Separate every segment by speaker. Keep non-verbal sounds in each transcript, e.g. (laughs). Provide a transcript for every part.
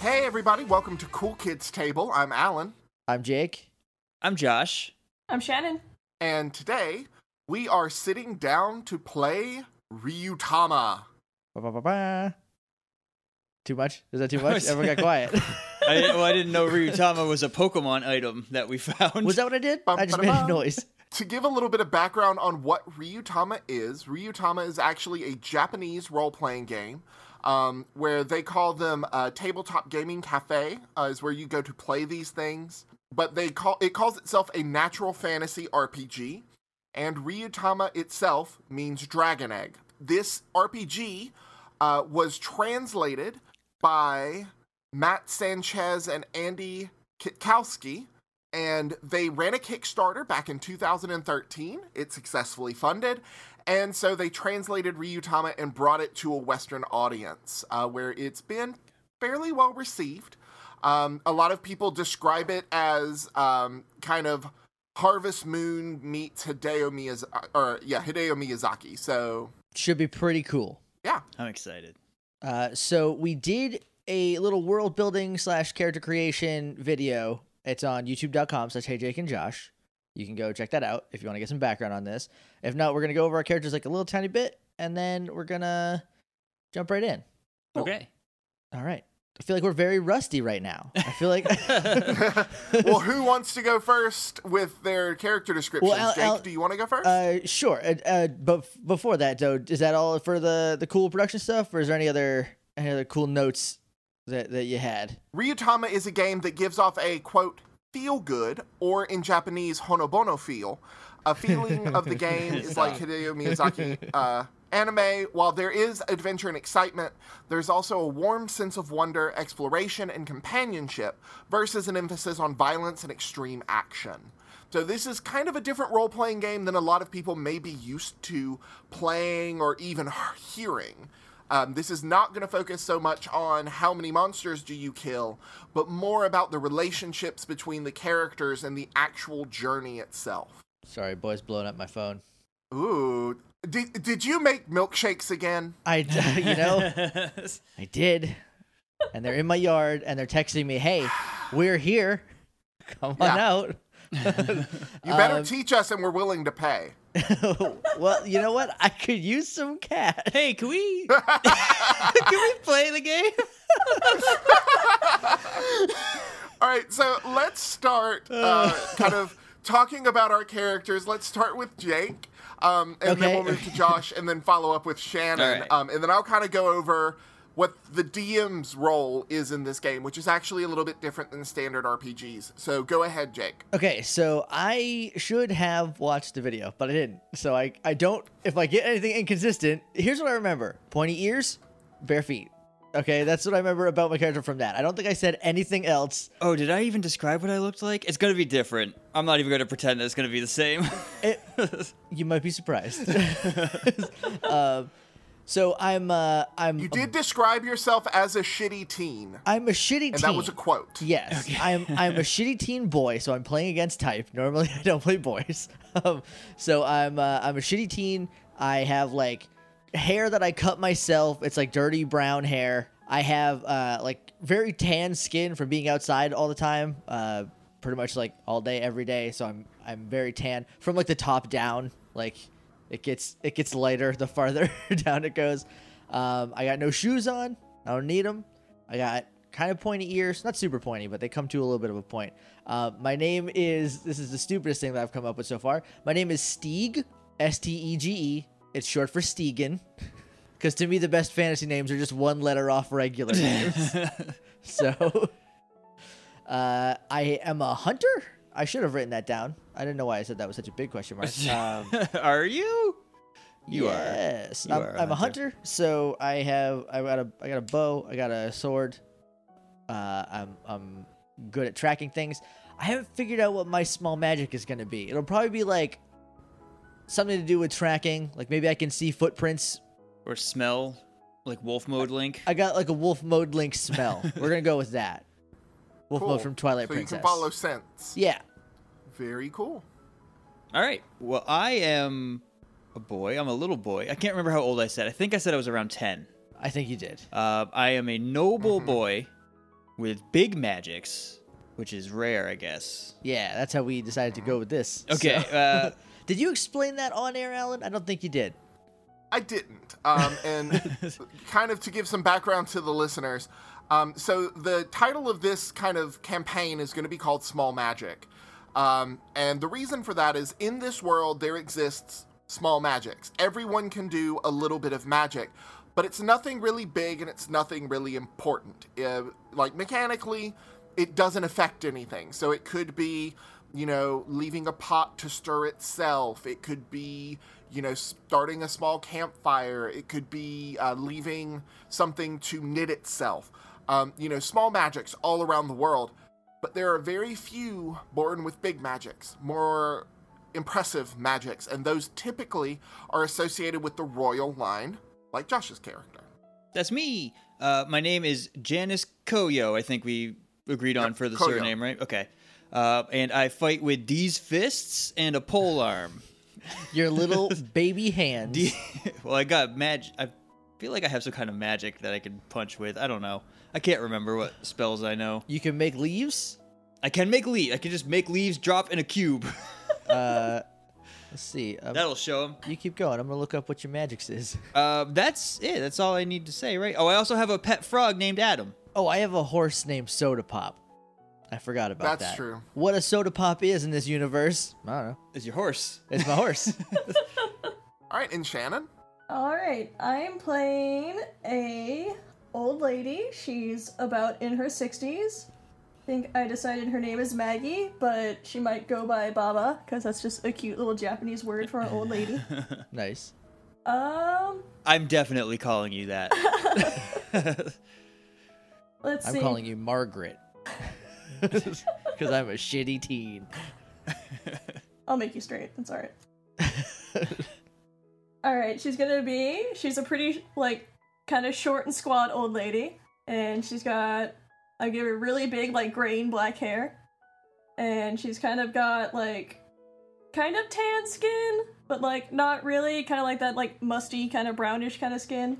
Speaker 1: Hey, everybody, welcome to Cool Kids Table. I'm Alan,
Speaker 2: I'm Jake.
Speaker 3: I'm Josh.
Speaker 4: I'm Shannon.
Speaker 1: and today we are sitting down to play Ryutama.
Speaker 2: Ba, ba, ba, ba. Too much? Is
Speaker 3: (laughs)
Speaker 2: that too much?
Speaker 3: was-
Speaker 2: Everyone got quiet.
Speaker 3: I didn't, well, I didn't know
Speaker 4: (laughs)
Speaker 3: Ryutama was a Pokemon item that we found.
Speaker 2: Was that what I did?
Speaker 1: Bum,
Speaker 2: I just
Speaker 1: ba,
Speaker 2: made a
Speaker 1: bum.
Speaker 2: noise.
Speaker 1: To give a little bit of background on what Ryutama is, Ryutama is actually a Japanese role playing game um, where they call them uh, tabletop gaming cafe uh, is where you go to play these things. But they call it calls itself a natural fantasy RPG, and Ryutama itself means dragon egg. This RPG uh, was translated by Matt Sanchez and Andy Kitkowski, and they ran a Kickstarter back in 2013. It successfully funded, and so they translated Ryutama and brought it to a Western audience, uh, where it's been fairly well received. Um, a lot of people describe it as um, kind of Harvest Moon meets Hideo Miyazaki, or yeah, Hideo Miyazaki.
Speaker 2: (laughs)
Speaker 1: So
Speaker 2: Should be pretty cool.
Speaker 1: yeah,
Speaker 3: I'm excited.
Speaker 2: Uh, so we did a little world building slash character creation video. It's on youtube.com slash hey Jake and Josh. You can go check that out if you want to get some background on this. If not, we're gonna go over our characters like a little tiny bit and then we're gonna jump right in. Cool.
Speaker 3: Okay.
Speaker 2: All right. I feel like we're very rusty right now. I feel
Speaker 3: (laughs)
Speaker 2: like
Speaker 1: well, who wants to go first with their character descriptions?
Speaker 2: Al-
Speaker 1: Jake,
Speaker 2: Al-
Speaker 1: do you want to go first?
Speaker 2: Uh, sure. Uh, uh, but f- before that, though, is that all for the the cool production stuff, or is there any other any other cool notes that that you had?
Speaker 1: Ryutama is a game that gives off a quote feel good, or in Japanese honobono feel. A feeling of the game is like Hideo Miyazaki uh, anime. While there is adventure and excitement, there's also a warm sense of wonder, exploration, and companionship, versus an emphasis on violence and extreme action. So this is kind of a different role-playing game than a lot of people may be used to playing or even hearing. Um, this is not going to focus so much on how many monsters do you kill, but more about the relationships between the characters and the actual journey itself.
Speaker 2: Sorry, boys, blowing up my phone.
Speaker 1: Ooh, did, did you make milkshakes again?
Speaker 2: I (laughs) d- you know I did, and they're in my yard, and they're texting me, "Hey, we're here. Come on
Speaker 1: Yeah.
Speaker 2: out." (laughs)
Speaker 1: You better
Speaker 2: Um,
Speaker 1: teach us, and we're willing to pay.
Speaker 2: well, you know what? I could use some cash.
Speaker 3: hey,
Speaker 2: (laughs)
Speaker 3: can we (laughs) can we play the game?
Speaker 1: All right, so let's start
Speaker 2: (laughs)
Speaker 1: uh, kind of talking about our characters. Let's start with Jake, um, and then
Speaker 2: Okay.
Speaker 1: we'll move to Josh, and then follow up with Shannon.
Speaker 3: All right.
Speaker 1: Um, and then I'll kind of go over what the DM's role is in this game, which is actually a little bit different than standard RPGs. So go ahead, Jake.
Speaker 2: Okay, so I should have watched the video, but I didn't. So I, I don't. If I get anything inconsistent, here's what I remember: pointy ears, bare feet. Okay, that's what I remember about my character from that. I don't think I said anything else.
Speaker 3: (laughs) Oh, did I even describe what I looked like? It's gonna be different. I'm not even gonna pretend that it's gonna be the same. (laughs)
Speaker 2: It, you might
Speaker 1: (laughs)
Speaker 2: be surprised. (laughs) um, so I'm, uh, I'm,
Speaker 1: You did describe yourself as a shitty teen,
Speaker 2: I'm a shitty
Speaker 1: and
Speaker 2: teen.
Speaker 1: that was a quote.
Speaker 2: Yes, I'm I'm a shitty teen boy, so I'm playing against type. Normally, (laughs) I don't play boys. Um, so I'm uh, I'm a shitty teen. I have like hair that I cut myself. It's like dirty brown hair. I have uh, like very tan skin from being outside all the time, uh, pretty much like all day every day. So I'm I'm very tan from like the top down. Like it gets it gets lighter the farther (laughs) down it goes. Um, I got no shoes on. I don't need them. I got kind of pointy ears, not super pointy, but they come to a little bit of a point. Uh, my name is this is the stupidest thing that I've come up with so far. My name is Steeg, S T E G E. It's short for Stegan, (laughs) because to me the best fantasy names are just one letter off
Speaker 3: (laughs)
Speaker 2: regular names. so, (laughs) uh, I am a hunter. I should have written that down. I didn't know why I said that was such a big question mark. Um,
Speaker 3: Are you? You are.
Speaker 2: yes,
Speaker 3: you
Speaker 2: I'm,
Speaker 3: are a
Speaker 2: I'm a
Speaker 3: hunter.
Speaker 2: hunter. So I have I got a I got a bow. I got a sword. Uh, I'm I'm good at tracking things. I haven't figured out what my small magic is gonna be. It'll probably be like something to do with tracking. Like maybe I can see footprints.
Speaker 3: Or smell like wolf mode link.
Speaker 2: I got like a wolf mode link
Speaker 3: (laughs)
Speaker 2: smell. We're gonna go with that. Wolf
Speaker 1: Cool.
Speaker 2: mode from Twilight
Speaker 1: so
Speaker 2: Princess.
Speaker 1: you can follow sense.
Speaker 2: Yeah.
Speaker 1: Very cool.
Speaker 3: All right. Well, I am a boy. I'm a little boy. I can't remember how old Uh, I said. I think I said I was around 10.
Speaker 2: I think you did.
Speaker 3: Uh, I am a noble boy with big magics, which is rare, I guess.
Speaker 2: Yeah, that's how we decided to go with this.
Speaker 3: Okay,
Speaker 2: so-
Speaker 3: (laughs) uh,
Speaker 2: did you explain that on air, Alan? I don't think you did.
Speaker 1: I didn't. Um, and kind of to give some background to the listeners. Um, so the title of this kind of campaign is going to be called Small Magic. Um, and the reason for that is in this world, there exists small magics. Everyone can do a little bit of magic, but it's nothing really big and it's nothing really important. Uh, like mechanically, it doesn't affect anything. So it could be, you know, leaving a pot to stir itself. It could be, you know, starting a small campfire. It could be uh, leaving something to knit itself. Um, you know, small magics all around the world. But there are very few born with big magics, more impressive magics, and those typically are associated with the royal line, like Josh's character.
Speaker 3: that's me. Uh, my name is Janice Koyo. I think we agreed on for the
Speaker 1: Koyo.
Speaker 3: surname, right? Okay. Uh, and I fight with these fists and a pole arm.
Speaker 2: Your little baby hands.
Speaker 3: D- well, I got magic. I feel like I have some kind of magic that I can punch with. I don't know. I can't remember what spells I know.
Speaker 2: you can make leaves.
Speaker 3: I can make leaves. I can just make leaves drop in a cube. (laughs)
Speaker 2: Uh, let's see. Um,
Speaker 3: That'll show them.
Speaker 2: you keep going. I'm gonna look up what your magics is. (laughs)
Speaker 3: Uh, that's it. That's all I need to say, right? Oh, I also have a pet frog named Adam.
Speaker 2: Oh, I have a horse named Soda Pop. I forgot about that.
Speaker 1: That's true.
Speaker 2: What a Soda Pop is in this universe, I don't know.
Speaker 3: Is your horse?
Speaker 2: It's my horse. (laughs)
Speaker 1: All right, and Shannon?
Speaker 4: All right, I'm playing a old lady. She's about in her 60s. I think I decided her name is Maggie, but she might go by Baba because that's just a cute little Japanese word for an old
Speaker 2: (laughs)
Speaker 4: lady.
Speaker 2: nice.
Speaker 4: Um,
Speaker 3: I'm definitely calling you that. (laughs)
Speaker 4: let's
Speaker 2: I'm
Speaker 4: see.
Speaker 2: calling you Margaret. (laughs) Because I'm a shitty teen.
Speaker 4: I'll make you straight. That's all right. all right, she's gonna be. She's a pretty like kind of short and squat old lady, and she's got. I give her really big like gray and black hair, and she's kind of got like kind of tan skin, but like not really, kind of like that like musty kind of brownish kind of skin.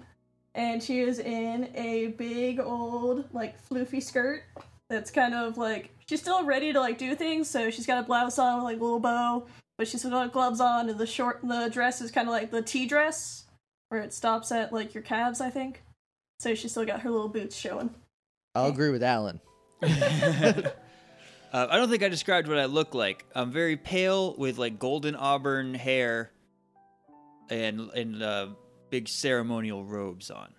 Speaker 4: And she is in a big old like floofy skirt that's kind of like she's still ready to like do things. So she's got a blouse on with like a little bow, but she's still got gloves on, and the short the dress is kind of like the tea dress where it stops at like your calves, I think. So she's still got her little boots showing.
Speaker 2: I'll agree with Alan.
Speaker 3: Uh, I don't think I described what I look like. I'm very pale with like golden auburn hair and and uh, big ceremonial robes on.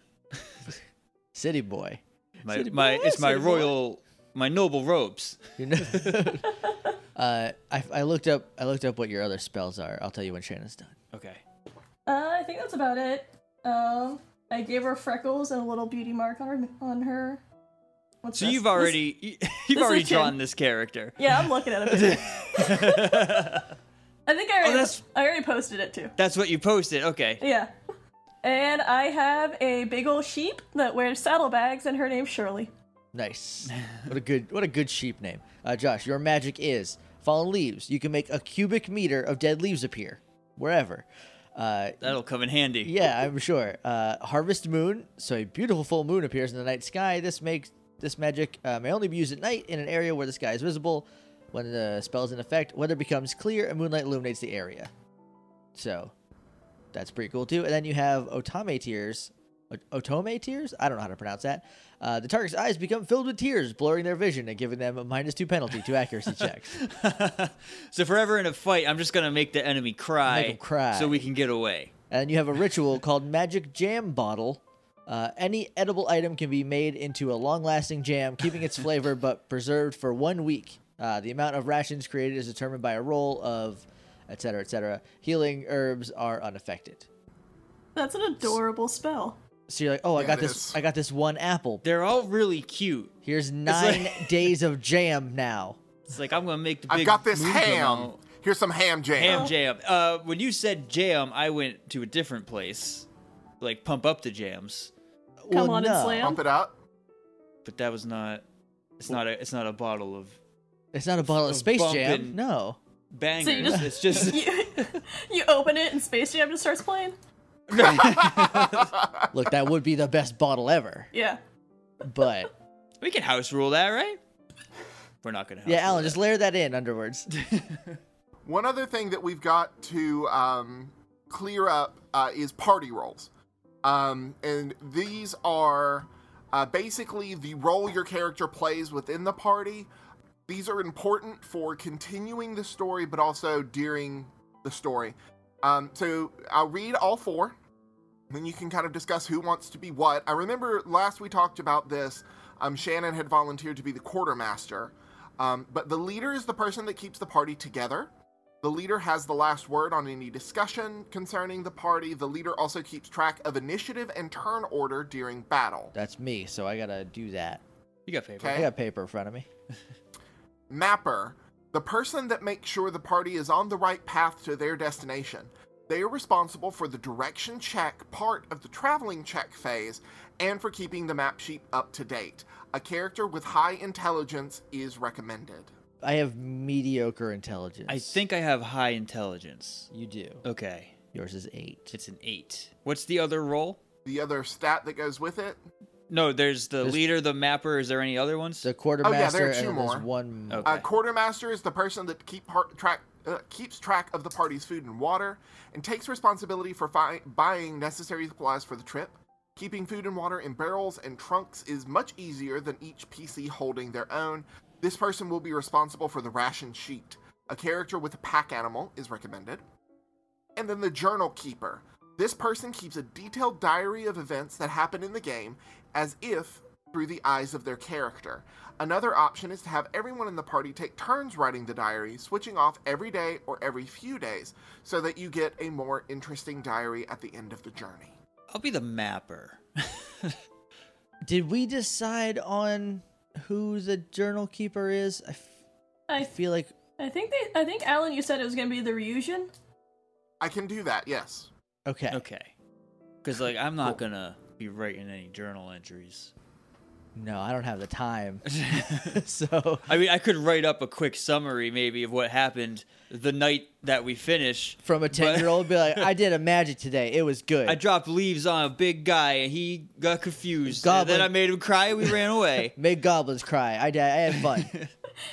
Speaker 2: City boy.
Speaker 3: My
Speaker 2: City
Speaker 3: my
Speaker 2: boy,
Speaker 3: it's my
Speaker 2: city boy.
Speaker 3: royal my noble robes.
Speaker 2: You know. (laughs) uh, I, I looked up. I looked up what your other spells are. I'll tell you when Shannon's done.
Speaker 3: Okay.
Speaker 4: Uh, I think that's about it. Um, I gave her freckles and a little beauty mark on her on her. What's
Speaker 3: So
Speaker 4: this?
Speaker 3: you've
Speaker 4: This-
Speaker 3: already (laughs) you- you've
Speaker 4: is
Speaker 3: already
Speaker 4: Jen.
Speaker 3: drawn this character.
Speaker 4: yeah, I'm looking at
Speaker 3: (laughs)
Speaker 4: it. (laughs) I think I already,
Speaker 3: Oh, that's-
Speaker 4: I already posted it too.
Speaker 3: That's what you posted. Okay.
Speaker 4: Yeah. And I have a big old sheep that wears saddlebags, and her name's Shirley.
Speaker 2: Nice. What a good. What a good sheep name. Uh, Josh, your magic is fallen leaves. You can make a cubic meter of dead leaves appear wherever. Uh,
Speaker 3: That'll come in handy.
Speaker 2: Yeah, I'm sure. Uh, harvest moon. So a beautiful full moon appears in the night sky. This makes this magic uh, may only be used at night in an area where the sky is visible. When the spell is in effect, weather becomes clear and moonlight illuminates the area. So that's pretty cool too. And then you have Otame tears. O- Otome tears? I don't know how to pronounce that. Uh, the target's eyes become filled with tears, blurring their vision and giving them a minus two penalty to accuracy checks.
Speaker 3: (laughs) so forever in a fight, I'm just gonna make the enemy cry,
Speaker 2: Make 'em cry.
Speaker 3: so we can get away.
Speaker 2: And you have a ritual called Magic Jam Bottle. Uh, any edible item can be made into a long lasting jam, keeping its flavor but preserved for one week. Uh, the amount of rations created is determined by a roll of et cetera, et cetera. Healing herbs are unaffected.
Speaker 4: That's an adorable spell.
Speaker 2: So you're like, oh, I
Speaker 1: Yeah,
Speaker 2: got
Speaker 1: it
Speaker 2: this.
Speaker 1: is.
Speaker 2: I got this one apple.
Speaker 3: They're all really cute.
Speaker 2: Here's nine days of jam now.
Speaker 3: It's like I'm gonna make the. Big
Speaker 1: I've got this
Speaker 3: movement
Speaker 1: ham.
Speaker 3: out.
Speaker 1: Here's some ham jam.
Speaker 3: Ham jam. Uh, when you said jam, I went to a different place, like pump up the jams.
Speaker 4: Come on and slam.
Speaker 1: Pump it up.
Speaker 3: But that was not. It's not a. It's not a bottle of
Speaker 2: It's not a bottle of
Speaker 3: Of
Speaker 2: space jam.
Speaker 3: bumpin'.
Speaker 2: No.
Speaker 3: bangers.
Speaker 4: So you just-
Speaker 3: it's just. (laughs)
Speaker 4: (laughs) You, you open it, and Space Jam just starts playing.
Speaker 2: Look, that would be the best bottle ever.
Speaker 4: Yeah.
Speaker 2: But
Speaker 3: We can house rule that, right? We're not gonna. House
Speaker 2: Yeah,
Speaker 3: rule
Speaker 2: Alan,
Speaker 3: that.
Speaker 2: just layer that in underwards.
Speaker 1: One other thing that we've got to um, clear up uh, is party rolls. Um, and these are uh, basically the role your character plays within the party. These are important for continuing the story, but also during the story. Um, so I'll read all four, then you can kind of discuss who wants to be what. I remember last we talked about this, um, Shannon had volunteered to be the quartermaster. Um, but the leader is the person that keeps the party together. The leader has the last word on any discussion concerning the party. The leader also keeps track of initiative and turn order during battle.
Speaker 2: That's me, so I gotta do that.
Speaker 3: you got paper.
Speaker 2: I
Speaker 1: Okay.
Speaker 2: got paper in front of me.
Speaker 1: Mapper, the person that makes sure the party is on the right path to their destination. They are responsible for the direction check part of the traveling check phase and for keeping the map sheet up to date. A character with high intelligence is recommended.
Speaker 2: I have mediocre intelligence.
Speaker 3: I think I have high intelligence.
Speaker 2: you do.
Speaker 3: Okay,
Speaker 2: Yours is eight.
Speaker 3: it's an eight. What's the other roll?
Speaker 1: The other stat that goes with it
Speaker 3: No, there's the
Speaker 2: There's-
Speaker 3: leader, the mapper. Is there any other ones?
Speaker 1: Oh,
Speaker 2: The
Speaker 1: yeah,
Speaker 2: quartermaster
Speaker 1: there are two
Speaker 2: and then
Speaker 1: more.
Speaker 2: there's one more.
Speaker 3: Okay.
Speaker 1: Uh, quartermaster is the person that keep har- track uh, keeps track of the party's food and water, and takes responsibility for fi- buying necessary supplies for the trip. Keeping food and water in barrels and trunks is much easier than each PC holding their own. This person will be responsible for the ration sheet. A character with a pack animal is recommended. And then the journal keeper. This person keeps a detailed diary of events that happen in the game as if through the eyes of their character. Another option is to have everyone in the party take turns writing the diary, switching off every day or every few days, so that you get a more interesting diary at the end of the journey.
Speaker 3: I'll be the
Speaker 2: (laughs)
Speaker 3: mapper.
Speaker 2: Did we decide on who the journal keeper is? I, f- I
Speaker 4: I
Speaker 2: feel like
Speaker 4: I think they I think Alan you said it was gonna be the Ryusion.
Speaker 1: I can do that, yes.
Speaker 2: okay.
Speaker 3: okay, because like I'm not gonna be writing any journal entries.
Speaker 2: No, I don't have the time. so
Speaker 3: I mean, I could write up a quick summary maybe of what happened the night that we finish.
Speaker 2: from a
Speaker 3: but
Speaker 2: ten year old, be like, I did a magic today. It was good.
Speaker 3: I dropped leaves on a big guy and he got confused. And
Speaker 2: Goblin-
Speaker 3: then I made him cry. We ran away. (laughs)
Speaker 2: Made goblins cry. I did. I had fun.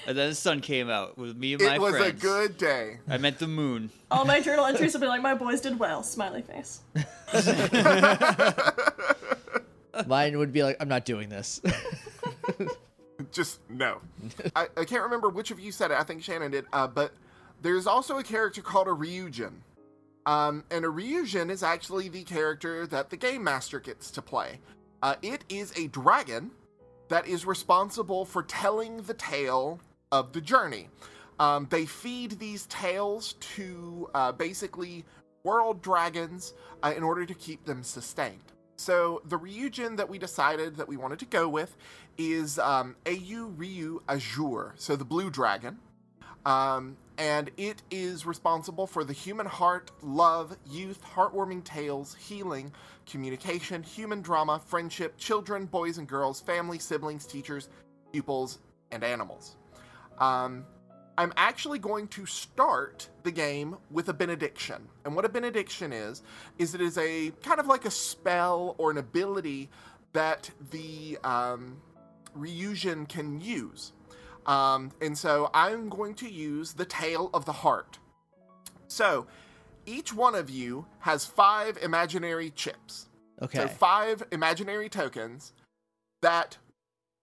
Speaker 3: and then the sun came out with me and my
Speaker 1: it was
Speaker 3: friends.
Speaker 1: a good day.
Speaker 3: I meant the moon.
Speaker 4: All my (laughs) journal entries will be like my boys did well, smiley face.
Speaker 2: Mine would be like, I'm not doing this.
Speaker 1: Just no. I, I can't remember which of you said it. I think Shannon did. Uh, but there's also a character called a Ryujin. Um, and a Ryujin is actually the character that the game master gets to play. Uh, it is a dragon that is responsible for telling the tale of the journey. Um, they feed these tales to uh, basically world dragons uh, in order to keep them sustained. So the Ryujin that we decided that we wanted to go with is um, Au Ryu Azure, so the blue dragon. Um, and it is responsible for the human heart, love, youth, heartwarming tales, healing, communication, human drama, friendship, children, boys and girls, family, siblings, teachers, pupils, and animals. Um, I'm actually going to start the game with a benediction. And what a benediction is, is it is a kind of like a spell or an ability that the um, Ryujin can use. Um, and so I'm going to use the Tail of the Heart. So each one of you has five imaginary chips.
Speaker 2: (laughs) Okay.
Speaker 1: So five imaginary tokens that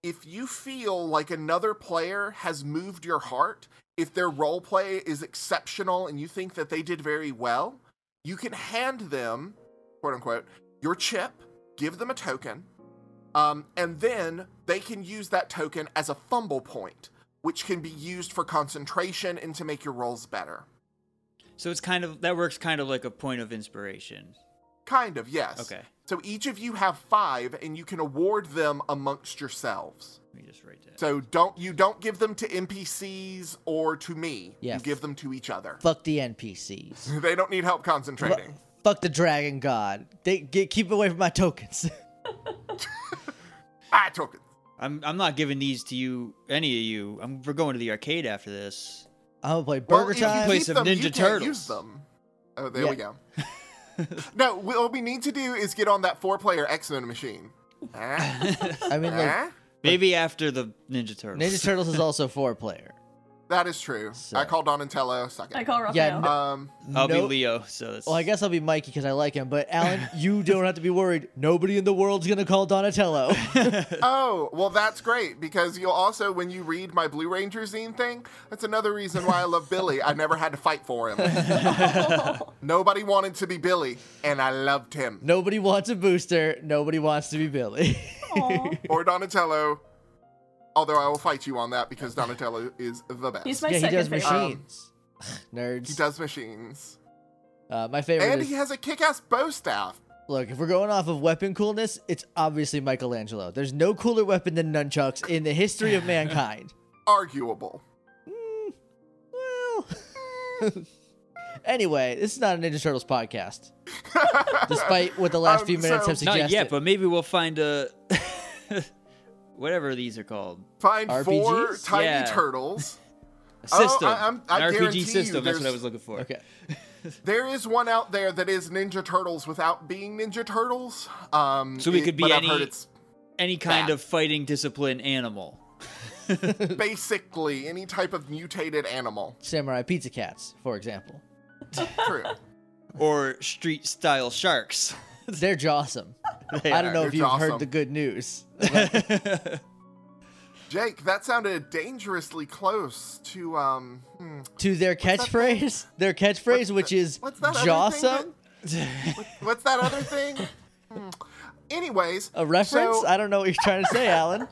Speaker 1: if you feel like another player has moved your heart, if their role play is exceptional and you think that they did very well, you can hand them, quote unquote, your chip, give them a token, um, and then they can use that token as a fumble point, which can be used for concentration and to make your rolls better.
Speaker 3: So it's kind of that works kind of like a point of inspiration.
Speaker 1: Kind of, yes.
Speaker 3: Okay.
Speaker 1: So each of you have five, and you can award them amongst yourselves.
Speaker 3: Let me just write that.
Speaker 1: So don't you don't give them to NPCs or to me.
Speaker 2: Yeah.
Speaker 1: You give them to each other. (laughs)
Speaker 2: Fuck the NPCs.
Speaker 1: They don't need help
Speaker 2: Fu-
Speaker 1: concentrating.
Speaker 2: Fuck the dragon god. They get keep away from my tokens.
Speaker 1: I took it.
Speaker 3: I'm I'm not giving these to you, any of you. I'm we're going to the arcade after this.
Speaker 2: I'm gonna play
Speaker 1: Well,
Speaker 2: Burger
Speaker 1: if you
Speaker 2: Time.
Speaker 3: play
Speaker 1: keep
Speaker 3: some
Speaker 1: them, you
Speaker 3: Ninja
Speaker 1: can't
Speaker 3: Turtles.
Speaker 1: Use them. Oh, there we
Speaker 2: Yeah.
Speaker 1: go.
Speaker 2: (laughs)
Speaker 1: no,
Speaker 2: (laughs)
Speaker 1: we- what we need to do is get on that four-player X Men machine. Eh?
Speaker 2: I mean, like
Speaker 1: Eh?
Speaker 3: Maybe after the Ninja Turtles.
Speaker 2: Ninja Turtles is also four player.
Speaker 1: That is true.
Speaker 2: So-
Speaker 1: I call Donatello second.
Speaker 4: I call
Speaker 2: Yeah,
Speaker 4: Raphael.
Speaker 2: no-
Speaker 1: um,
Speaker 3: I'll
Speaker 2: No-
Speaker 3: be Leo, so that's.
Speaker 2: Well, I guess I'll be Mikey because I like him. But
Speaker 1: (laughs)
Speaker 2: Alan, you don't have to be worried. Nobody in the world's gonna
Speaker 1: (laughs)
Speaker 2: call Donatello.
Speaker 1: oh, well, that's great because you'll also, when you read my Blue Ranger zine thing, that's another reason why I love Billy. I never had to fight for him.
Speaker 3: (laughs)
Speaker 1: Nobody wanted to be Billy, and I loved him.
Speaker 2: Nobody wants a booster. Nobody wants to be Billy.
Speaker 4: Aw.
Speaker 1: Or Donatello. Although I will fight you on that because Donatello is the best.
Speaker 4: He's my
Speaker 2: (laughs) yeah, he
Speaker 4: second
Speaker 2: does
Speaker 4: favorite.
Speaker 2: machines. (sighs)
Speaker 1: he
Speaker 2: Nerds.
Speaker 1: does machines.
Speaker 2: Uh, my favorite
Speaker 1: And
Speaker 2: is
Speaker 1: he has a kick ass bow staff.
Speaker 2: look. If we're going off of weapon coolness, it's obviously Michelangelo. There's no cooler weapon than nunchucks in the
Speaker 1: (laughs)
Speaker 2: history of mankind.
Speaker 1: Arguable.
Speaker 2: Well. (laughs) anyway, this is not a Ninja Turtles podcast. Despite what the
Speaker 1: (laughs)
Speaker 2: last
Speaker 1: Um,
Speaker 2: few minutes
Speaker 1: so-
Speaker 2: have
Speaker 3: Not
Speaker 2: suggested.
Speaker 3: yet, but maybe we'll find a. (laughs) whatever these are called.
Speaker 1: Find four
Speaker 2: RPGs?
Speaker 1: tiny
Speaker 3: Yeah. (laughs)
Speaker 1: turtles.
Speaker 3: A
Speaker 1: Oh,
Speaker 3: system.
Speaker 1: I- I'm- I
Speaker 3: An
Speaker 1: guarantee
Speaker 3: RPG
Speaker 1: you
Speaker 3: system. That's what I
Speaker 1: there's-
Speaker 3: was looking for.
Speaker 2: okay.
Speaker 1: There is one out there that is Ninja Turtles without being Ninja Turtles. Um,
Speaker 3: So we could be
Speaker 1: but
Speaker 3: any-
Speaker 1: I've heard it's
Speaker 3: Any kind
Speaker 1: Bat.
Speaker 3: of fighting discipline animal.
Speaker 1: basically any type of mutated animal.
Speaker 2: Samurai Pizza Cats, for example.
Speaker 1: True.
Speaker 3: Or street style sharks. (laughs)
Speaker 2: They're
Speaker 1: (laughs)
Speaker 2: jawsome.
Speaker 3: They
Speaker 2: I don't
Speaker 3: are.
Speaker 2: know if
Speaker 1: They're
Speaker 2: you've
Speaker 1: jawsome.
Speaker 2: heard the good news. (laughs)
Speaker 1: Jake, that sounded dangerously close to um. hmm,
Speaker 2: to their catchphrase, their catchphrase, which is
Speaker 1: what's that other thing
Speaker 2: jawsome.
Speaker 1: What's that other
Speaker 2: (laughs)
Speaker 1: thing? Hmm. Anyways,
Speaker 2: A reference?
Speaker 1: so-
Speaker 2: I don't know what you're trying to
Speaker 1: (laughs)
Speaker 2: say, Alan.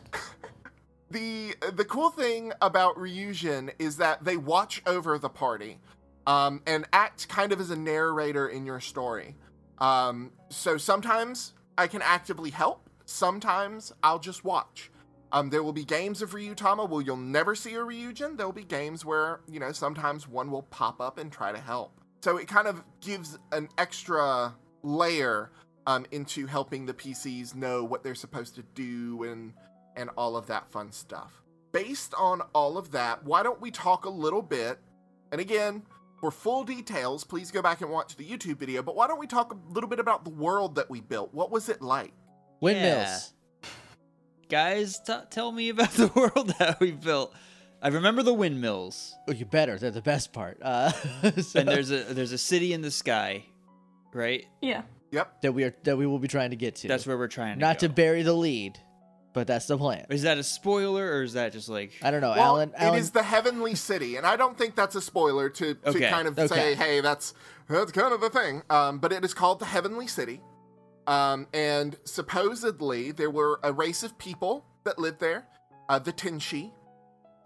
Speaker 1: the the cool thing about Ryujin is that they watch over the party, um, and act kind of as a narrator in your story. Um, so sometimes I can actively help. Sometimes I'll just watch. Um, there will be games of Ryutama where you'll never see a Ryujin. There will be games where you know sometimes one will pop up and try to help. So it kind of gives an extra layer um, into helping the PCs know what they're supposed to do and and all of that fun stuff. Based on all of that, why don't we talk a little bit? And again, for full details, please go back and watch the YouTube video. But why don't we talk a little bit about the world that we built? What was it like?
Speaker 2: Windmills.
Speaker 3: Guys, t- tell me about (laughs) the world that we built. I remember the windmills,
Speaker 2: Oh, you better. They're the best part. Uh, (laughs) so-
Speaker 3: and there's a there's a city in the sky, right?
Speaker 4: Yeah.
Speaker 1: Yep.
Speaker 2: that we are that we will be trying to get to.
Speaker 3: That's where we're trying to
Speaker 2: Not to
Speaker 3: go.
Speaker 2: bury the lead, but that's the plan.
Speaker 3: Is that a spoiler or is that just like
Speaker 2: I don't know,
Speaker 1: Well,
Speaker 2: Oh, Alan. Alan,
Speaker 1: it is the heavenly city, and I don't think that's a spoiler to, to
Speaker 3: Okay,
Speaker 1: kind of
Speaker 2: okay.
Speaker 1: say, hey, that's that's kind of the thing. Um, but it is called the heavenly city, um, and supposedly there were a race of people that lived there, uh, the Tenshi,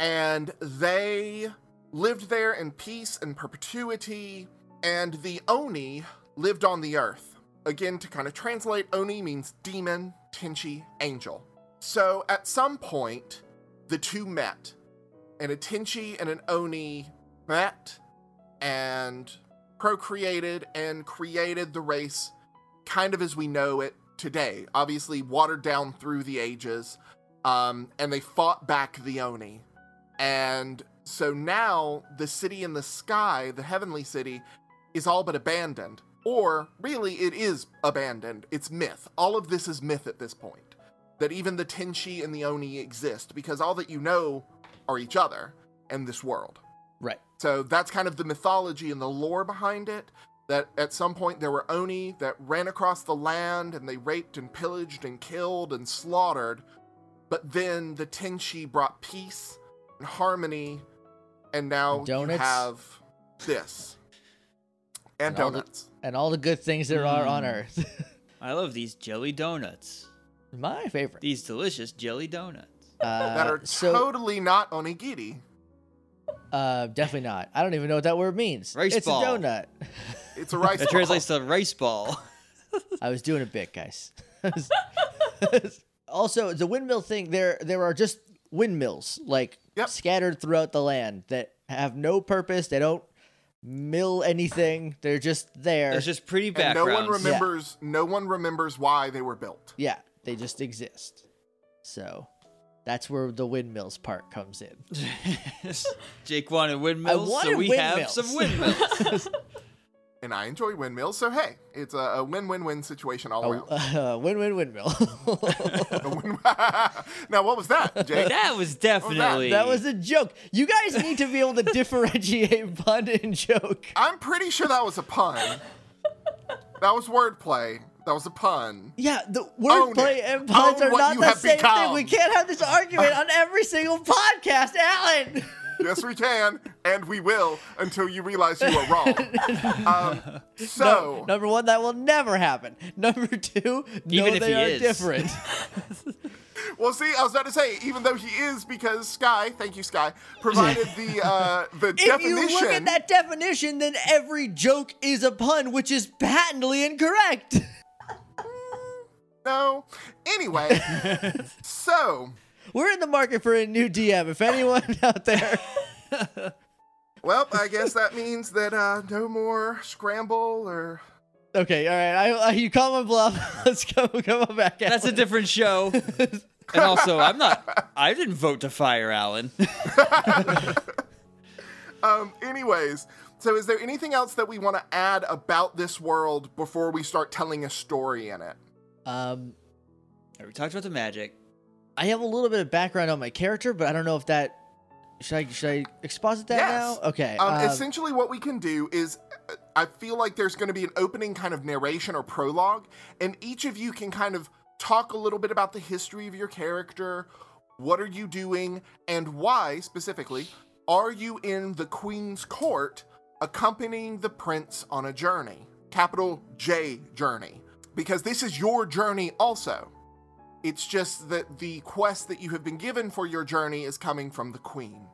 Speaker 1: and they lived there in peace and perpetuity. And the Oni lived on the earth. Again, to kind of translate, Oni means demon, Tenshi, angel. So at some point, the two met, and a Tenchi and an Oni met and procreated and created the race kind of as we know it today. Obviously, watered down through the ages, um, and they fought back the Oni. And so now the city in the sky, the heavenly city, is all but abandoned. Or, really, it is abandoned. It's myth. All of this is myth at this point that even the Tenshi and the Oni exist because all that you know are each other and this world.
Speaker 2: right.
Speaker 1: So that's kind of the mythology and the lore behind it. That at some point there were Oni that ran across the land and they raped and pillaged and killed and slaughtered. But then the Tenshi brought peace and harmony, and now you
Speaker 2: Donuts?
Speaker 1: have this. And,
Speaker 2: And all the-
Speaker 1: donuts.
Speaker 2: And all the good things there are on
Speaker 3: Mm.
Speaker 2: Earth. (laughs)
Speaker 3: I love these jelly donuts.
Speaker 2: My favorite.
Speaker 3: These delicious
Speaker 2: (laughs)
Speaker 3: jelly donuts.
Speaker 2: Uh,
Speaker 1: that are
Speaker 2: so
Speaker 1: totally not Onigiri.
Speaker 2: uh, definitely not. I don't even know what that word means.
Speaker 3: Rice
Speaker 2: it's
Speaker 3: ball.
Speaker 2: a donut. (laughs)
Speaker 1: It's a rice.
Speaker 3: That
Speaker 1: ball.
Speaker 3: translates to rice ball. (laughs)
Speaker 2: I was doing a bit, guys. (laughs) also, the windmill thing. There, there are just windmills like
Speaker 1: Yep.
Speaker 2: scattered throughout the land that have no purpose. They don't mill anything. They're just there.
Speaker 3: It's just pretty
Speaker 1: And no
Speaker 3: backgrounds.
Speaker 1: one remembers. No one remembers why they were built.
Speaker 2: yeah, they just exist. So that's where the windmills part comes in.
Speaker 1: (laughs)
Speaker 3: Jake wanted windmills,
Speaker 2: wanted (laughs)
Speaker 3: so we have some windmills.
Speaker 1: and I enjoy windmills, so hey, it's a, a win-win-win situation all around.
Speaker 2: (laughs) Uh, win win windmill. (laughs)
Speaker 1: A win- (laughs) now, what was that, Jake?
Speaker 2: (laughs)
Speaker 3: That was definitely
Speaker 2: that was a joke. You guys need to be able
Speaker 3: (laughs)
Speaker 2: to differentiate pun and joke.
Speaker 1: I'm pretty sure that was a pun. that was wordplay. That was a pun.
Speaker 2: Yeah, the
Speaker 1: Own
Speaker 2: wordplay
Speaker 1: it.
Speaker 2: and puns
Speaker 1: Own
Speaker 2: are
Speaker 1: what
Speaker 2: not
Speaker 1: you
Speaker 2: the
Speaker 1: have
Speaker 2: same thing.
Speaker 1: become.
Speaker 2: We can't have this argument on every single podcast, Alan.
Speaker 1: Yes, we can, and we will until you realize you were wrong. Um, so,
Speaker 2: (laughs) Number one, that will never happen. Number two, no,
Speaker 3: Even if
Speaker 2: they
Speaker 3: he
Speaker 2: are
Speaker 3: is. (laughs)
Speaker 2: different.
Speaker 1: well, see, I was about to say, even though he is, because Sky, thank you, Sky, provided the
Speaker 2: (laughs)
Speaker 1: uh, the
Speaker 2: if
Speaker 1: definition.
Speaker 2: you look at that definition, then every joke is a pun, which is patently incorrect. (laughs)
Speaker 1: No.
Speaker 2: (laughs)
Speaker 1: Anyway, so
Speaker 2: We're in the market for a new DM. If anyone (laughs) out there,
Speaker 1: well, I guess that means that uh, no more scramble or
Speaker 2: okay, all right, I, I, you call my bluff. (laughs) Let's go, come on back.
Speaker 3: that's a
Speaker 2: Alan.
Speaker 3: different show. and also, I'm not. I didn't vote to fire Alan. (laughs)
Speaker 1: Um, anyways, so is there anything else that we want to add about this world before we start telling a story in it?
Speaker 2: Um,
Speaker 3: we talked about the magic.
Speaker 2: I have a little bit of background on my character, but I don't know if that should I should I exposit that
Speaker 1: Yes.
Speaker 2: now? Okay.
Speaker 1: Um,
Speaker 2: um,
Speaker 1: essentially, what we can do is uh, I feel like there's going to be an opening kind of narration or prologue, and each of you can kind of talk a little bit about the history of your character. What are you doing, and why specifically are you in the Queen's court accompanying the prince on a journey? Capital J journey. Because this is your journey also. It's just that the quest that you have been given for your journey is coming from the Queen.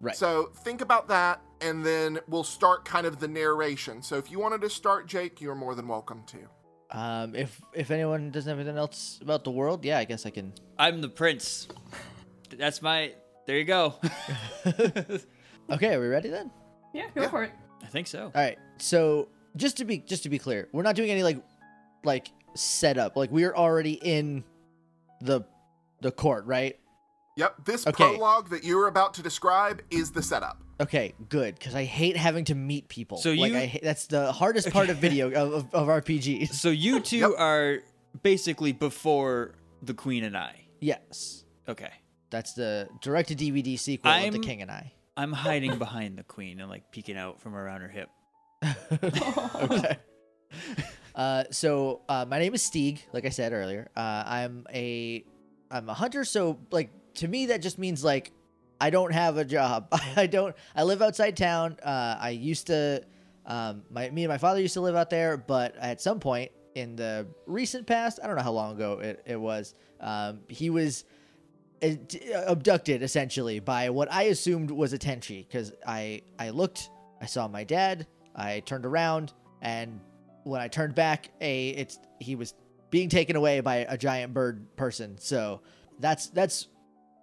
Speaker 2: right.
Speaker 1: So think about that, and then we'll start kind of the narration. So if you wanted to start, Jake, you're more than welcome to.
Speaker 2: um, if if anyone doesn't have anything else about the world, yeah, I guess I can.
Speaker 3: I'm the prince. That's my. There you go.
Speaker 2: Okay, are we ready then?
Speaker 4: Yeah, go for it.
Speaker 3: I think so.
Speaker 2: All right. So just to be just to be clear, we're not doing any like like setup. Like we are already in the the court, right?
Speaker 1: Yep, this
Speaker 2: Okay.
Speaker 1: prologue that you're about to describe is the setup.
Speaker 2: Okay, good. Because I hate having to meet people.
Speaker 3: So
Speaker 2: like,
Speaker 3: you-
Speaker 2: I hate, that's the hardest part of video of, of,
Speaker 3: (laughs)
Speaker 2: of RPGs.
Speaker 3: So you two
Speaker 1: Yep.
Speaker 3: are basically before the queen and I.
Speaker 2: Yes,
Speaker 3: Okay.
Speaker 2: that's the direct to DVD sequel of The
Speaker 3: I'm-
Speaker 2: King and I.
Speaker 3: I'm hiding behind the queen and like peeking out from around her hip.
Speaker 2: okay. Uh, so uh, my name is Steeg, like I said earlier. Uh, I'm a I'm a hunter, so like to me that just means like I don't have a job. (laughs) I don't. I live outside town. Uh, I used to. Um, my me and my father used to live out there, but at some point in the recent past, I don't know how long ago it, it was. Um, he was ad- uh, abducted essentially by what I assumed was a tenchi because I I looked, I saw my dad, I turned around, and when I turned back, a it's he was being taken away by a giant bird person. So that's that's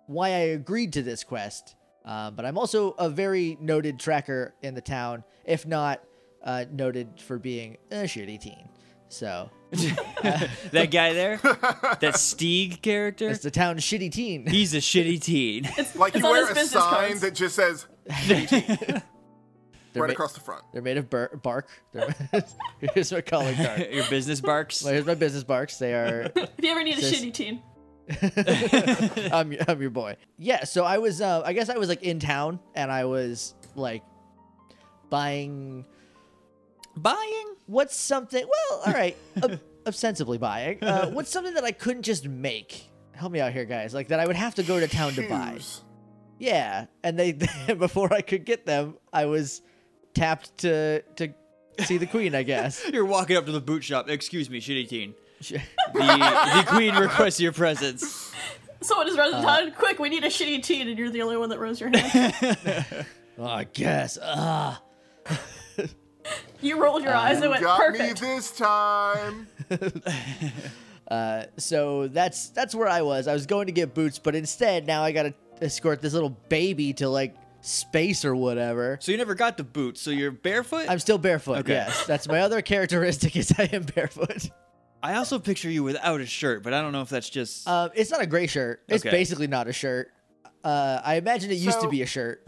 Speaker 2: why I agreed to this quest. Um, but I'm also a very noted tracker in the town, if not uh, noted for being a shitty teen. So
Speaker 3: That
Speaker 2: (laughs)
Speaker 3: guy there, that Steeg character,
Speaker 2: it's the town's shitty teen. (laughs)
Speaker 3: he's a shitty (laughs) teen.
Speaker 4: It's
Speaker 1: Like
Speaker 4: it's
Speaker 1: you
Speaker 4: on
Speaker 1: wear
Speaker 4: his
Speaker 1: a sign
Speaker 4: business cards.
Speaker 1: that just says
Speaker 2: They're
Speaker 1: right
Speaker 2: ma-
Speaker 1: across the front.
Speaker 2: They're made of bur- bark. They're (laughs) Here's my calling
Speaker 3: (laughs)
Speaker 2: card.
Speaker 3: (laughs) Your business barks.
Speaker 2: Well, Here's my business barks. They are. (laughs)
Speaker 4: if you ever need a
Speaker 2: Says-
Speaker 4: shitty teen,
Speaker 2: I'm, your- I'm your boy. Yeah. So I was. Uh, I guess I was like in town, and I was like buying
Speaker 3: Buying?
Speaker 2: what's something. Well, all right, ob- ostensibly buying. Uh, what's something that I couldn't just make? Help me out here, guys. Like that, I would have to go to town to buy.
Speaker 1: Shoes.
Speaker 2: Yeah, and they (laughs) before I could get them, I was tapped to to see the queen. I
Speaker 3: (laughs)
Speaker 2: guess. (laughs)
Speaker 3: You're walking up to the boot shop. Excuse me, shitty teen. The, (laughs) the queen requests your presence.
Speaker 4: someone is
Speaker 2: Uh.
Speaker 4: running down. Quick, we need a shitty teen, and you're the only one that rose your hand.
Speaker 2: (laughs) Oh, I guess. Ah.
Speaker 4: you rolled
Speaker 2: Uh,
Speaker 4: your eyes and went
Speaker 1: Got
Speaker 4: perfect.
Speaker 1: me this time.
Speaker 2: so that's that's where I was. I was going to get boots, but instead now I gotta escort this little baby to like space or whatever.
Speaker 3: So you never got the boot. So you're barefoot.
Speaker 2: I'm still barefoot.
Speaker 3: Okay.
Speaker 2: Yes, that's my other characteristic is I am barefoot.
Speaker 3: I also picture you without a shirt, but I don't know if that's just.
Speaker 4: Uh,
Speaker 2: Um, it's not a gray shirt. It's
Speaker 3: Okay.
Speaker 2: basically not a shirt. Uh, I imagine it used to
Speaker 1: So-
Speaker 2: be a shirt.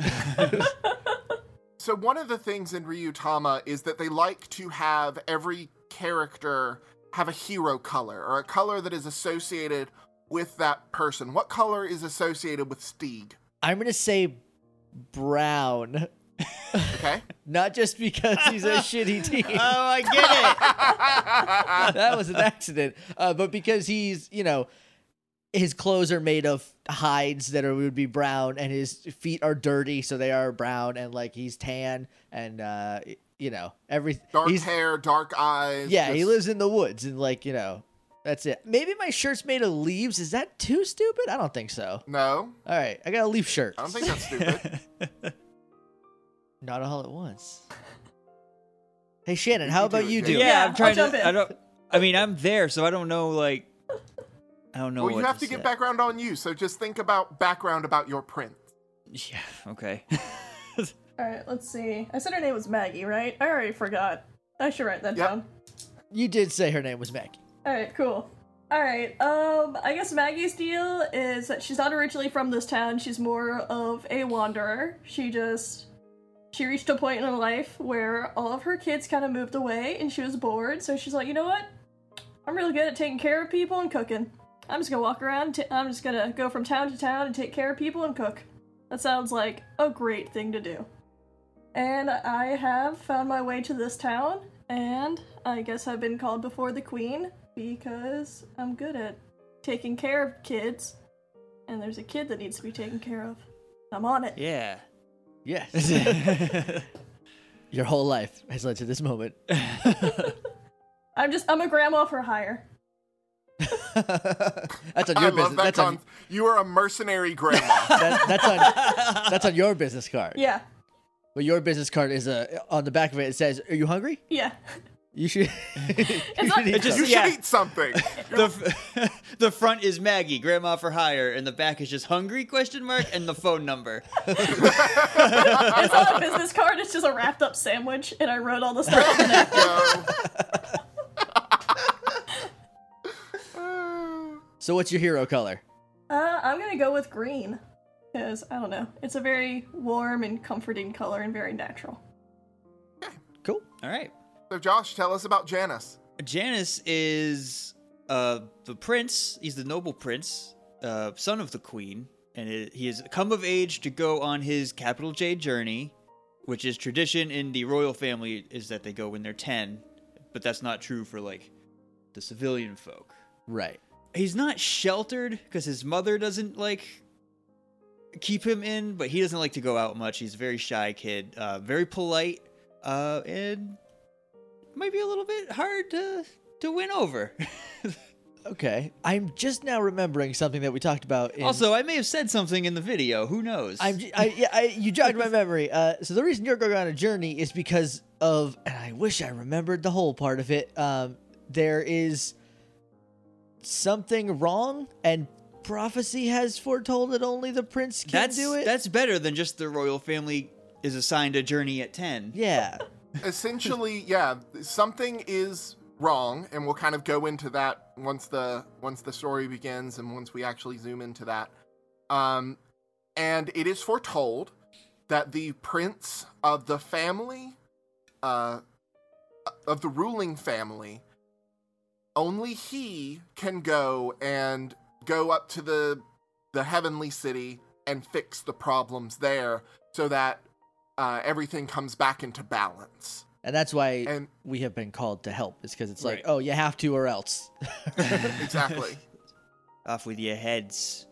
Speaker 1: So one of the things in Ryutama is that they like to have every character have a hero color or a color that is associated with that person. What color is associated with Stieg?
Speaker 2: I'm gonna say brown,
Speaker 1: Okay.
Speaker 2: not just because he's a shitty team.
Speaker 3: (laughs) Oh, I
Speaker 4: (laughs)
Speaker 3: get it.
Speaker 2: that was an accident. Uh, but because he's, you know, his clothes are made of hides that are would be brown, and his feet are dirty, so they are brown, and like he's tan, and uh, you know, everything.
Speaker 1: (laughs) dark hair, dark eyes.
Speaker 2: Yeah, he
Speaker 1: just-
Speaker 2: lives in the woods, and like you know, that's it. Maybe my shirt's made of leaves. Is that too stupid? I don't think so.
Speaker 1: No,
Speaker 2: All right, I got a leaf shirt.
Speaker 1: I don't think that's
Speaker 2: (laughs)
Speaker 1: stupid.
Speaker 2: Not all at once. Hey Shannon, how
Speaker 1: You do
Speaker 2: about
Speaker 1: it,
Speaker 2: you do?
Speaker 1: Jake.
Speaker 2: it?
Speaker 3: yeah, I'm
Speaker 4: I'll
Speaker 3: trying
Speaker 4: jump
Speaker 3: to.
Speaker 4: in.
Speaker 3: I don't. I mean, I'm there, so I don't know. Like, I don't know.
Speaker 1: well, you
Speaker 3: what
Speaker 1: have to get
Speaker 3: say.
Speaker 1: background on you, so just think about background about your print.
Speaker 3: Yeah.
Speaker 4: (laughs)
Speaker 3: Okay.
Speaker 4: All right, let's see. I said her name was Maggie, right? I already forgot. I should write that
Speaker 1: Yep.
Speaker 4: down.
Speaker 2: You did say her name was Maggie.
Speaker 4: All right, cool. All right. Um, I guess Maggie's deal is that she's not originally from this town. She's more of a wanderer. She just she reached a point in her life where all of her kids kind of moved away, and she was bored. So she's like, you know what? I'm really good at taking care of people and cooking. I'm just gonna walk around. T- I'm just gonna go from town to town and take care of people and cook. That sounds like a great thing to do. And I have found my way to this town, and I guess I've been called before the queen because I'm good at taking care of kids. And there's a kid that needs to be taken care of. I'm on it.
Speaker 3: Yeah.
Speaker 2: Yes.
Speaker 3: (laughs)
Speaker 2: Your whole life has led to this moment.
Speaker 4: I'm just, I'm a grandma for hire.
Speaker 2: that's on
Speaker 1: I
Speaker 2: your
Speaker 1: love
Speaker 2: business.
Speaker 1: that.
Speaker 2: That's
Speaker 1: con-
Speaker 2: on,
Speaker 1: you are a mercenary
Speaker 2: (laughs)
Speaker 1: grandma.
Speaker 2: that, that's
Speaker 3: (laughs)
Speaker 4: (laughs)
Speaker 2: on that's on your business card.
Speaker 4: Yeah,
Speaker 2: But your business card is a on the back of it. It says, "Are you hungry?
Speaker 4: yeah.
Speaker 2: You should." you
Speaker 4: not-
Speaker 2: should eat
Speaker 3: It just-
Speaker 1: you
Speaker 2: some."
Speaker 1: should
Speaker 3: Yeah.
Speaker 1: eat
Speaker 2: (laughs)
Speaker 1: something.
Speaker 3: the f- (laughs) the front is Maggie, grandma for hire, and the back is just hungry question mark and the phone number.
Speaker 4: It's not a business card, it's just a wrapped up sandwich, and I wrote all this stuff in it.
Speaker 1: No.
Speaker 2: so, what's your hero color?
Speaker 4: Uh, I'm gonna go with green. Because, I don't know, it's a very warm and comforting color and very natural.
Speaker 2: Cool.
Speaker 3: All right.
Speaker 1: so, Josh, tell us about Janice.
Speaker 3: Janus is uh, the prince. He's the noble prince, uh, son of the queen, and it, he has come of age to go on his capital J journey, which is tradition in the royal family is that they go when they're ten, but that's not true for like the civilian folk.
Speaker 2: Right.
Speaker 3: He's not sheltered because his mother doesn't like keep him in, but he doesn't like to go out much. He's a very shy kid, uh, very polite, uh, and might be a little bit hard to to win over. (laughs)
Speaker 2: Okay. I'm just now remembering something that we talked about. In,
Speaker 3: also, I may have said something in the video. Who knows?
Speaker 2: I'm j- I, yeah, I, you jogged my memory. Uh, so the reason you're going on a journey is because of, and I wish I remembered the whole part of it. Um, there is something wrong, and prophecy has foretold that only the prince can
Speaker 3: that's
Speaker 2: do it.
Speaker 3: that's better than just the royal family is assigned a journey at ten. (laughs)
Speaker 2: yeah,
Speaker 1: Essentially, yeah, something is wrong, and we'll kind of go into that once the once the story begins and once we actually zoom into that. Um, and it is foretold that the prince of the family, uh, of the ruling family, only he can go and go up to the the heavenly city and fix the problems there, so that uh, everything comes back into balance.
Speaker 2: and that's why
Speaker 1: And
Speaker 2: we have been called to help. Is because it's like,
Speaker 3: Right.
Speaker 2: oh, you have to or else, (laughs)
Speaker 3: (laughs)
Speaker 1: exactly.
Speaker 3: Off with your heads.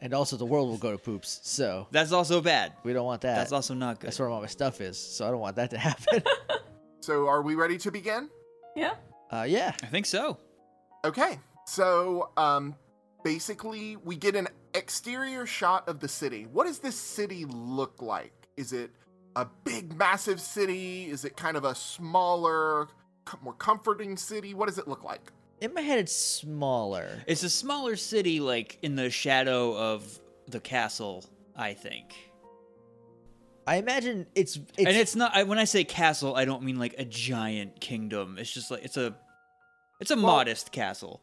Speaker 2: and also the world will go to poops. So
Speaker 3: That's also bad.
Speaker 2: we don't want that.
Speaker 3: That's also not good.
Speaker 2: That's where all my stuff is. So I don't want that to (laughs) happen.
Speaker 1: so, are we ready to begin?
Speaker 4: Yeah?
Speaker 2: uh, yeah.
Speaker 3: I think so.
Speaker 1: Okay. So, um, basically, we get an exterior shot of the city. What does this city look like? Is it a big, massive city? Is it kind of a smaller, co- more comforting city? What does it look like?
Speaker 2: In my head, it's smaller.
Speaker 3: It's a smaller city, like in the shadow of the castle, I think.
Speaker 2: I imagine it's it's,
Speaker 3: and it's not. I, when I say castle, I don't mean like a giant kingdom. It's just like it's a, it's a modest castle.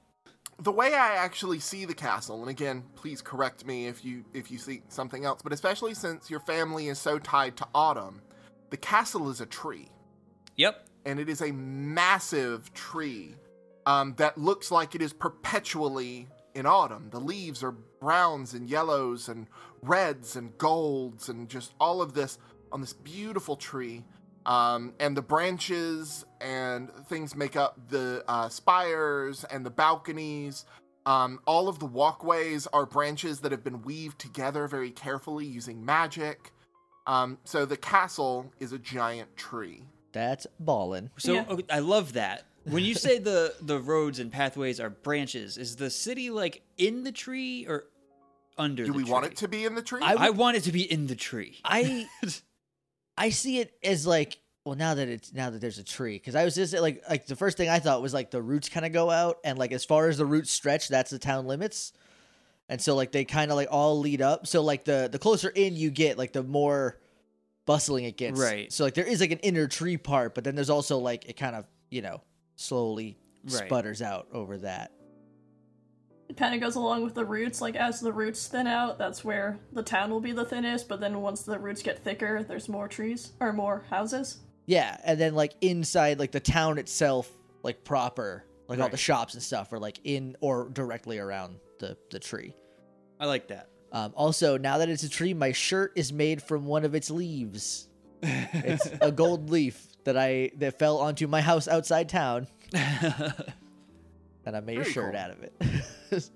Speaker 1: the way I actually see the castle, and again, please correct me if you if you see something else, but especially since your family is so tied to Autumn, the castle is a tree,
Speaker 3: Yep.
Speaker 1: and it is a massive tree um, that looks like it is perpetually in autumn. The leaves are browns and yellows and reds and golds and just all of this on this beautiful tree. Um, and the branches and things make up the uh, spires and the balconies. Um, all of the walkways are branches that have been weaved together very carefully using magic. Um, so the castle is a giant tree.
Speaker 2: That's ballin'.
Speaker 3: So
Speaker 4: Yeah.
Speaker 3: okay, I love that. When you say the the roads and pathways are branches, is the city like in the tree or under?
Speaker 1: Do
Speaker 3: the
Speaker 1: we want
Speaker 3: tree?
Speaker 1: it to be in the tree?
Speaker 3: I want it to be in the tree.
Speaker 2: I I see it as like well now that it's now that there's a tree because I was just like like the first thing I thought was like the roots kind of go out and like as far as the roots stretch that's the town limits and so like they kind of like all lead up so like the the closer in you get like the more bustling it gets
Speaker 3: Right.
Speaker 2: so like there is like an inner tree part but then there's also like it kind of you know slowly
Speaker 3: Right.
Speaker 2: sputters out over that
Speaker 4: It kind of goes along with the roots. Like as the roots thin out, that's where the town will be the thinnest. But then once the roots get thicker, there's more trees or more houses.
Speaker 2: Yeah, and then like inside, like the town itself, like proper, like all the
Speaker 3: Right.
Speaker 2: shops and stuff are like in or directly around the the tree.
Speaker 3: (laughs) I like (laughs) that.
Speaker 2: Um, also, now that it's a tree, my shirt is made from one of its leaves. It's a gold leaf that I that fell onto my house outside town, and I made a
Speaker 1: Very
Speaker 2: shirt
Speaker 1: cool.
Speaker 2: out of it. (laughs)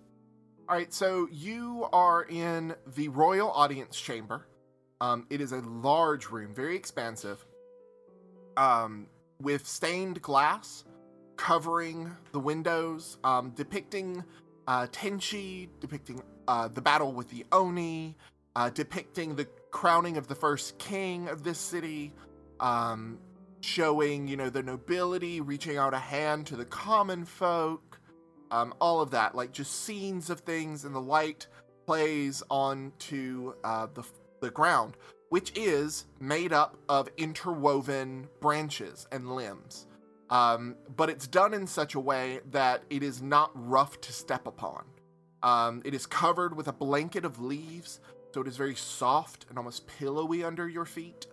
Speaker 1: All right, so you are in the royal audience chamber. Um, it is a large room, very expansive, um, with stained glass covering the windows, um, depicting uh, Tenchi, depicting uh, the battle with the Oni, uh, depicting the crowning of the first king of this city, um, showing you know the nobility reaching out a hand to the common folk um, all of that, like just scenes of things, and the light plays onto uh, the the ground, which is made up of interwoven branches and limbs. Um, but it's done in such a way that it is not rough to step upon. Um, it is covered with a blanket of leaves, so it is very soft and almost pillowy under your feet.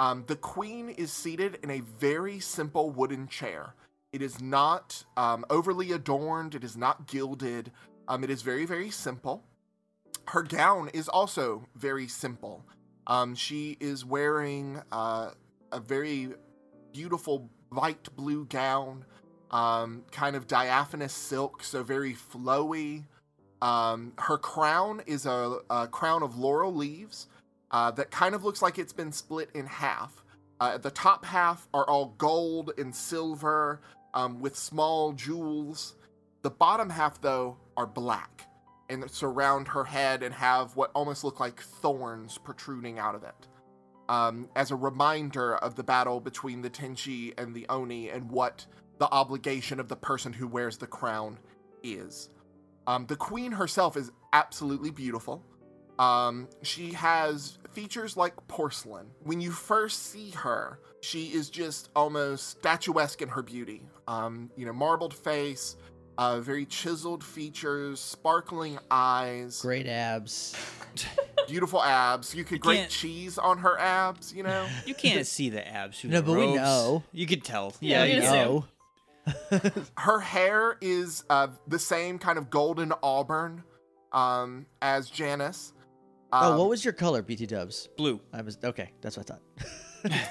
Speaker 1: Um, the queen is seated in a very simple wooden chair. It is not um, overly adorned. It is not gilded. Um, it is very, very simple. Her gown is also very simple. Um, she is wearing uh, a very beautiful light blue gown, um, kind of diaphanous silk, so very flowy. Um, her crown is a, a crown of laurel leaves uh, that kind of looks like it's been split in half. Uh, the top half are all gold and silver um, with small jewels. The bottom half, though, are black and surround her head and have what almost look like thorns protruding out of it um, as a reminder of the battle between the Tenchi and the Oni and what the obligation of the person who wears the crown is. Um, the queen herself is absolutely beautiful. Um, she has features like porcelain. When you first see her, she is just almost statuesque in her beauty. Um, you know, marbled face, uh, very chiseled features, sparkling eyes,
Speaker 2: Great abs.
Speaker 1: beautiful abs. You could grate
Speaker 3: can't-
Speaker 1: cheese on her abs, you know?
Speaker 3: you can't see the abs. through
Speaker 2: No,
Speaker 3: the
Speaker 2: but we
Speaker 3: robes.
Speaker 2: know.
Speaker 3: You could tell.
Speaker 4: Yeah,
Speaker 3: you
Speaker 4: we
Speaker 3: can.
Speaker 2: No.
Speaker 4: know.
Speaker 1: her hair is uh, the same kind of golden auburn um, as Janice. Um,
Speaker 2: oh, what was your color, BT Dubs?
Speaker 3: Blue. (laughs)
Speaker 2: I was okay. That's what I thought. (laughs)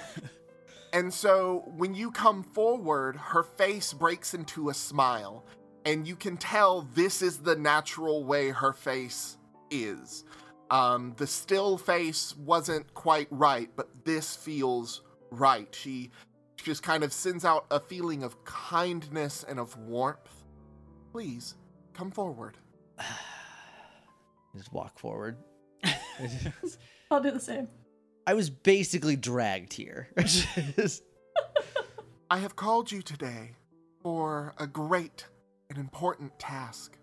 Speaker 1: and so when you come forward, her face breaks into a smile, and you can tell this is the natural way her face is. Um, the still face wasn't quite right, but this feels right. She just kind of sends out a feeling of kindness and of warmth. Please come forward.
Speaker 2: Just walk forward.
Speaker 4: I'll do the same.
Speaker 2: I was basically dragged here. (laughs)
Speaker 1: I have called you today for a great and important task.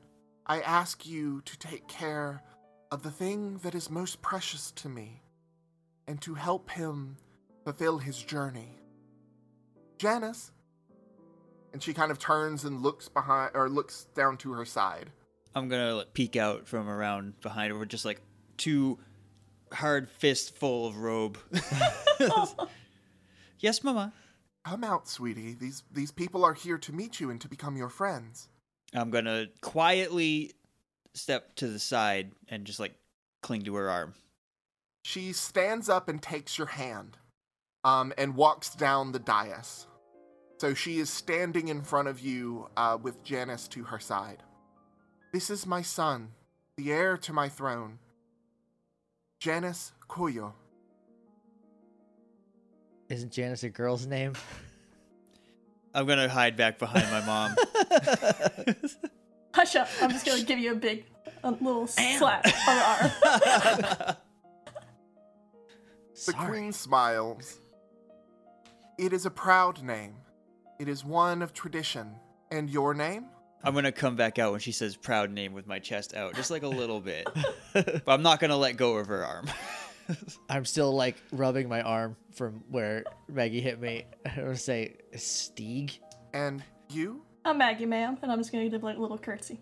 Speaker 1: I ask you to take care of the thing that is most precious to me and to help him fulfill his journey. Janice. And she kind of turns and looks behind or looks down to her side.
Speaker 3: I'm gonna like, peek out from around behind her. We're just like two hard fist full of robe. Yes, Mama.
Speaker 1: Come out, sweetie. These these people are here to meet you and to become your friends.
Speaker 3: I'm gonna quietly step to the side and just like cling to her arm.
Speaker 1: She stands up and takes your hand, um, and walks down the dais. So she is standing in front of you uh, with Janice to her side. This is my son, the heir to my throne. Janice Koyo.
Speaker 2: Isn't Janice a girl's name?
Speaker 3: I'm gonna hide back behind my mom.
Speaker 4: Hush up. I'm just gonna give you a big a little slap on the arm. (laughs)
Speaker 1: The
Speaker 2: Sorry.
Speaker 1: queen smiles. It is a proud name. It is one of tradition. And your name?
Speaker 3: I'm gonna come back out when she says proud name with my chest out, just like a little bit. but I'm not gonna let go of her arm.
Speaker 2: I'm still like rubbing my arm from where Maggie hit me. I want to say Steeg.
Speaker 1: And you?
Speaker 4: I'm Maggie, ma'am, and I'm just gonna give like a little curtsy.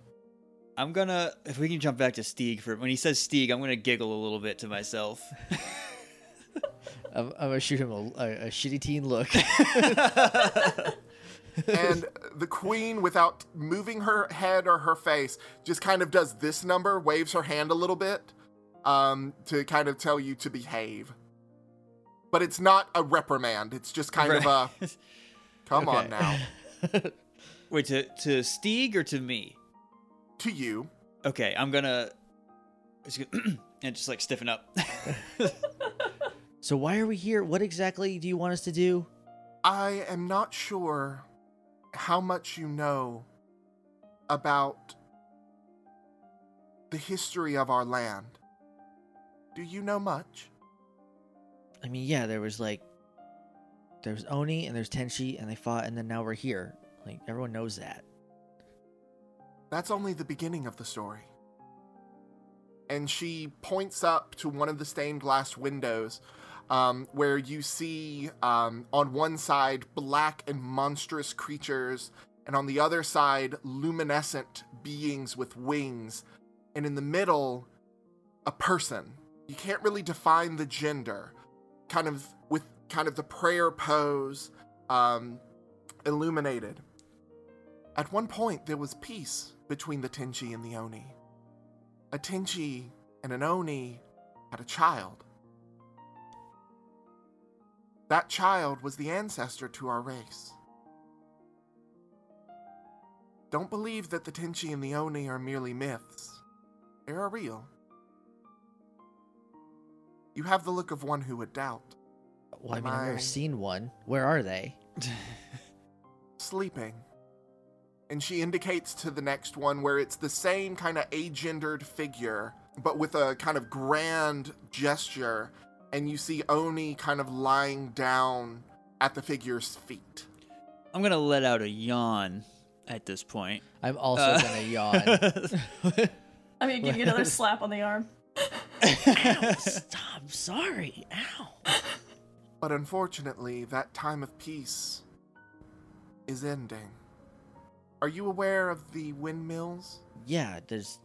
Speaker 3: I'm gonna if we can jump back to Steeg for when he says Steeg, I'm gonna giggle a little bit to myself.
Speaker 2: I'm, I'm gonna shoot him a, a, a shitty teen look.
Speaker 1: and the queen, without moving her head or her face, just kind of does this number, waves her hand a little bit um, to kind of tell you to behave. But it's not a reprimand. It's just kind of uh,
Speaker 3: (laughs)
Speaker 1: a come on
Speaker 2: Okay.
Speaker 1: now
Speaker 3: Wait, to to Steeg or to me?
Speaker 1: to you.
Speaker 3: Okay, I'm gonna it's gonna- (clears throat) and just like stiffen up.
Speaker 2: (laughs)
Speaker 3: (laughs)
Speaker 2: so why are we here? What exactly do you want us to do?
Speaker 1: I am not sure how much you know about the history of our land. Do you know much?
Speaker 2: I mean, yeah, there was like there was Oni and there's Tenshi and they fought and then now we're here. Like everyone knows that.
Speaker 1: That's only the beginning of the story. And she points up to one of the stained glass windows um, where you see um, on one side black and monstrous creatures, and on the other side luminescent beings with wings, and in the middle, a person. You can't really define the gender, kind of with kind of the prayer pose um, illuminated. At one point, there was peace between the Tenchi and the Oni. A Tenchi and an Oni had a child. That child was the ancestor to our race. Don't believe that the Tenchi and the Oni are merely myths. They are real. You have the look of one who would doubt.
Speaker 2: Well, I mean, I've
Speaker 1: My-
Speaker 2: never seen one. Where are they?
Speaker 1: sleeping. And she indicates to the next one where it's the same kind of agendered figure, but with a kind of grand gesture. And you see Oni kind of lying down at the figure's feet.
Speaker 3: I'm gonna let out a yawn at this point.
Speaker 2: I'm also
Speaker 3: Uh.
Speaker 2: gonna yawn.
Speaker 3: (laughs)
Speaker 4: I'm gonna give you another slap on the arm.
Speaker 3: (laughs)
Speaker 2: Stop. Sorry. Ow.
Speaker 1: But unfortunately, that time of peace is ending. Are you aware of the windmills?
Speaker 2: Yeah, there's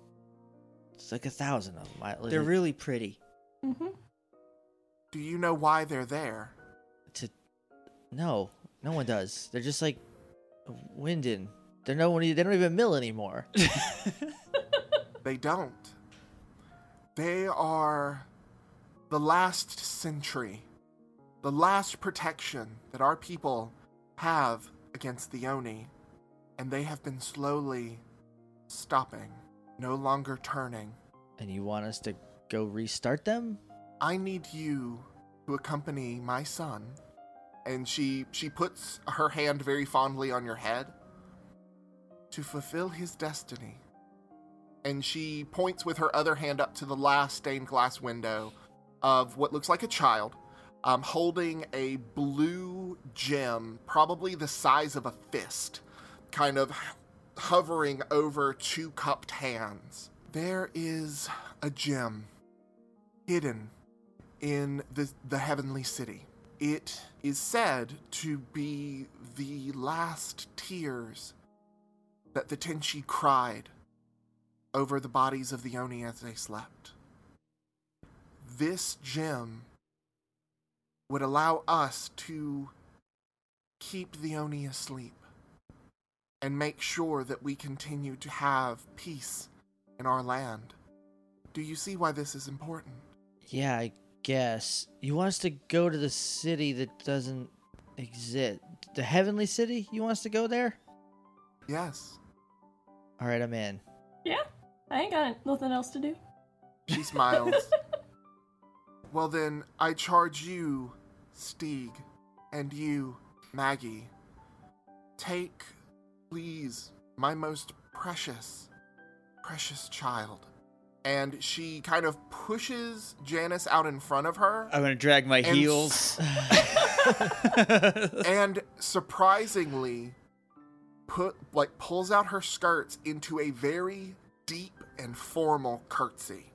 Speaker 2: it's like a thousand of them. I,
Speaker 3: They're really pretty.
Speaker 4: Mm-hmm.
Speaker 1: Do you know why they're there?
Speaker 2: to no, no one does. They're just like winding. They're no one. e, They don't even mill anymore.
Speaker 1: They don't. They are the last sentry, the last protection that our people have against the Oni, and they have been slowly stopping, no longer turning.
Speaker 2: and you want us to go restart them?
Speaker 1: I need you to accompany my son. And she she puts her hand very fondly on your head to fulfill his destiny. And she points with her other hand up to the last stained glass window of what looks like a child um, holding a blue gem, probably the size of a fist, kind of hovering over two cupped hands. There is a gem hidden in the, the heavenly city. It is said to be the last tears that the Tenshi cried over the bodies of the Oni as they slept. This gem would allow us to keep the Oni asleep and make sure that we continue to have peace in our land. Do you see why this is important?
Speaker 2: Yeah, I guess. You want us to go to the city that doesn't exist? The heavenly city? You want us to go there?
Speaker 1: Yes.
Speaker 2: All right, I'm in.
Speaker 4: Yeah, I ain't got nothing else to do.
Speaker 1: She smiles. (laughs) well, then, I charge you, Stieg, and you, Maggie, take, please, my most precious, precious child. And she kind of pushes Janice out in front of her.
Speaker 3: I'm gonna drag my
Speaker 1: And-
Speaker 3: heels.
Speaker 1: and surprisingly put like pulls out her skirts into a very deep and formal curtsy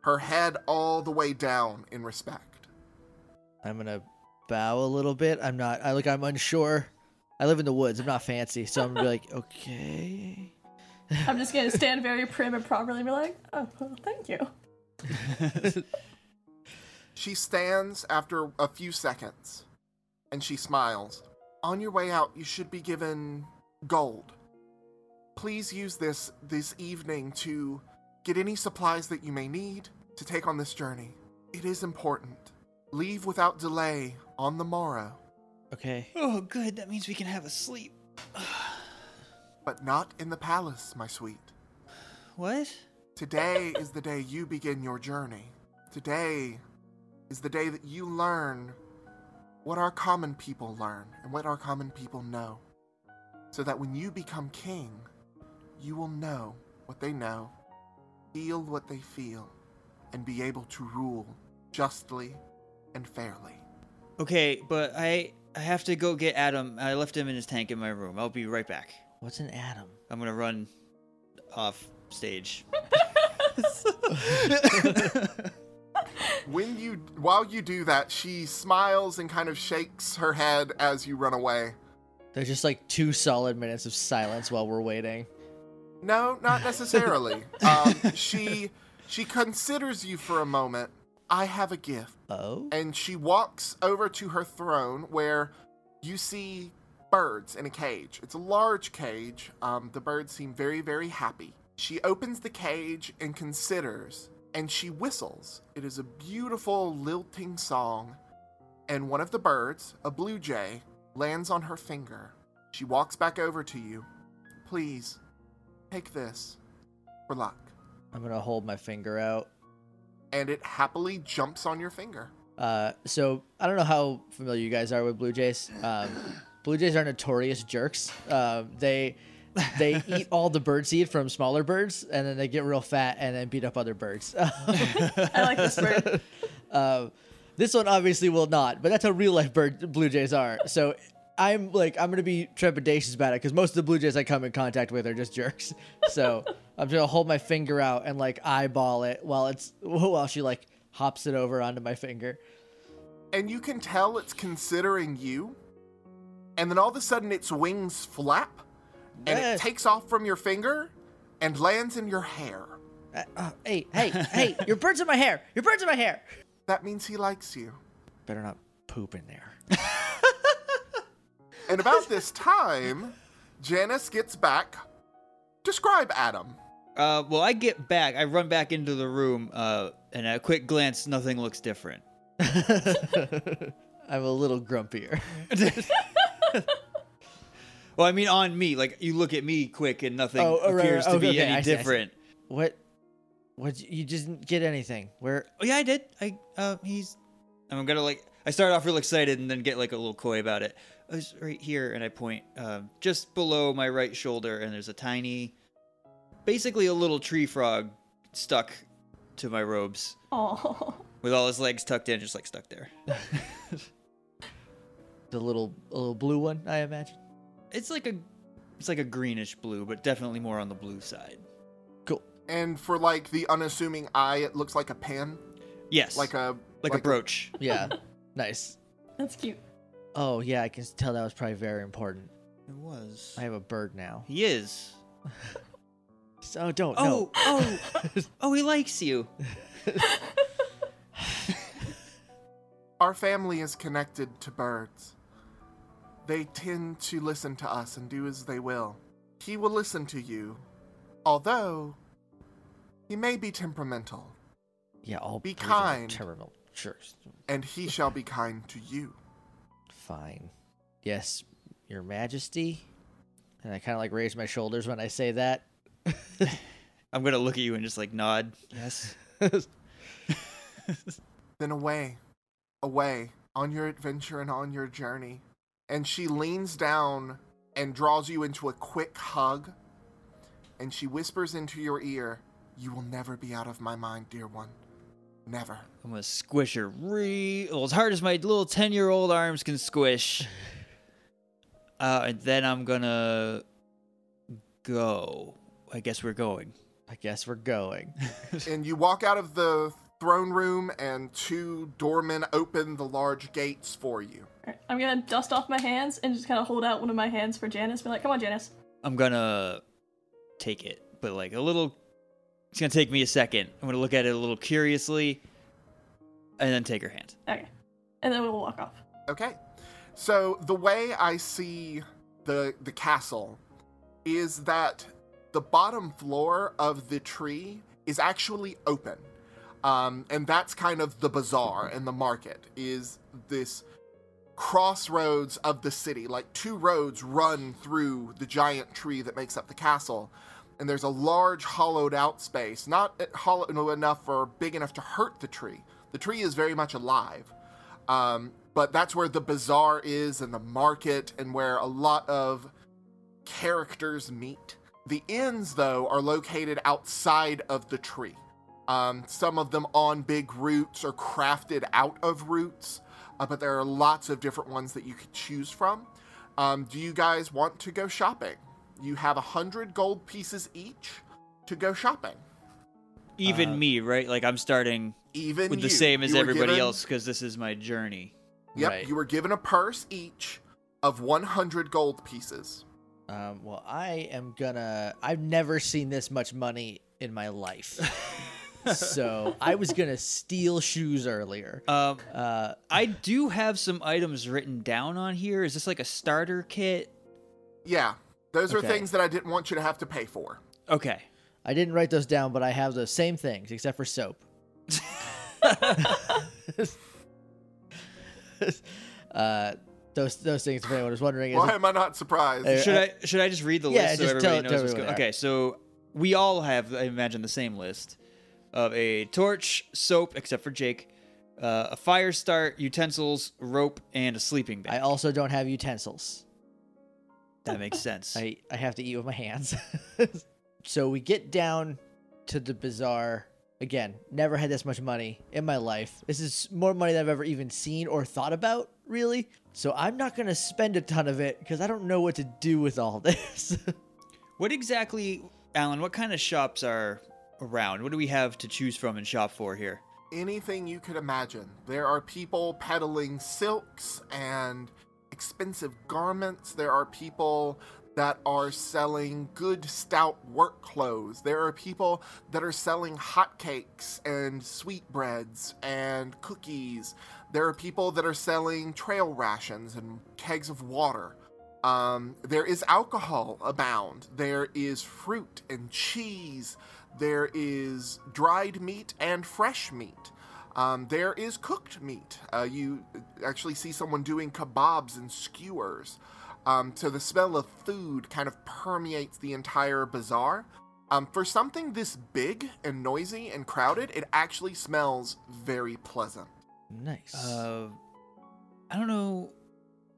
Speaker 1: her head all the way down in respect
Speaker 2: I'm gonna bow a little bit. I'm not. I look. I'm unsure. I live in the woods. I'm not fancy, so I'm gonna be like, okay.
Speaker 4: I'm just gonna stand very prim and properly and be like, oh, well, thank you.
Speaker 3: (laughs)
Speaker 1: she stands after a few seconds and she smiles on your way out you should be given gold please use this this evening to get any supplies that you may need to take on this journey it is important leave without delay on the morrow
Speaker 2: Okay.
Speaker 3: oh, good. That means we can have a sleep.
Speaker 1: but not in the palace my sweet
Speaker 3: What?
Speaker 1: today is the day you begin your journey today is the day that you learn what our common people learn and what our common people know so that when you become king you will know what they know feel what they feel and be able to rule justly and fairly
Speaker 3: Okay, but I I have to go get Adam. I left him in his tank in my room. I'll be right back.
Speaker 2: What's an atom?
Speaker 3: I'm gonna run off stage.
Speaker 1: when you while you do that she smiles and kind of shakes her head as you run away
Speaker 2: There's just like two solid minutes of silence while we're waiting.
Speaker 1: No, not necessarily. um, she she considers you for a moment. I have a gift,
Speaker 2: Oh.
Speaker 1: and she walks over to her throne where you see birds in a cage. It's a large cage. Um, the birds seem very very happy. She opens the cage and considers, and she whistles. It is a beautiful lilting song, and one of the birds, a blue jay, lands on her finger. She walks back over to you. Please take this for luck.
Speaker 2: I'm gonna hold my finger out.
Speaker 1: And it happily jumps on your finger.
Speaker 2: Uh, so I don't know how familiar you guys are with Blue Jays. Um, Blue Jays are notorious jerks. Um, they they eat all the bird seed from smaller birds, and then they get real fat and then beat up other birds. (laughs)
Speaker 4: I like this bird.
Speaker 2: um, this one obviously will not, but that's how real life bird Blue Jays are. So I'm like I'm gonna be trepidatious about it because most of the Blue Jays I come in contact with are just jerks. So I'm gonna hold my finger out and like eyeball it while it's while she like hops it over onto my finger.
Speaker 1: And you can tell it's considering you. And then all of a sudden its wings flap and
Speaker 2: Yeah.
Speaker 1: it takes off from your finger and lands in your hair.
Speaker 2: Uh, uh, hey, hey, (laughs) hey, your bird's in my hair. Your bird's in my hair.
Speaker 1: That means he likes you.
Speaker 2: Better not poop in there.
Speaker 1: And about
Speaker 3: (laughs)
Speaker 1: this time, Janice gets back. Describe Adam.
Speaker 3: Uh, well, I get back. I run back into the room, uh, and at a quick glance, nothing looks different.
Speaker 2: (laughs) I'm a little grumpier.
Speaker 3: Well, I mean, on me. Like, you look at me quick, and nothing
Speaker 2: Oh, oh, right,
Speaker 3: appears
Speaker 2: right.
Speaker 3: to
Speaker 2: Okay,
Speaker 3: be
Speaker 2: okay,
Speaker 3: any
Speaker 2: I see, I see.
Speaker 3: different.
Speaker 2: What? What? You didn't get anything. Where?
Speaker 3: Oh, yeah, I did. I, uh, he's. I'm gonna, like, I start off real excited and then get, like, a little coy about it. I was right here, and I point, um, just below my right shoulder, and there's a tiny, basically a little tree frog stuck to my robes
Speaker 4: Oh,
Speaker 3: with all his legs tucked in, just, like,
Speaker 2: (laughs)
Speaker 3: stuck there.
Speaker 2: The little, little blue one, I imagine.
Speaker 3: It's like a. It's like a greenish blue, but definitely more on the blue side.
Speaker 2: Cool.
Speaker 1: And for like the unassuming eye, it looks like a pin,
Speaker 3: Yes.
Speaker 1: like a
Speaker 3: like, a brooch.
Speaker 2: Yeah. nice.
Speaker 4: that's cute.
Speaker 2: Oh yeah, I can tell that was probably very important.
Speaker 3: It was.
Speaker 2: I have a bird now.
Speaker 3: He is.
Speaker 2: So don't.
Speaker 3: Oh, (laughs) oh, oh, he likes you.
Speaker 1: Our family is connected to birds. They tend to listen to us and do as they will. He will listen to you, although he may be temperamental,
Speaker 2: Yeah, I'll
Speaker 1: Be
Speaker 2: breathe in the
Speaker 1: kind.
Speaker 2: Terminal. Sure.
Speaker 1: and he shall be kind to you.
Speaker 2: Fine. Yes, Your Majesty. And I kind of like raise my shoulders when I say that.
Speaker 3: I'm gonna look at you and just like nod. Yes.
Speaker 1: Then away, away on your adventure and on your journey. And she leans down and draws you into a quick hug, and she whispers into your ear, You will never be out of my mind, dear one. Never.
Speaker 3: I'm gonna squish her re well, as hard as my little ten year old arms can squish. Uh, and then I'm gonna go. I guess we're going.
Speaker 2: I guess we're going. (laughs)
Speaker 1: and you walk out of the throne room and two doormen open the large gates for you
Speaker 4: Alright, I'm gonna dust off my hands and just kind of hold out one of my hands for Janice. Be like, come on, Janice.
Speaker 3: I'm gonna take it, but like a little. It's gonna take me a second. I'm gonna look at it a little curiously, and then take her hand.
Speaker 4: Okay. And then we'll walk off.
Speaker 1: okay so the way i see the the castle is that the bottom floor of the tree is actually open um, and that's kind of the bazaar and the market is this crossroads of the city. Like two roads run through the giant tree that makes up the castle. And there's a large hollowed out space, not e, hollow enough or big enough to hurt the tree. The tree is very much alive. Um, but that's where the bazaar is and the market and where a lot of characters meet. The inns, though, are located outside of the tree. Um, some of them on big roots or crafted out of roots, uh, but there are lots of different ones that you could choose from. Um, do you guys want to go shopping? You have a hundred gold pieces each to go shopping.
Speaker 3: Even
Speaker 2: Uh,
Speaker 3: me, right? Like I'm starting
Speaker 1: Even
Speaker 3: with
Speaker 1: you.
Speaker 3: the same as
Speaker 1: You were
Speaker 3: everybody
Speaker 1: given-
Speaker 3: else because this is my journey.
Speaker 1: Yep,
Speaker 2: Right.
Speaker 1: you were given a purse each of 100 gold pieces.
Speaker 2: Um, well, I am gonna. I've never seen this much money in
Speaker 1: (laughs)
Speaker 2: my life. so I was gonna steal shoes earlier.
Speaker 3: Um,
Speaker 2: Uh,
Speaker 3: I do have some items written down on here. Is this like a starter kit?
Speaker 1: Yeah, those are
Speaker 2: Okay.
Speaker 1: things that I didn't want you to have to pay for.
Speaker 3: Okay.
Speaker 2: I didn't write those down, but I have those same things except for soap. (laughs) uh, those those things, if anyone was wondering, is
Speaker 1: Why am I not surprised?
Speaker 2: Uh,
Speaker 3: Should I should I just read the
Speaker 2: Yeah,
Speaker 3: list so
Speaker 2: just
Speaker 3: everybody
Speaker 2: tell-
Speaker 3: knows
Speaker 2: tell
Speaker 3: what's
Speaker 2: everyone
Speaker 3: going? Okay, so we all have, I imagine, the same list of a torch, soap, except for Jake, uh, a fire start, utensils, rope, and a sleeping
Speaker 2: I
Speaker 3: bag.
Speaker 2: also don't have utensils.
Speaker 3: that makes sense.
Speaker 2: I, I have to eat with my hands. (laughs) so we get down to the bazaar. Again, never had this much money in my life. This is more money than I've ever even seen or thought about, really. So I'm not going to spend a ton of it because I don't know what to do with all (laughs) this.
Speaker 3: what exactly, Alan? What kind of shops are around? What do we have to choose from and shop for here?
Speaker 1: anything you could imagine. There are people peddling silks and expensive garments. There are people that are selling good, stout work clothes. There are people that are selling hotcakes and sweetbreads and cookies. There are people that are selling trail rations and kegs of water. Um, there is alcohol abound. There is fruit and cheese. There is dried meat and fresh meat. Um, there is cooked meat. Uh, you actually see someone doing kebabs and skewers. Um, so the smell of food kind of permeates the entire bazaar. Um, for something this big and noisy and crowded, it actually smells very pleasant.
Speaker 2: nice.
Speaker 3: Uh, I don't know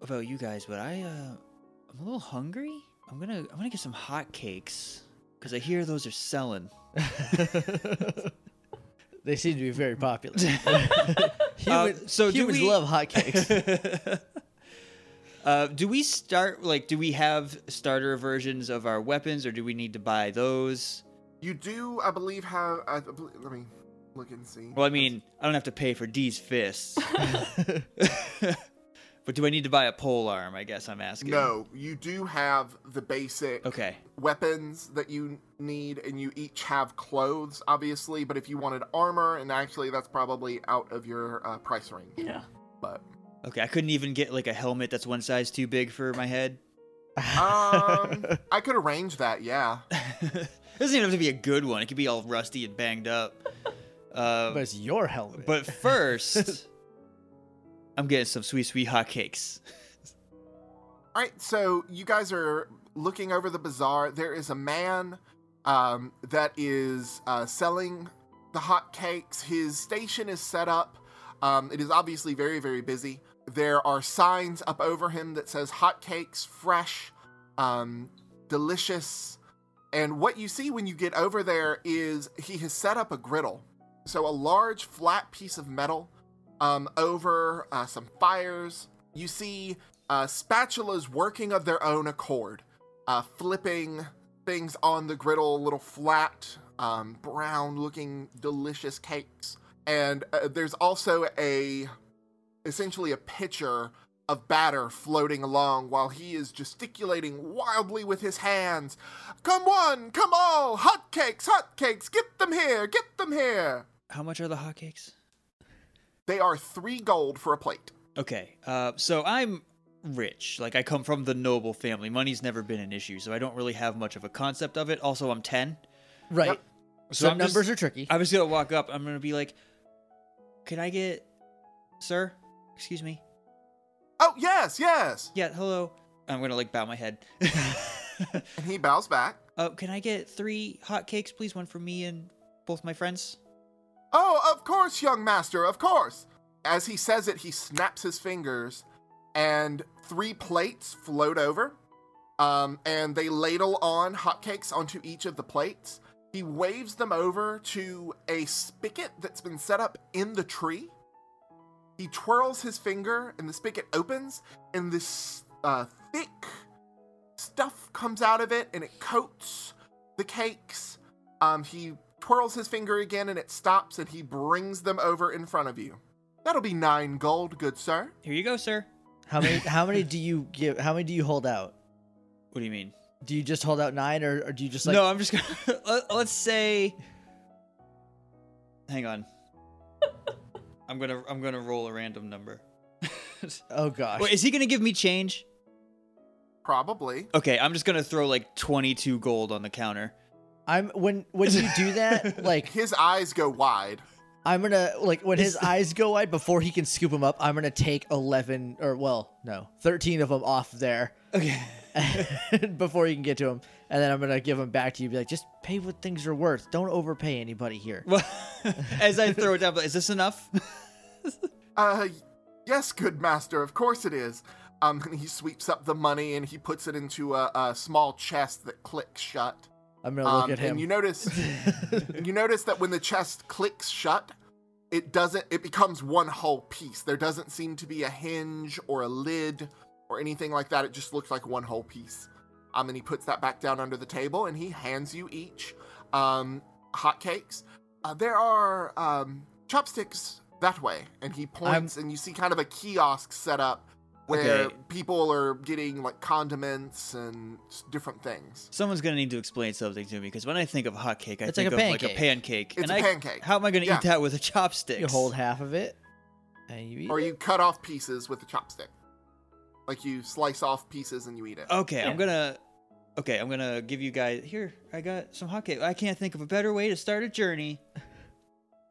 Speaker 3: about you guys, but I uh, I'm a little hungry. I'm gonna I'm gonna get some hot cakes because I hear those are selling.
Speaker 2: (laughs) they seem to be very (laughs) popular. Human-
Speaker 3: Uh, so do
Speaker 2: humans
Speaker 3: we-
Speaker 2: love
Speaker 3: (laughs)
Speaker 2: hotcakes.
Speaker 3: uh, do we start like do we have starter versions of our weapons, or do we need to buy those?
Speaker 1: You do, I believe, have. I, bel- let me look and see.
Speaker 3: Well, I mean, I don't have to pay for D's fists. (laughs) but do I need to buy a pole arm? I guess I'm asking.
Speaker 1: No, you do have the basic
Speaker 3: Okay.
Speaker 1: weapons that you need, and you each have clothes, obviously. But if you wanted armor, and actually that's probably out of your uh, price range.
Speaker 4: Yeah.
Speaker 1: But
Speaker 3: Okay, I couldn't even get like a helmet that's one size too big for my head. (laughs)
Speaker 1: Um, I could arrange that. Yeah.
Speaker 3: it doesn't even have to be a good one. It could be all rusty and banged up. Uh,
Speaker 2: but it's your helmet. (laughs)
Speaker 3: But first, I'm getting some sweet, sweet hot cakes.
Speaker 1: All right, so you guys are looking over the bazaar. There is a man um, that is uh, selling the hot cakes. His station is set up. Um, it is obviously very, very busy. There are signs up over him that says hot cakes, fresh, um, delicious. And what you see when you get over there is he has set up a griddle. So a large flat piece of metal um, over uh, some fires. You see uh, spatulas working of their own accord, uh, flipping things on the griddle, little flat, um, brown looking, delicious cakes. And uh, there's also a essentially a pitcher of batter floating along while he is gesticulating wildly with his hands. Come one, come all, hot cakes, hot cakes, get them here, get them here.
Speaker 3: How much are the hot cakes?
Speaker 1: They are three gold for a plate.
Speaker 3: Okay, uh, so I'm rich. Like I come from the noble family. Money's never been an issue, so I don't really have much of a concept of it. Also, I'm ten.
Speaker 2: right.
Speaker 1: Yep.
Speaker 2: Some
Speaker 3: I'm just-
Speaker 2: numbers are tricky.
Speaker 3: I'm just gonna walk up. I'm gonna be like, "Can I get, sir? Excuse me.
Speaker 1: Oh yes, yes.
Speaker 3: Yeah, hello." I'm gonna like bow my head. (laughs)
Speaker 1: And he bows back.
Speaker 3: uh, can I get three hot cakes, please? One for me and both my friends.
Speaker 1: Oh, of course, young master, of course. As he says it, he snaps his fingers, and three plates float over. Um, and they ladle on hotcakes onto each of the plates. He waves them over to a spigot that's been set up in the tree. He twirls his finger, and the spigot opens, and this uh, thick stuff comes out of it, and it coats the cakes. Um, he twirls his finger again and it stops, and he brings them over in front of you. That'll be nine gold, good sir.
Speaker 3: Here you go, sir.
Speaker 2: How many? How many do you give? How many do you hold out?
Speaker 3: What do you mean?
Speaker 2: Do you just hold out nine, or, or do you just like?
Speaker 3: no, I'm just gonna. (laughs) let- Let's say. Hang on. I'm gonna I'm gonna roll a random number.
Speaker 2: Oh gosh.
Speaker 3: Wait, is he gonna give me change?
Speaker 1: Probably.
Speaker 3: Okay, I'm just gonna throw like 22 gold on the counter.
Speaker 2: I'm when when you
Speaker 3: (laughs)
Speaker 2: do that, like
Speaker 1: His eyes go wide.
Speaker 2: I'm gonna like when
Speaker 3: (laughs)
Speaker 2: his eyes go wide before he can scoop him up. I'm gonna take eleven or well, no, thirteen of them off there
Speaker 3: Okay.
Speaker 2: (laughs) before you can get to him, and then I'm gonna give them back to you. Be like, just pay what things are worth. Don't overpay anybody here.
Speaker 3: (laughs) Well, (laughs) as I throw it down, I'm like, is this enough? (laughs)
Speaker 1: Uh, yes, good master, of course it is. Um, (laughs) and he sweeps up the money and he puts it into a, a small chest that clicks shut.
Speaker 2: I'm gonna look
Speaker 1: Um,
Speaker 2: at him.
Speaker 1: And you
Speaker 2: (laughs)
Speaker 1: notice, you notice that when the chest clicks shut, it doesn't. It becomes one whole piece. There doesn't seem to be a hinge or a lid or anything like that. It just looks like one whole piece. Um, and he puts that back down under the table, and he hands you each um, hotcakes. Uh, there are um, chopsticks that way, and he points, and you see kind of a kiosk set up where
Speaker 3: Okay.
Speaker 1: people are getting like condiments and s- different things.
Speaker 3: Someone's gonna need to explain something to me because when I think of hotcake, I
Speaker 2: It's like
Speaker 3: think
Speaker 2: a
Speaker 3: of like a
Speaker 2: pancake.
Speaker 3: pancake.
Speaker 1: It's
Speaker 3: and
Speaker 1: a
Speaker 3: I-
Speaker 1: pancake.
Speaker 3: How am I gonna
Speaker 1: Yeah.
Speaker 3: eat that with a chopstick?
Speaker 2: you hold half of it, and you eat.
Speaker 1: Or
Speaker 2: it.
Speaker 1: you cut off pieces with a chopstick. Like you slice off pieces and you eat it.
Speaker 3: Okay,
Speaker 4: Yeah.
Speaker 3: I'm gonna. Okay, I'm gonna give you guys here. I got some hotcakes. I can't think of a better way to start a journey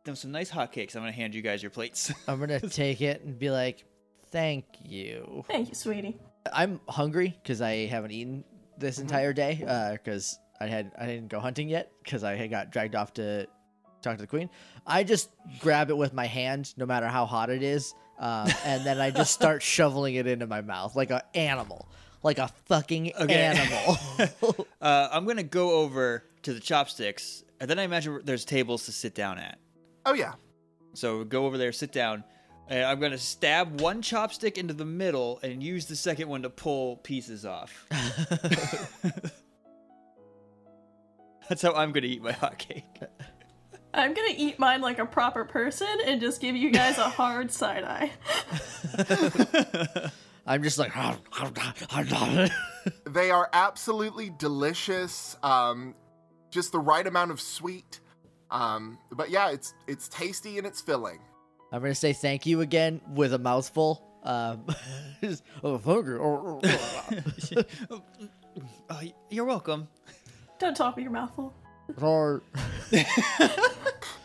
Speaker 3: than some nice hotcakes. I'm gonna hand you guys your plates. (laughs)
Speaker 1: (laughs)
Speaker 2: I'm gonna take it and be like, thank you.
Speaker 4: Thank you, sweetie.
Speaker 2: I'm hungry because I haven't eaten this entire day because I had I didn't go hunting yet because I had got dragged off to talk to the queen. I just grab it with my hand, no matter how hot it is, um, and then I just start shoveling it into my mouth like an animal, like a fucking
Speaker 3: Okay.
Speaker 2: animal.
Speaker 3: uh, I'm gonna go over to the chopsticks, and then I imagine there's tables to sit down at.
Speaker 1: Oh yeah.
Speaker 3: So go over there, sit down. And I'm gonna stab one chopstick into the middle and use the second one to pull pieces off. (laughs) That's how I'm gonna eat my hotcake.
Speaker 4: I'm gonna eat mine like a proper person and just give you guys a hard
Speaker 2: (laughs)
Speaker 4: side eye.
Speaker 2: I'm just like, "Ah,
Speaker 1: They are absolutely delicious. Um, just the right amount of sweet. Um, but yeah, it's it's tasty and it's filling.
Speaker 2: I'm gonna say thank you again with a mouthful Um, (laughs) just, oh, hungry. Oh, (laughs) oh, oh,
Speaker 3: (laughs) Uh, you're welcome.
Speaker 4: Don't talk with your mouth full.
Speaker 2: oh. Roar.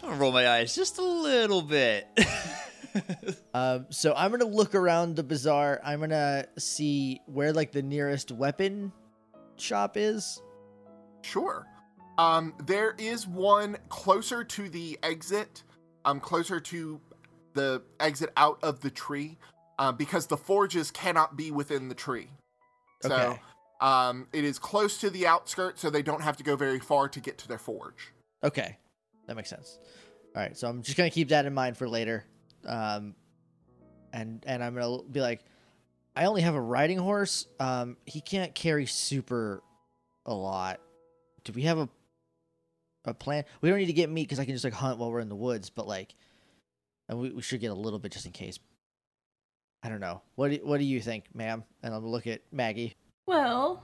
Speaker 3: I'll roll my eyes just a little bit.
Speaker 2: Um, so I'm gonna look around the bazaar. I'm gonna see where like the nearest weapon shop is.
Speaker 1: Sure. Um, there is one closer to the exit, um, closer to the exit out of the tree, uh, because the forges cannot be within the tree. So
Speaker 2: Okay.
Speaker 1: um, it is close to the outskirts, so they don't have to go very far to get to their forge.
Speaker 2: Okay, that makes sense. All right, so I'm just gonna keep that in mind for later, um, and and I'm gonna be like, I only have a riding horse. Um, he can't carry super a lot. Do we have a a plan? We don't need to get meat because I can just like hunt while we're in the woods. But like, and we, we should get a little bit just in case. I don't know. What do, what do you think, ma'am? And I'll look at Maggie.
Speaker 4: Well,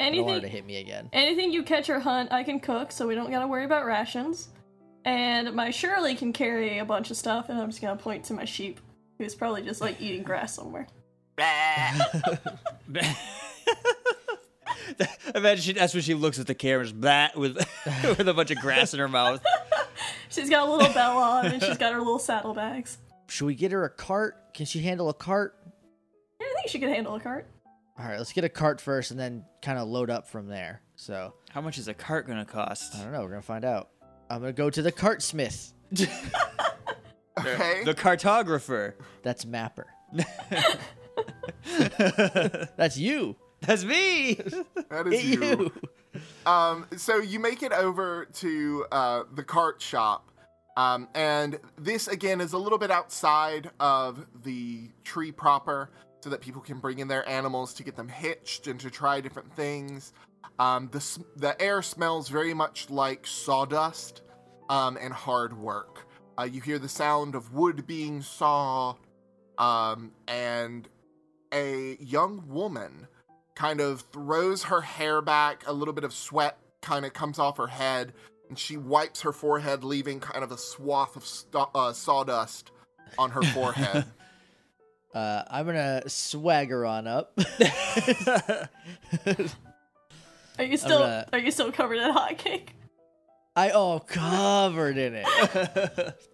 Speaker 2: I don't want her
Speaker 4: anything
Speaker 2: to hit me again.
Speaker 4: anything you catch or hunt, I can cook, so we don't gotta worry about rations. And my Shirley can carry a bunch of stuff, and I'm just gonna point to my sheep, who's probably just like eating grass somewhere.
Speaker 3: (laughs) Imagine she, that's when she looks at the cameras, that with (laughs) with a bunch of grass in her mouth.
Speaker 4: She's got a little bell on, and she's got her little saddlebags.
Speaker 2: Should we get her a cart? Can she handle a cart?
Speaker 4: Yeah, I think she can handle a cart.
Speaker 2: All right, let's get a cart first and then kind of load up from there. So,
Speaker 3: How much is a cart gonna cost?
Speaker 2: I don't know. We're going to find out. I'm going to go to the cart smith.
Speaker 1: Okay.
Speaker 3: The cartographer.
Speaker 2: That's Mapper. (laughs) That's you.
Speaker 3: That's me.
Speaker 1: (laughs) that is
Speaker 2: Hey,
Speaker 1: you. Um, so you make it over to uh, the cart shop, um, and this again is a little bit outside of the tree proper, so that people can bring in their animals to get them hitched and to try different things. Um, the s- the air smells very much like sawdust um, and hard work. Uh, you hear the sound of wood being sawed, um, and a young woman kind of throws her hair back, a little bit of sweat kind of comes off her head, and she wipes her forehead, leaving kind of a swath of sto- uh, sawdust on her
Speaker 3: (laughs)
Speaker 1: forehead.
Speaker 2: Uh, I'm going to swagger on up. (laughs)
Speaker 4: Are you still
Speaker 2: gonna-
Speaker 4: are you still covered in hotcake?
Speaker 2: I all covered in it.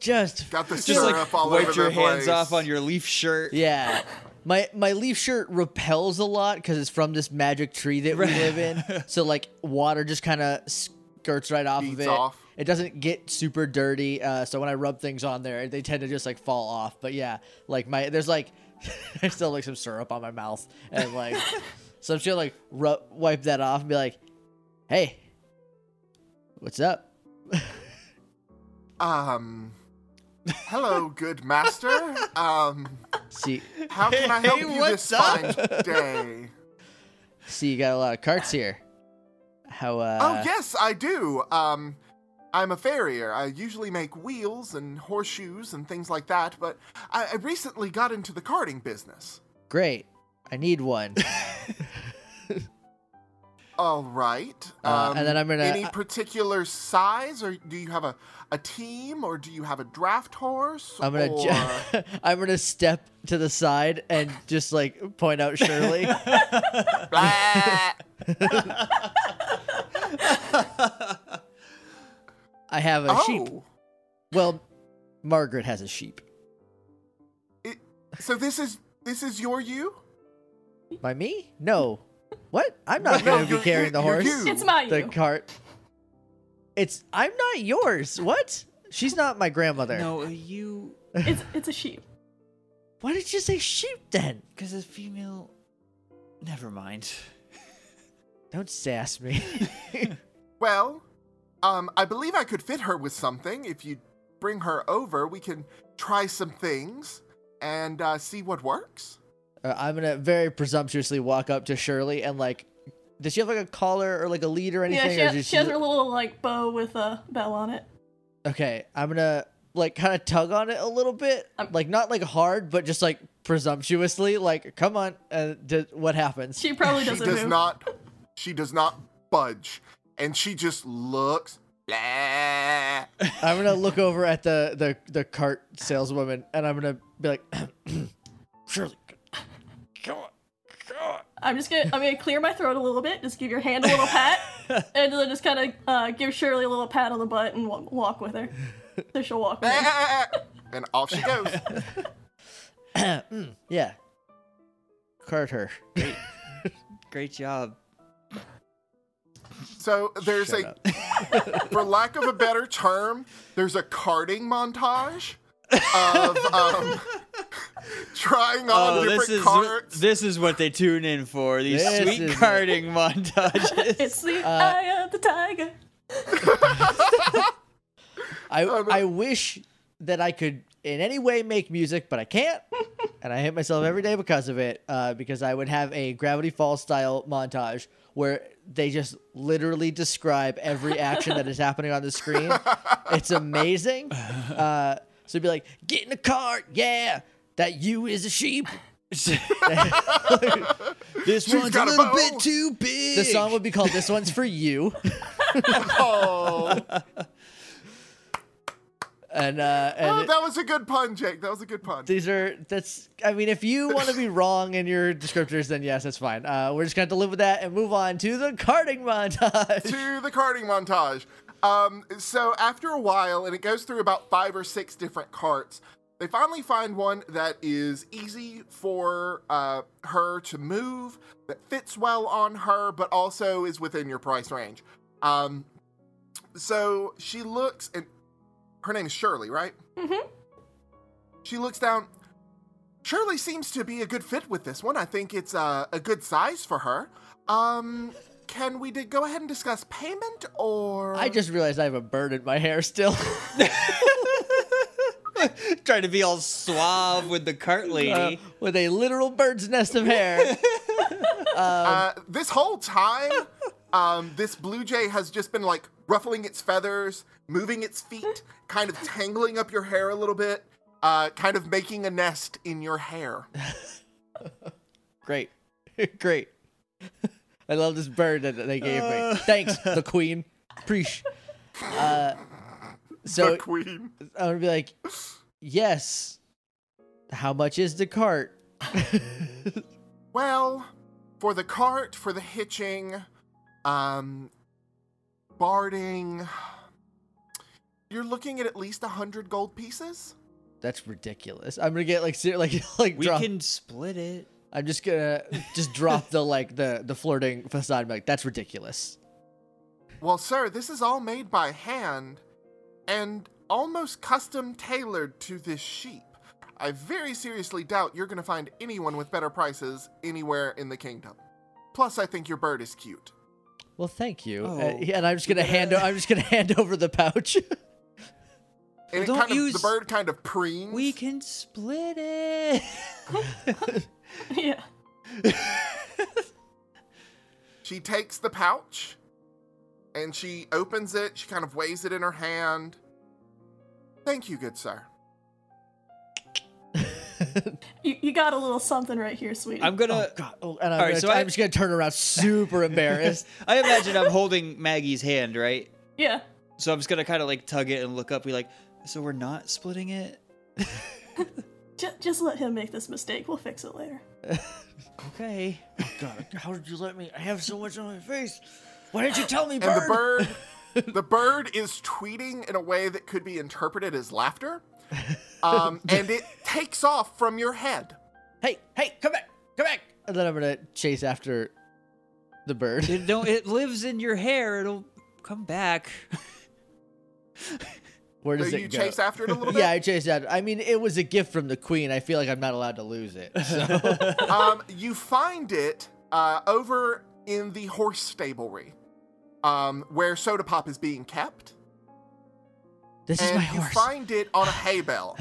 Speaker 2: Just,
Speaker 1: Got the
Speaker 3: Just
Speaker 1: syrup
Speaker 3: like
Speaker 1: all
Speaker 3: wiped
Speaker 1: over
Speaker 3: your
Speaker 1: the
Speaker 3: hands
Speaker 1: place.
Speaker 3: off on your leaf shirt.
Speaker 2: yeah. My my leaf shirt repels a lot because it's from this magic tree that we live in.
Speaker 1: (laughs)
Speaker 2: So like water just kind of skirts right off of
Speaker 1: Beads
Speaker 2: it.
Speaker 1: off.
Speaker 2: It doesn't get super dirty. Uh, so when I rub things on there, they tend to just like fall off. But yeah, like my there's like (laughs) I still have, like some syrup on my mouth
Speaker 1: (laughs)
Speaker 2: and like so I'm sure like rub, wipe that off and be like, hey, what's up?
Speaker 1: Um, hello, good master. Um,
Speaker 2: See,
Speaker 1: how can I help
Speaker 3: Hey,
Speaker 1: you
Speaker 3: what's
Speaker 1: this
Speaker 3: up?
Speaker 1: fine day?
Speaker 3: (laughs)
Speaker 2: see, you got a lot of carts here. How? Uh,
Speaker 1: oh yes, I do. Um, I'm a farrier. I usually make wheels and horseshoes and things like that. But I, I recently got into the carting business.
Speaker 2: great. I need one.
Speaker 1: All right. um,
Speaker 2: Uh, and then I'm gonna-
Speaker 1: Any
Speaker 2: I-
Speaker 1: particular size, or do you have a, a team, or do you have a draft horse?
Speaker 2: I'm gonna
Speaker 1: or...
Speaker 2: (laughs) ju- I'm gonna step to the side and just like point out Shirley.
Speaker 1: Blah.
Speaker 2: I have a
Speaker 1: (laughs) oh,
Speaker 2: sheep. Well, Margaret has a sheep.
Speaker 1: It- so this is this is your you?
Speaker 2: By me? No. What? I'm
Speaker 1: No,
Speaker 2: not going to
Speaker 1: you're-
Speaker 2: be carrying the
Speaker 1: you're-
Speaker 2: horse.
Speaker 1: you're you.
Speaker 4: It's my
Speaker 2: The
Speaker 4: you.
Speaker 2: cart. It's I'm not yours. What? She's not my grandmother.
Speaker 3: No, you.
Speaker 4: It's it's a sheep.
Speaker 2: Why did you say sheep then?
Speaker 3: Because a female. Never mind.
Speaker 2: Don't sass me. (laughs)
Speaker 1: Well, um, I believe I could fit her with something. If you bring her over, we can try some things and uh, see what works.
Speaker 2: Uh, I'm gonna very presumptuously walk up to Shirley and like, does she have like a collar or like a lead or anything?
Speaker 4: Yeah, she
Speaker 2: or
Speaker 4: has,
Speaker 2: just-
Speaker 4: she has her little like bow with a bell on it.
Speaker 2: Okay, I'm gonna like kind of tug on it a little bit, like not like hard, but just like presumptuously, like come on, uh, d- what happens?
Speaker 4: She probably
Speaker 1: She
Speaker 4: doesn't
Speaker 1: does
Speaker 4: move.
Speaker 1: not. She does not budge, and she just looks. Blah.
Speaker 2: I'm gonna look over at the the the cart saleswoman and I'm gonna be like, Shirley,
Speaker 4: I'm just gonna I'm gonna clear my throat a little bit, just give your hand a little pat, and then just kind of uh, give Shirley a little pat on the butt and wa- walk with her. So she'll walk. With her.
Speaker 1: (laughs) and off she goes.
Speaker 2: Mm, (clears throat) yeah. Cart her.
Speaker 3: Great job.
Speaker 1: So there's
Speaker 2: Shut
Speaker 1: a, (laughs)
Speaker 2: up.
Speaker 1: for lack of a better term, there's a carding montage of um, (laughs) trying on
Speaker 3: Oh,
Speaker 1: different
Speaker 3: this is (laughs)
Speaker 1: cards.
Speaker 3: this is what they tune in for these
Speaker 2: This is
Speaker 3: sweet
Speaker 2: it.
Speaker 3: carding
Speaker 1: (laughs)
Speaker 3: montages.
Speaker 4: It's the eye of the tiger.
Speaker 2: I, I wish that I could in any way make music, but I can't. and I hit myself every day because of it, uh, because I would have a Gravity Falls style montage where they just literally describe every action that is happening on the screen. It's amazing. Uh, so it'd be like, get in the cart, yeah, that you is a sheep.
Speaker 3: this one's a
Speaker 1: got a
Speaker 3: little
Speaker 1: bow.
Speaker 3: bit too big.
Speaker 2: The song would be called This One's For You.
Speaker 1: oh,
Speaker 2: And, uh, and
Speaker 1: Oh, that was a good pun, Jake. That was a good pun.
Speaker 2: These are that's. I mean, if you want to be wrong in your descriptors, then yes, that's fine. Uh, we're just gonna have to live with that and move on to the
Speaker 1: (laughs)
Speaker 2: carding montage.
Speaker 1: to the carting montage. Um, so after a while, and it goes through about five or six different carts, they finally find one that is easy for uh, her to move, that fits well on her, but also is within your price range. Um, so she looks, and her name is Shirley, right?
Speaker 2: Mm-hmm.
Speaker 4: Mhm.
Speaker 1: She looks down. Shirley seems to be a good fit with this one. I think it's uh, a good size for her. Um, can we d- go ahead and discuss payment, or
Speaker 2: I just realized I have a bird in my hair still.
Speaker 3: (laughs)
Speaker 2: (laughs)
Speaker 3: Trying to be all suave with the cart lady.
Speaker 2: Uh, with a literal bird's nest of hair.
Speaker 1: uh, this whole
Speaker 2: (laughs)
Speaker 1: time, um, this blue jay has just been like ruffling its feathers, moving its feet, kind of tangling up your hair a little bit, uh, kind of making a nest in your hair.
Speaker 2: Great, (laughs) great. I love this bird that they gave
Speaker 3: Uh.
Speaker 2: me. Thanks, the queen. Preach. Uh, so
Speaker 1: the queen.
Speaker 2: I would be like, yes. How much is the cart?
Speaker 1: Well, for the cart, for the hitching, um, barding, you're looking at at least a hundred gold pieces.
Speaker 2: That's ridiculous. I'm gonna get like ser- like (laughs) like
Speaker 3: we
Speaker 2: drop.
Speaker 3: can split it.
Speaker 2: I'm just gonna just drop the like the the flirting facade. I'm like that's ridiculous.
Speaker 1: Well, sir, this is all made by hand and almost custom tailored to this sheep. I very seriously doubt you're going to find anyone with better prices anywhere in the kingdom. Plus, I think your bird is cute.
Speaker 2: Well, thank you. Uh,
Speaker 3: Oh,
Speaker 2: yeah, and I'm just gonna hand. O- I'm just gonna (laughs) hand over the pouch.
Speaker 1: And it
Speaker 3: Don't
Speaker 1: kind of, the
Speaker 3: use-
Speaker 1: bird kind of preens.
Speaker 3: We can split
Speaker 2: (laughs)
Speaker 3: it.
Speaker 4: Yeah.
Speaker 1: She takes the pouch and she opens it. She kind of weighs it in her hand. Thank you, good sir.
Speaker 4: You, you got a little something right here, sweetie.
Speaker 3: I'm gonna.
Speaker 2: oh God! Oh, and I'm,
Speaker 3: all right,
Speaker 2: gonna,
Speaker 3: so
Speaker 2: I'm
Speaker 3: I-
Speaker 2: just gonna turn around, super
Speaker 3: (laughs)
Speaker 2: embarrassed.
Speaker 3: I imagine I'm holding Maggie's hand, right?
Speaker 4: yeah.
Speaker 3: So I'm just gonna kind of like tug it and look up. Be like, so we're not splitting it.
Speaker 4: J- just let him make this mistake. We'll fix it later.
Speaker 3: Okay.
Speaker 2: God, how did you let me? I have so much on my face. Why didn't you tell me,
Speaker 1: And the bird the bird is tweeting in a way that could be interpreted as laughter.
Speaker 2: (laughs)
Speaker 1: Um, and it takes off from your head.
Speaker 2: Hey, hey, come back, come back! And then I'm gonna chase after the bird.
Speaker 3: It don't. It lives in your hair. It'll come back. (laughs)
Speaker 2: Where
Speaker 1: So
Speaker 2: does
Speaker 1: you
Speaker 2: it go?
Speaker 1: chase after it a little bit.
Speaker 2: (laughs) yeah, I chased that. I mean, it was a gift from the queen. I feel like I'm not allowed to lose it. So
Speaker 1: um, you find it uh, over in the horse stablery, um, where Soda Pop is being kept,
Speaker 2: this is
Speaker 1: and
Speaker 2: my
Speaker 1: you
Speaker 2: horse.
Speaker 1: find it on a hay
Speaker 2: (laughs)
Speaker 1: bale.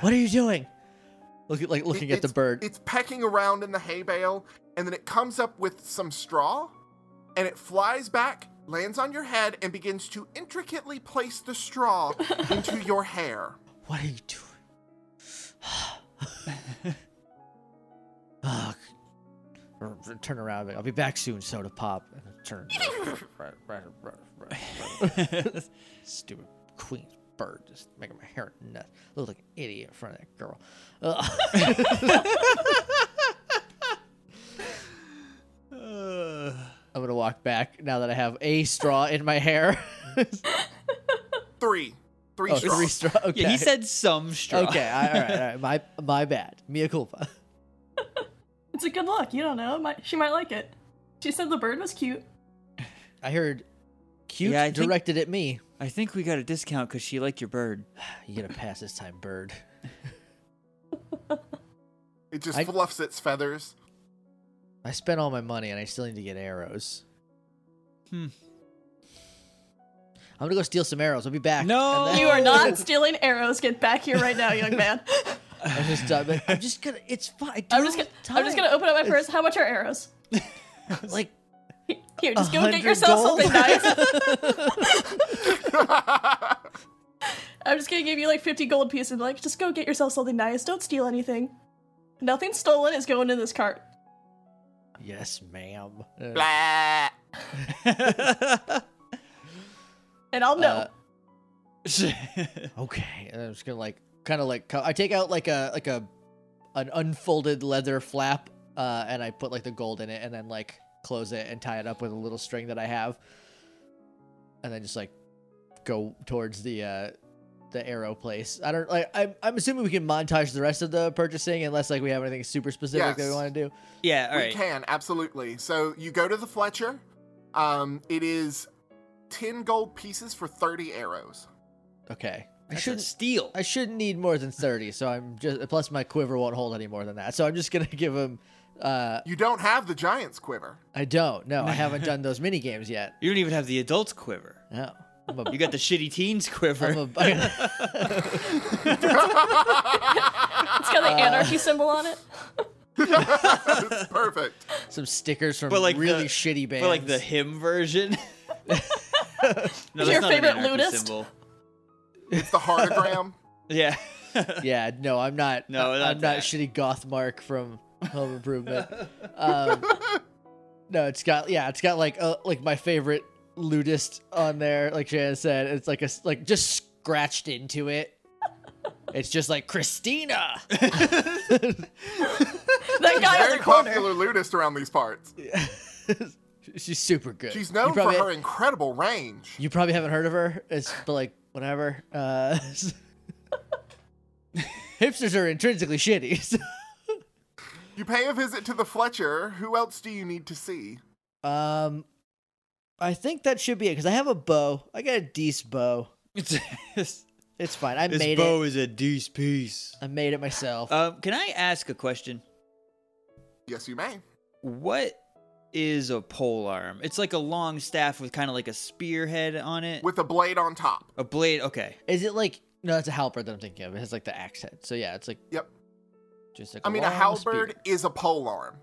Speaker 2: What are you doing? Look at like
Speaker 1: It-
Speaker 2: looking at the
Speaker 1: it's-
Speaker 2: bird.
Speaker 1: It's pecking around in the hay bale, and then it comes up with some straw, and it flies back, lands on your head, and begins to intricately place the straw into your hair.
Speaker 2: What are you doing? Ugh. Or- or Turn around. like, I'll be back soon. Soda pop. And
Speaker 3: (laughs)
Speaker 2: I Turn. Stupid queen bird, just making my hair nuts. Look like an idiot in front of that girl. Ugh. (laughs) I'm gonna walk back now that I have a straw in my hair. (laughs)
Speaker 1: Three. Three
Speaker 2: oh,
Speaker 1: straws.
Speaker 2: three straw. Okay.
Speaker 3: Yeah, he said some (laughs) straw.
Speaker 2: Okay, I, all right, all right. My my bad. Mia culpa.
Speaker 4: It's a good look. You don't know. Might, she might like it. She said the bird was cute.
Speaker 2: I heard cute
Speaker 3: Yeah, I think-
Speaker 2: directed at me.
Speaker 3: (laughs) I think we got a discount because she liked your (laughs) bird.
Speaker 2: You gotta pass this time, bird.
Speaker 1: It just
Speaker 2: I-
Speaker 1: fluffs its feathers. (laughs)
Speaker 2: I spent all my money and I still need to get arrows.
Speaker 3: Hmm.
Speaker 2: I'm gonna go steal some arrows. I'll be back.
Speaker 3: No!
Speaker 2: And
Speaker 4: You
Speaker 2: then-
Speaker 4: are not stealing arrows. Get back here right now, young man.
Speaker 2: I'm just. I'm, like, I'm just gonna. It's fine. I do
Speaker 4: I'm just gonna, I'm just gonna open up my purse. How much are arrows?
Speaker 2: open like
Speaker 4: Here, just go
Speaker 2: 100
Speaker 4: get yourself
Speaker 2: gold?
Speaker 4: something nice. I'm just gonna give you like 50 gold pieces. and be Like, just go get yourself something nice. Don't steal anything. Nothing stolen is going in this cart.
Speaker 2: yes, ma'am. Uh,
Speaker 1: Blah.
Speaker 4: And I'll know.
Speaker 2: Uh, okay. And I'm just gonna like kind of like co- I take out like a like a an unfolded leather flap uh, and I put like the gold in it and then like close it and tie it up with a little string that I have, and then just like go towards the uh, the arrow place. I don't like I'm I'm assuming we can montage the rest of the purchasing unless like we have anything super specific that we
Speaker 1: Yes.
Speaker 2: want to do.
Speaker 3: yeah, all
Speaker 1: we
Speaker 3: right.
Speaker 1: can, absolutely. So you go to the Fletcher. Um, it is 10 gold pieces for 30 arrows.
Speaker 2: Okay. I
Speaker 3: That's a
Speaker 2: shouldn't
Speaker 3: steal.
Speaker 2: I shouldn't need more than 30, so I'm just plus my quiver won't hold any more than that. So I'm just going to (laughs) give him uh
Speaker 1: You don't have the Giant's Quiver. (laughs)
Speaker 2: I don't. No, I haven't done those mini games yet.
Speaker 3: You don't even have the adult quiver.
Speaker 2: No. I'm a,
Speaker 3: You got the shitty teens quiver.
Speaker 2: I'm a, (laughs)
Speaker 3: (laughs)
Speaker 2: I,
Speaker 4: it's got the anarchy symbol on it.
Speaker 1: it's perfect.
Speaker 2: some stickers from
Speaker 3: But, like,
Speaker 2: really
Speaker 3: the-
Speaker 2: shitty bands.
Speaker 3: but like the him version. (laughs) no, an
Speaker 4: Your favorite
Speaker 3: anarchist
Speaker 4: ludist?
Speaker 3: symbol.
Speaker 1: It's the heartogram.
Speaker 3: Yeah. (laughs)
Speaker 2: yeah, no, I'm not.
Speaker 3: No,
Speaker 2: I-
Speaker 3: not
Speaker 2: I'm
Speaker 3: that.
Speaker 2: not shitty goth mark from Home Improvement.
Speaker 3: (laughs)
Speaker 2: um, no, it's got yeah, it's got like uh, like my favorite ludist on there. Like Shannon said, it's like a s- like just scratched into it. It's just like
Speaker 3: (laughs)
Speaker 2: Christina.
Speaker 4: That guy in
Speaker 1: Very
Speaker 4: the corner.
Speaker 1: popular ludist around these parts.
Speaker 2: She's super good.
Speaker 1: She's
Speaker 2: You
Speaker 1: known for
Speaker 2: probably-
Speaker 1: her incredible range.
Speaker 2: You probably haven't heard of her. It's but like whatever.
Speaker 3: (laughs)
Speaker 2: Uh, (laughs) hipsters are intrinsically shitty. so-
Speaker 1: You pay a visit to the Fletcher. Who else do you need to see?
Speaker 2: um, I think that should be it because I have a bow. I got a decent bow.
Speaker 3: (laughs) this
Speaker 2: It's fine. I made
Speaker 3: bow
Speaker 2: it.
Speaker 3: is a deuce piece.
Speaker 2: I made it myself.
Speaker 3: Um, can I ask a question?
Speaker 1: Yes, you may.
Speaker 3: What is a pole arm? It's like a long staff with kind of like a spearhead on it.
Speaker 1: With a blade on top.
Speaker 3: a blade. Okay.
Speaker 2: Is it like no? It's a halberd that I'm thinking of. It has like the axe head. So yeah, it's like
Speaker 1: Yep.
Speaker 2: just like
Speaker 1: I mean, a
Speaker 2: long
Speaker 1: halberd
Speaker 2: spear.
Speaker 1: is a pole
Speaker 2: (laughs)
Speaker 1: arm.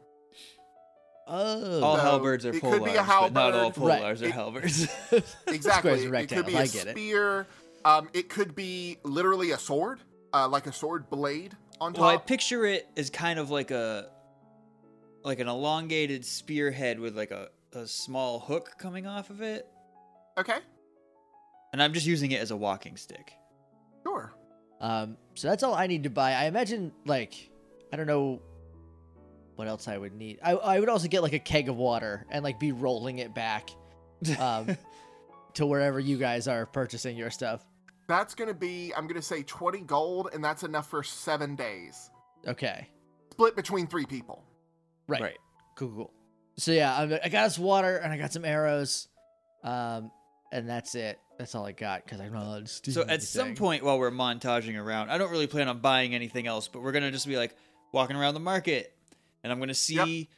Speaker 2: Oh,
Speaker 3: All
Speaker 1: No,
Speaker 3: halberds are
Speaker 1: it
Speaker 3: pole
Speaker 1: could
Speaker 3: arms,
Speaker 1: be a
Speaker 3: but not all
Speaker 1: halberd.
Speaker 3: pole
Speaker 2: Right.
Speaker 3: arms are
Speaker 1: It-
Speaker 2: (laughs)
Speaker 3: halberds. (laughs)
Speaker 1: Exactly.
Speaker 2: Squares and
Speaker 1: It could be
Speaker 2: rectangles.
Speaker 1: a
Speaker 2: I get it.
Speaker 1: spear. Um, it could be literally a sword, uh, like a sword blade on top.
Speaker 3: well, I picture it as kind of like a like an elongated spearhead with like a, a small hook coming off of it.
Speaker 1: okay,
Speaker 3: And I'm just using it as a walking stick.
Speaker 1: sure.
Speaker 3: Oh.
Speaker 2: Um, so that's all I need to buy. I imagine, like, I don't know what else I would need. I, I would also get like a keg of water and like be rolling it back
Speaker 3: (laughs)
Speaker 2: um, to wherever you guys are purchasing your stuff.
Speaker 1: That's gonna be. I'm gonna say 20 gold, and that's enough for seven days.
Speaker 2: Okay,
Speaker 1: Split between three people.
Speaker 2: right, cool, cool. So yeah, I'm, I got us water and I got some arrows, um, and that's it. That's all I got because I'm not. allowed to steal
Speaker 3: So at some
Speaker 2: anything.
Speaker 3: point while we're montaging around, I don't really plan on buying anything else, but we're gonna just be like walking around the market, and I'm gonna see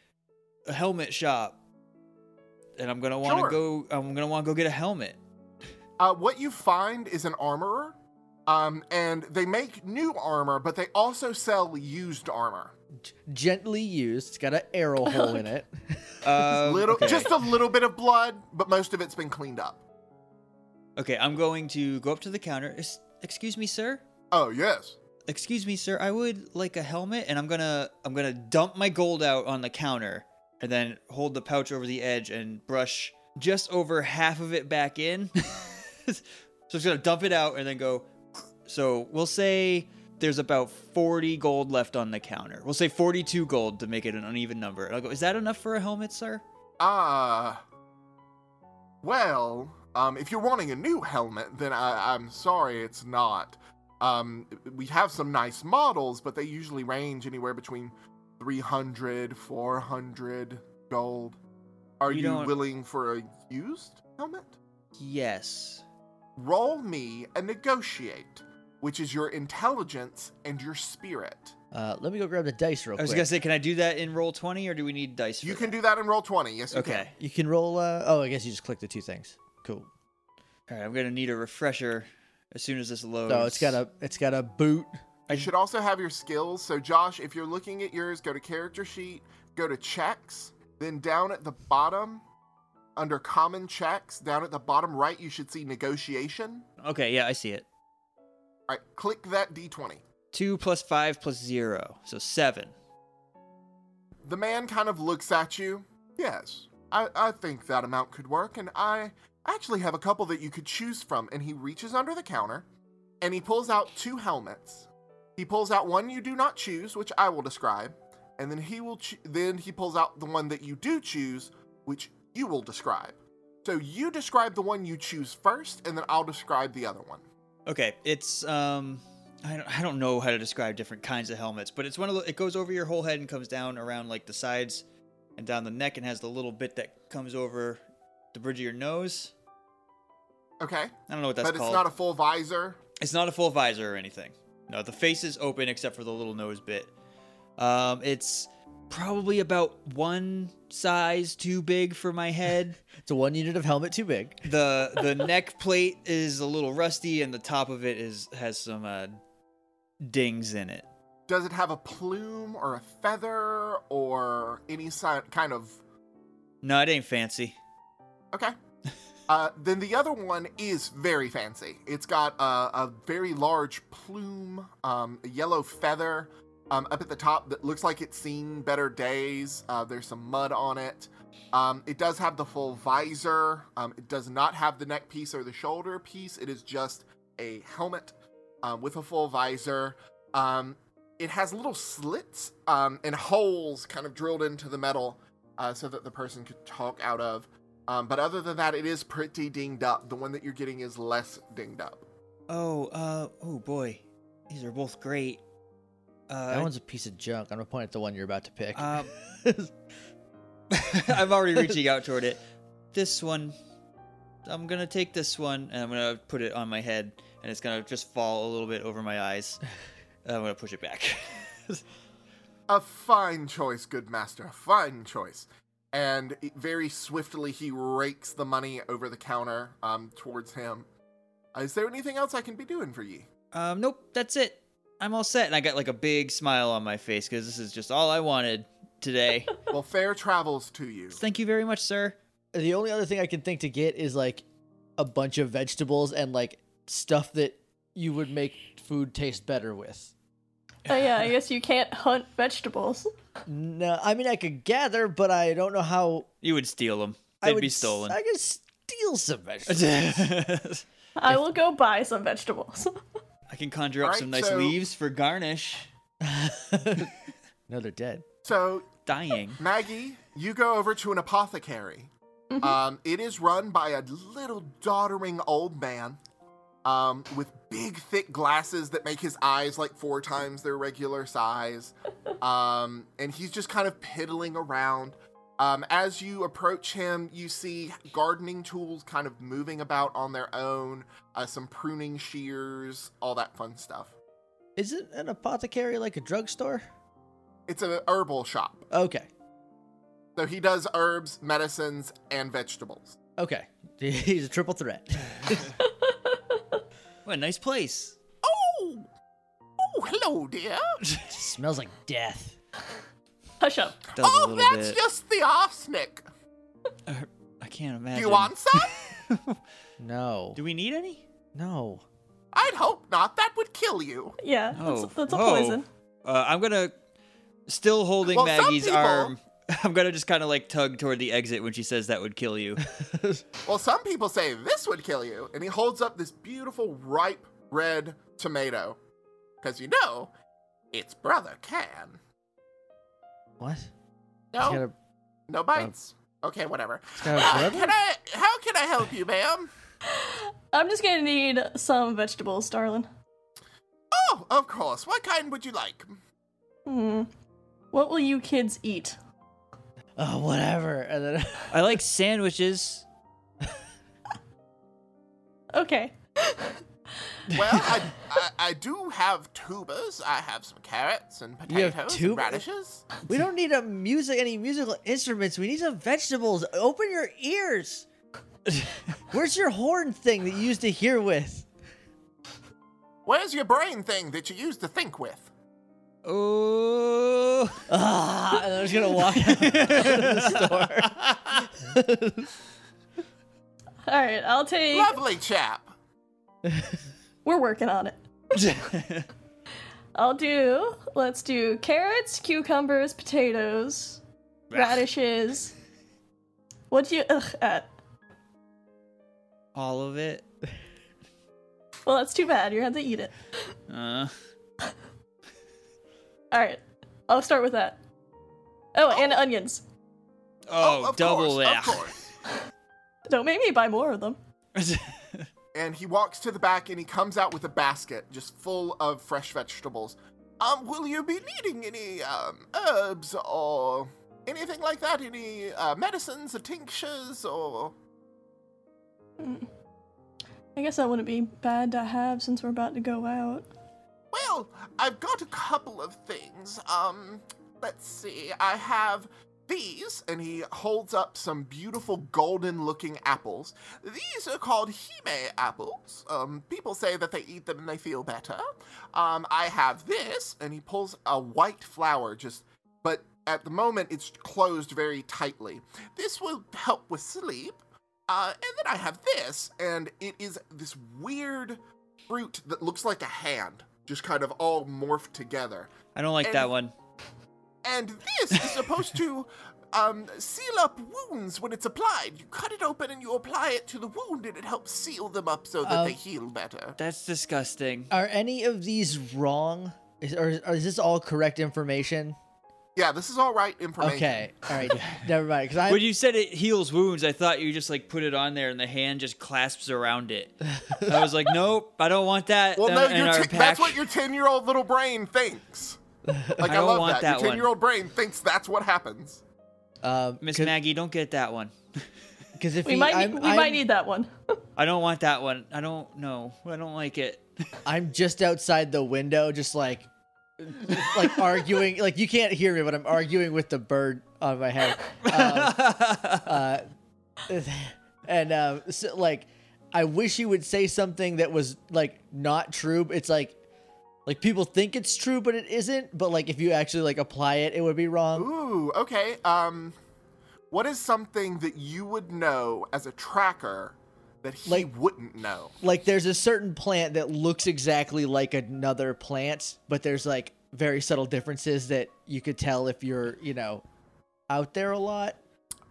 Speaker 3: a helmet shop, and I'm gonna want to
Speaker 1: Sure.
Speaker 3: go. I'm gonna want to go get a helmet.
Speaker 1: Uh, what you find is an armorer, um, and they make new armor, but they also sell used armor.
Speaker 2: gently used, it's got an arrow
Speaker 3: (laughs)
Speaker 2: hole in it.
Speaker 1: (laughs)
Speaker 3: Um,
Speaker 1: little,
Speaker 3: okay.
Speaker 1: just a little bit of blood, but most of it's been cleaned up.
Speaker 3: okay. I'm going to go up to the counter. "Es- Excuse me, sir.
Speaker 1: Oh yes.
Speaker 3: Excuse me, sir. I would like a helmet, and I'm gonna I'm gonna dump my gold out on the counter, and then hold the pouch over the edge and
Speaker 2: (laughs)
Speaker 3: (laughs) brush just over half of it back in. so I'm just gonna dump it out and then go. So we'll say there's about 40 gold left on the counter. We'll say 42 gold to make it an uneven number. And I'll go, is that enough for a helmet, sir?
Speaker 1: Ah. well, um, if you're wanting a new helmet, then I, I'm sorry, it's not. Um, we have some nice models, but they usually range anywhere between 300, 400 gold. Are
Speaker 3: You
Speaker 1: you,
Speaker 3: don't-
Speaker 1: willing for a used helmet?
Speaker 3: Yes.
Speaker 1: Roll me and negotiate, which is your intelligence and your spirit.
Speaker 2: Uh, let me go grab the dice real
Speaker 3: I was
Speaker 2: quick.
Speaker 3: gonna say, can I do that in roll 20 or do we need dice?
Speaker 1: You
Speaker 3: for
Speaker 1: can
Speaker 3: that?
Speaker 1: do that in roll 20. Yes, you can.
Speaker 3: Okay.
Speaker 2: you can roll. Uh, oh, I guess you just click the two things. Cool.
Speaker 3: All right, I'm gonna need a refresher as soon as this loads.
Speaker 2: So it's got a it's got a boot.
Speaker 1: You should also have your skills. So, Josh, if you're looking at yours, go to character sheet, go to checks, then down at the bottom, under common checks, down at the bottom right, you should see negotiation.
Speaker 3: Okay, yeah, I see it.
Speaker 1: All right, click that d20.
Speaker 3: Two plus five plus zero, so seven.
Speaker 1: The man kind of looks at you. Yes, I, I think that amount could work, and I actually have a couple that you could choose from. And he reaches under the counter and he pulls out two helmets. He pulls out one you do not choose, which I will describe, and then he will ch- then he pulls out the one that you do choose, which you will describe. So you describe the one you choose first, and then I'll describe the other one.
Speaker 3: Okay, it's um, I don't, I don't know how to describe different kinds of helmets, but it's one of the, it goes over your whole head and comes down around like the sides and down the neck and has the little bit that comes over the bridge of your nose.
Speaker 1: Okay,
Speaker 3: I don't know what that's
Speaker 1: but
Speaker 3: called.
Speaker 1: it's not a full visor.
Speaker 3: It's not a full visor or anything. No, the face is open except for the little nose bit. Um, it's probably about one size too big for my head.
Speaker 2: It's a one unit of helmet too big.
Speaker 3: the The neck plate is a little rusty, and the top of it is has some uh, dings in it.
Speaker 1: Does it have a plume or a feather or any si- kind of
Speaker 3: No, it ain't fancy.
Speaker 1: Okay. Uh, then the other one is very fancy. It's got a, a very large plume, um, a yellow feather um, up at the top that looks like it's seen better days. Uh, there's some mud on it. Um, it does have the full visor. Um, it does not have the neck piece or the shoulder piece. It is just a helmet um, with a full visor. Um, it has little slits um, and holes kind of drilled into the metal uh, so that the person could talk out of. Um, but other than that, it is pretty dinged up. The one that you're getting is less dinged up.
Speaker 3: Oh, uh, oh boy, these are both great. Uh,
Speaker 2: that one's a piece of junk. I'm gonna point at the one you're about to pick.
Speaker 3: Um, (laughs) I'm already reaching out toward it. This one, I'm gonna take this one and I'm gonna put it on my head, and it's gonna just fall a little bit over
Speaker 2: (laughs)
Speaker 3: my eyes. And I'm gonna push it back. (laughs)
Speaker 1: A fine choice, good master. A fine choice. And it- very swiftly, he rakes the money over the counter um, towards him. Uh, is there anything else I can be doing for ye?
Speaker 3: um, nope, that's it. I'm all set, and I got like a big smile on my face because this is just all I wanted
Speaker 1: (laughs)
Speaker 3: today.
Speaker 1: well, fair travels to you.
Speaker 3: Thank you very much, sir.
Speaker 2: the only other thing I can think to get is like a bunch of vegetables and like stuff that you would make food taste better with.
Speaker 4: Oh yeah, I guess you can't hunt vegetables.
Speaker 2: No, I mean I could gather, but I don't know how.
Speaker 3: You would steal them.
Speaker 2: I
Speaker 3: They'd
Speaker 2: would
Speaker 3: be
Speaker 2: s-
Speaker 3: stolen. (laughs)
Speaker 2: I could steal some vegetables.
Speaker 4: I will go buy some vegetables. (laughs)
Speaker 3: I can conjure up
Speaker 1: Alright,
Speaker 3: some nice
Speaker 1: so-
Speaker 3: leaves for garnish.
Speaker 2: no, they're dead.
Speaker 1: So
Speaker 3: Dying.
Speaker 1: Maggie, you go over to an apothecary. Um, it is run by a little doddering old man um, with big, thick glasses that make his eyes like four times their regular size. Um, and he's just kind of piddling around. Um, as you approach him, you see gardening tools kind of moving about on their own, uh, some pruning shears, all that fun stuff.
Speaker 2: Isn't an apothecary like a drugstore?
Speaker 1: It's a herbal shop.
Speaker 2: Okay,
Speaker 1: So he does herbs, medicines, and vegetables.
Speaker 2: okay. (laughs) He's a triple
Speaker 3: (laughs)
Speaker 2: threat.
Speaker 3: What a nice place.
Speaker 1: Oh, oh, hello, dear.
Speaker 2: smells like death.
Speaker 4: Hush up.
Speaker 3: Does a
Speaker 1: Oh,
Speaker 3: little
Speaker 1: that's
Speaker 3: bit.
Speaker 1: just the arsenic.
Speaker 3: I can't
Speaker 1: Do
Speaker 3: imagine.
Speaker 1: you want
Speaker 2: (laughs)
Speaker 1: some?
Speaker 2: No,
Speaker 3: Do we need any?
Speaker 2: no.
Speaker 1: I'd hope not. That would kill you.
Speaker 4: Yeah, that's, that's a
Speaker 3: whoa.
Speaker 4: poison.
Speaker 3: Uh, I'm gonna still holding
Speaker 1: Well, some
Speaker 3: Maggie's
Speaker 1: people-
Speaker 3: arm. (laughs) I'm gonna just kind of like tug toward the exit when she says that would kill you.
Speaker 1: Well, some people say this would kill you. And he holds up this beautiful, ripe, Red Tomato. Because you know, it's Brother Can.
Speaker 2: What?
Speaker 1: No,
Speaker 2: He's got a, uh,
Speaker 1: no bites. Okay, whatever.
Speaker 2: he's got a
Speaker 1: Uh,
Speaker 2: brother?
Speaker 1: can I? How can I help you, ma'am?
Speaker 4: I'm just gonna need some vegetables, darling.
Speaker 1: Oh, of course. What kind would you like?
Speaker 4: Hmm. What will you kids eat?
Speaker 2: Oh, whatever. And then (laughs)
Speaker 3: I like sandwiches.
Speaker 4: Okay.
Speaker 1: Well, I,
Speaker 2: (laughs)
Speaker 1: I, I do have tubers. I have some carrots and
Speaker 2: You have
Speaker 1: potatoes and
Speaker 2: tubers?
Speaker 1: radishes.
Speaker 2: we don't need a music, any musical instruments. We need some vegetables. Open your ears. Where's your horn thing that you used to hear with?
Speaker 1: Where's your brain thing that you used to think with?
Speaker 3: Oh.
Speaker 2: Ah, and I'm just gonna walk out of the store.
Speaker 4: All right, I'll take.
Speaker 1: Lovely chap.
Speaker 4: We're working on it. I'll do. Let's do carrots, cucumbers, potatoes, radishes. What do you? Ugh, uh,
Speaker 3: All of it. (laughs)
Speaker 4: well, that's too bad. You're gonna have to eat it.
Speaker 3: Uh,
Speaker 4: All right, I'll start with that. Oh, and onions.
Speaker 3: oh,
Speaker 1: of
Speaker 3: double
Speaker 1: course,
Speaker 3: that.
Speaker 1: Of
Speaker 3: (laughs)
Speaker 1: course.
Speaker 4: Don't make me buy more of them.
Speaker 1: And he walks to the back and he comes out with a basket just full of fresh vegetables. Um, will you be needing any um, herbs or anything like that? Any uh, medicines or tinctures or
Speaker 4: I guess that wouldn't be bad to have since we're about to go out.
Speaker 1: Well, I've got a couple of things. Um, let's see. I have these, and he holds up some beautiful golden-looking apples. These are called hime apples. Um, people say that they eat them and they feel better. Um, I have this, and he pulls a white flower, just but at the moment it's closed very tightly. This will help with sleep. Uh, and then I have this, and it is this weird fruit that looks like a hand, just kind of all morphed together.
Speaker 3: I don't like that one.
Speaker 1: And this is supposed
Speaker 2: (laughs)
Speaker 1: to um, seal up wounds when it's applied. You cut it open and you apply it to the wound, and it helps seal them up so that
Speaker 2: Um,
Speaker 1: they heal better.
Speaker 3: That's disgusting.
Speaker 2: Are any of these wrong? Is, or, or is this all correct information?
Speaker 1: Yeah, this is all right information.
Speaker 2: Okay. All right. Never mind. Because
Speaker 3: When
Speaker 2: I
Speaker 3: you said it heals wounds, I thought you just like put it on there and the hand just clasps around it. I was like, nope, I don't want that.
Speaker 1: Well,
Speaker 3: in-
Speaker 1: no,
Speaker 3: in
Speaker 1: your
Speaker 3: our
Speaker 1: t- that's
Speaker 3: pack.
Speaker 1: what your ten-year-old little brain
Speaker 3: (laughs)
Speaker 1: thinks. Like I,
Speaker 3: don't
Speaker 1: love
Speaker 3: want that
Speaker 1: that.
Speaker 3: one.
Speaker 1: Your ten-year-old brain thinks that's what happens.
Speaker 2: um,
Speaker 3: Miss
Speaker 2: cause,
Speaker 3: Maggie, don't get that one.
Speaker 2: Because if
Speaker 4: We
Speaker 2: he-
Speaker 4: might
Speaker 2: I'm,
Speaker 4: need, we
Speaker 2: I'm,
Speaker 4: might need that one.
Speaker 3: I don't want that one. I don't know. I don't like it. (laughs)
Speaker 2: I'm just outside the window, just like, like arguing. (laughs) Like you can't hear me, but I'm arguing with the bird on my head. Um, uh, (laughs) and um, so, like, I wish you would say something that was like not true. It's like, like people think it's true, but it isn't. But like, if you actually like apply it, it would be wrong.
Speaker 1: Ooh, okay. Um, what is something that you would know as a tracker that he
Speaker 2: Like-
Speaker 1: wouldn't know?
Speaker 2: like there's a certain plant that looks exactly like another plant, but there's like very subtle differences that you could tell if you're, you know, out there a lot.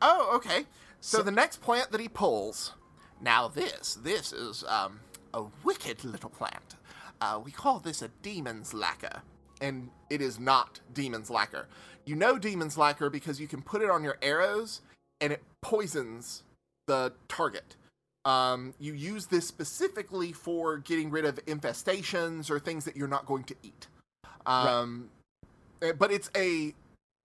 Speaker 1: Oh, okay. So, the next plant that he pulls. Now this, this is um, a wicked little plant. Uh, we call this a demon's lacquer, and it is not demon's lacquer. You know demon's lacquer because you can put it on your arrows, and it poisons the target. Um, you use this specifically for getting rid of infestations or things that you're not going to eat. Um, eh, But it's a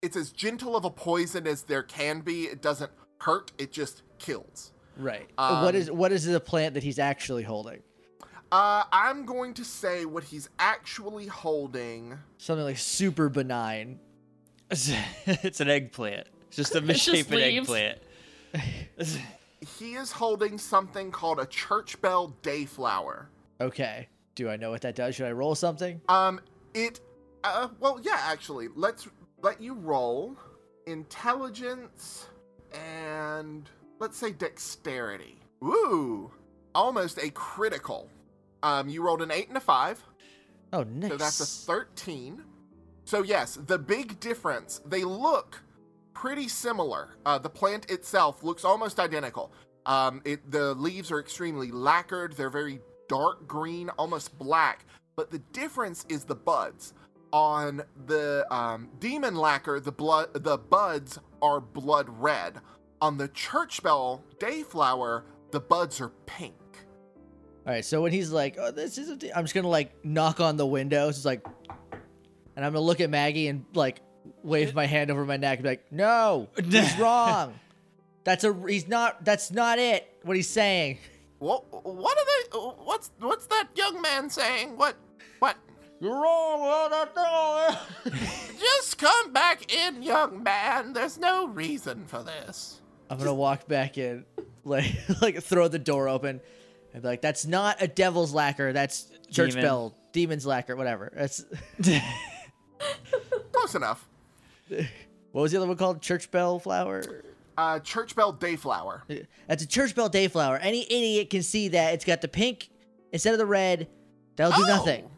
Speaker 1: it's as gentle of a poison as there can be. It doesn't hurt. It just kills.
Speaker 2: Right. what
Speaker 1: Um,
Speaker 2: is what is the plant that he's actually holding?
Speaker 1: Uh, I'm going to say what he's actually holding.
Speaker 2: Something like super benign.
Speaker 3: it's an eggplant. It's just a
Speaker 4: It's just
Speaker 3: misshapen
Speaker 4: leaves.
Speaker 3: eggplant.
Speaker 1: He is holding something called a church bell dayflower.
Speaker 2: Okay. Do I know what that does? Should I roll something?
Speaker 1: Um, it. Uh, well, yeah. Actually, let's let you roll intelligence and let's say dexterity. Ooh, almost a critical. Um, you rolled an eight and a five.
Speaker 2: Oh, nice.
Speaker 1: So that's a 13. So, yes, the big difference, they look pretty similar. Uh, the plant itself looks almost identical. Um, it, the leaves are extremely lacquered, they're very dark green, almost black. But the difference is the buds. On the um, demon lacquer, the blood, the buds are blood red. On the church bell dayflower, the buds are pink.
Speaker 2: All right, so when he's like, "Oh, this is," a di-" I'm just gonna like knock on the windows. It's like, and I'm gonna look at Maggie and like wave my hand over my neck and be like, "No, (laughs) he's wrong. That's a he's not. That's not it. What he's saying.
Speaker 1: What? What are they? What's what's that young man saying? What? What?
Speaker 2: You're wrong. well, that's not it."
Speaker 1: Just come back in, young man. There's no reason for this.
Speaker 2: (laughs) I'm gonna walk back in, like (laughs) like throw the door open, and be like, "That's not a devil's lacquer. That's church
Speaker 3: Demon.
Speaker 2: bell, demon's lacquer, whatever." That's (laughs)
Speaker 1: Close enough.
Speaker 2: what was the other one called? Church bell flower.
Speaker 1: Uh, church bell dayflower.
Speaker 2: That's a church bell dayflower. Any idiot can see that it's got the pink instead of the red. That'll do
Speaker 1: Oh.
Speaker 2: nothing.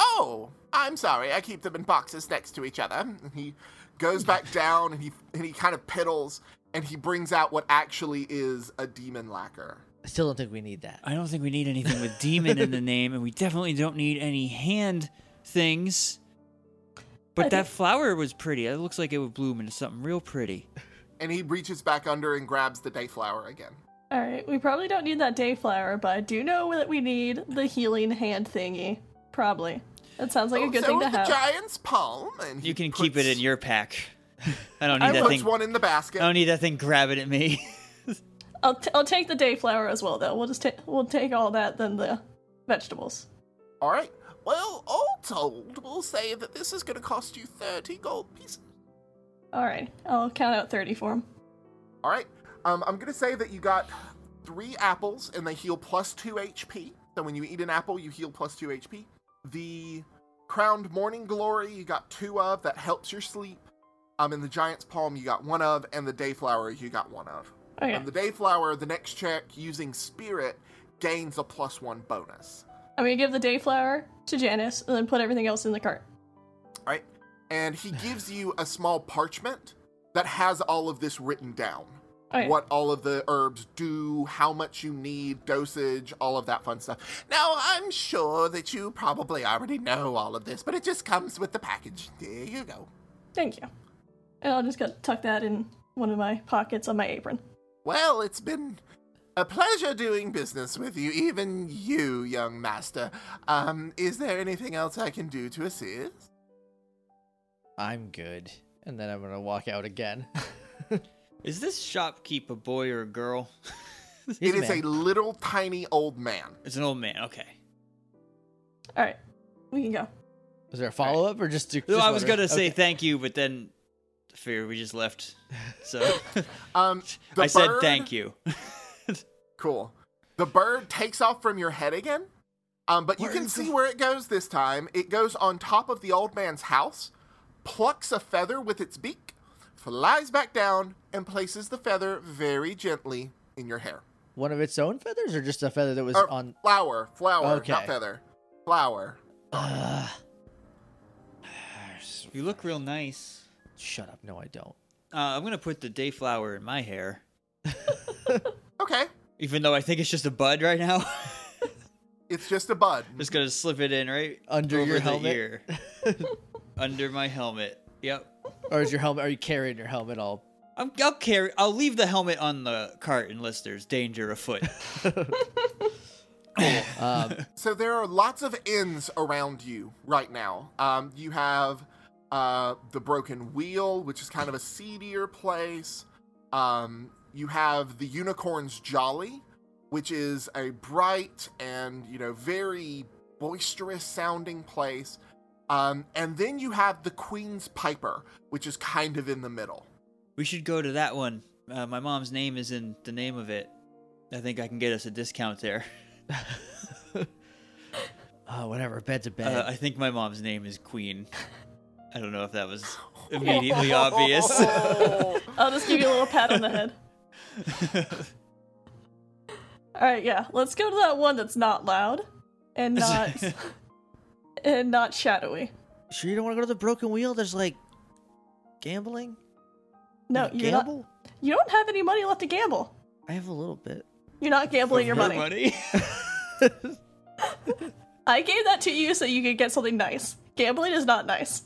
Speaker 1: Oh, I'm sorry. I keep them in boxes next to each other. And he goes
Speaker 4: (laughs)
Speaker 1: back down and he and he kind of piddles and he brings out what actually is a demon lacquer.
Speaker 2: I still don't think we need that.
Speaker 3: I don't think we need anything with demon
Speaker 4: (laughs)
Speaker 3: in the name, and we definitely don't need any hand things. But
Speaker 4: I
Speaker 3: that
Speaker 4: think-
Speaker 3: flower was pretty. It looks like it would bloom into something real pretty.
Speaker 1: And he reaches back under and grabs the dayflower again.
Speaker 4: All right, we probably don't need that day flower, but I do know that we need the healing hand thingy. Probably. That sounds like a
Speaker 1: Oh,
Speaker 4: good
Speaker 1: so
Speaker 4: thing to
Speaker 1: with the
Speaker 4: have.
Speaker 1: giant's palm, and he
Speaker 3: You can keep it
Speaker 1: puts-
Speaker 3: in your pack. I don't
Speaker 1: He
Speaker 3: need that
Speaker 1: puts
Speaker 3: thing.
Speaker 1: one in the basket.
Speaker 3: I don't need that thing grabbing at me. (laughs)
Speaker 4: I'll, t- I'll take the day flower as well, though. We'll just take we'll take all that then the vegetables.
Speaker 1: All right. Well, all told, we'll say that this is going to cost you 30 gold pieces.
Speaker 4: All right, I'll count out thirty for him.
Speaker 1: All right. Um, I'm going to say that you got three apples and they heal plus two HP. So when you eat an apple, you heal plus two HP. The crowned morning glory, you got two of. That helps your sleep. Um, in the giant's palm, you got one of, and the dayflower, you got one of.
Speaker 4: Okay,
Speaker 1: And the dayflower, the next check using spirit gains a plus one bonus.
Speaker 4: I'm gonna give the day flower to Janice and then put everything else in the cart.
Speaker 1: right? And he gives you a small parchment that has all of this written down.
Speaker 4: Okay.
Speaker 1: What all of the herbs do, how much you need, dosage, all of that fun stuff. Now, I'm sure that you probably already know all of this, but it just comes with the package. There you go.
Speaker 4: Thank you. And I'll just go tuck that in one of my pockets on my apron.
Speaker 1: Well, it's been a pleasure doing business with you, even you, young master. Um, is there anything else I can do to assist?
Speaker 2: I'm good. And then I'm gonna walk out again. (laughs)
Speaker 3: Is this shopkeep a boy or a girl?
Speaker 2: He's
Speaker 1: it is
Speaker 2: man.
Speaker 1: a little tiny old man.
Speaker 3: It's an old man. Okay.
Speaker 4: All right, we can go.
Speaker 2: Was there a follow up or just? just
Speaker 3: No, I was
Speaker 2: wondering?
Speaker 3: gonna say
Speaker 2: Okay.
Speaker 3: thank you, but then I figured we just left. So
Speaker 1: Um, the
Speaker 3: I said
Speaker 1: bird-
Speaker 3: thank you.
Speaker 1: Cool. The bird takes off from your head again. Um, but you can see where it goes this time. It goes on top of the old man's house, plucks a feather with its beak, flies back down, and places the feather very gently in your hair.
Speaker 2: one of its own feathers or just a feather that was
Speaker 1: Or
Speaker 2: on.
Speaker 1: flower, flower,
Speaker 2: Okay.
Speaker 1: not feather. Flower.
Speaker 2: Ugh.
Speaker 3: You look real nice.
Speaker 2: shut up! No, I
Speaker 1: (laughs)
Speaker 2: don't.
Speaker 3: Uh, I'm gonna put the day flower in my hair,
Speaker 1: Okay.
Speaker 3: even though I think it's just a bud right now. (laughs)
Speaker 1: It's just a bud.
Speaker 3: just gonna slip it in right
Speaker 2: Under
Speaker 3: over
Speaker 2: your
Speaker 3: the
Speaker 2: helmet? (laughs)
Speaker 3: ear. under my helmet. Yep.
Speaker 2: Or is your helmet? Are you carrying your helmet all?
Speaker 3: I'm, I'll carry. I'll leave the helmet on the cart unless there's danger afoot.
Speaker 2: (laughs) Um,
Speaker 1: (laughs) So there are lots of inns around you right now. Um, you have uh, the Broken Wheel, which is kind of a seedier place. Um, you have the Unicorn's Jolly, which is a bright and you know very boisterous sounding place. Um, and then you have the Queen's Piper, which is kind of in the middle.
Speaker 3: we should go to that one. Uh, my mom's name is in the name of it. I think I can get us a
Speaker 2: (laughs)
Speaker 3: discount there.
Speaker 2: oh, whatever. Bed's a bed.
Speaker 3: Uh, I think my mom's name is Queen. I don't know if that
Speaker 2: (laughs)
Speaker 3: was (laughs) immediately obvious.
Speaker 4: I'll just give you a little pat on the head. All right, yeah. Let's go to that one that's not loud and not (laughs) and not shadowy.
Speaker 2: sure, you don't want to go to the broken wheel? There's like gambling.
Speaker 4: No,
Speaker 2: You
Speaker 4: you're not,
Speaker 2: gamble.
Speaker 4: you don't have any money left to gamble.
Speaker 2: I have a little bit.
Speaker 4: You're not gambling your
Speaker 3: Her
Speaker 4: money.
Speaker 3: money.
Speaker 4: I gave that to you so you could get something nice. Gambling is not nice.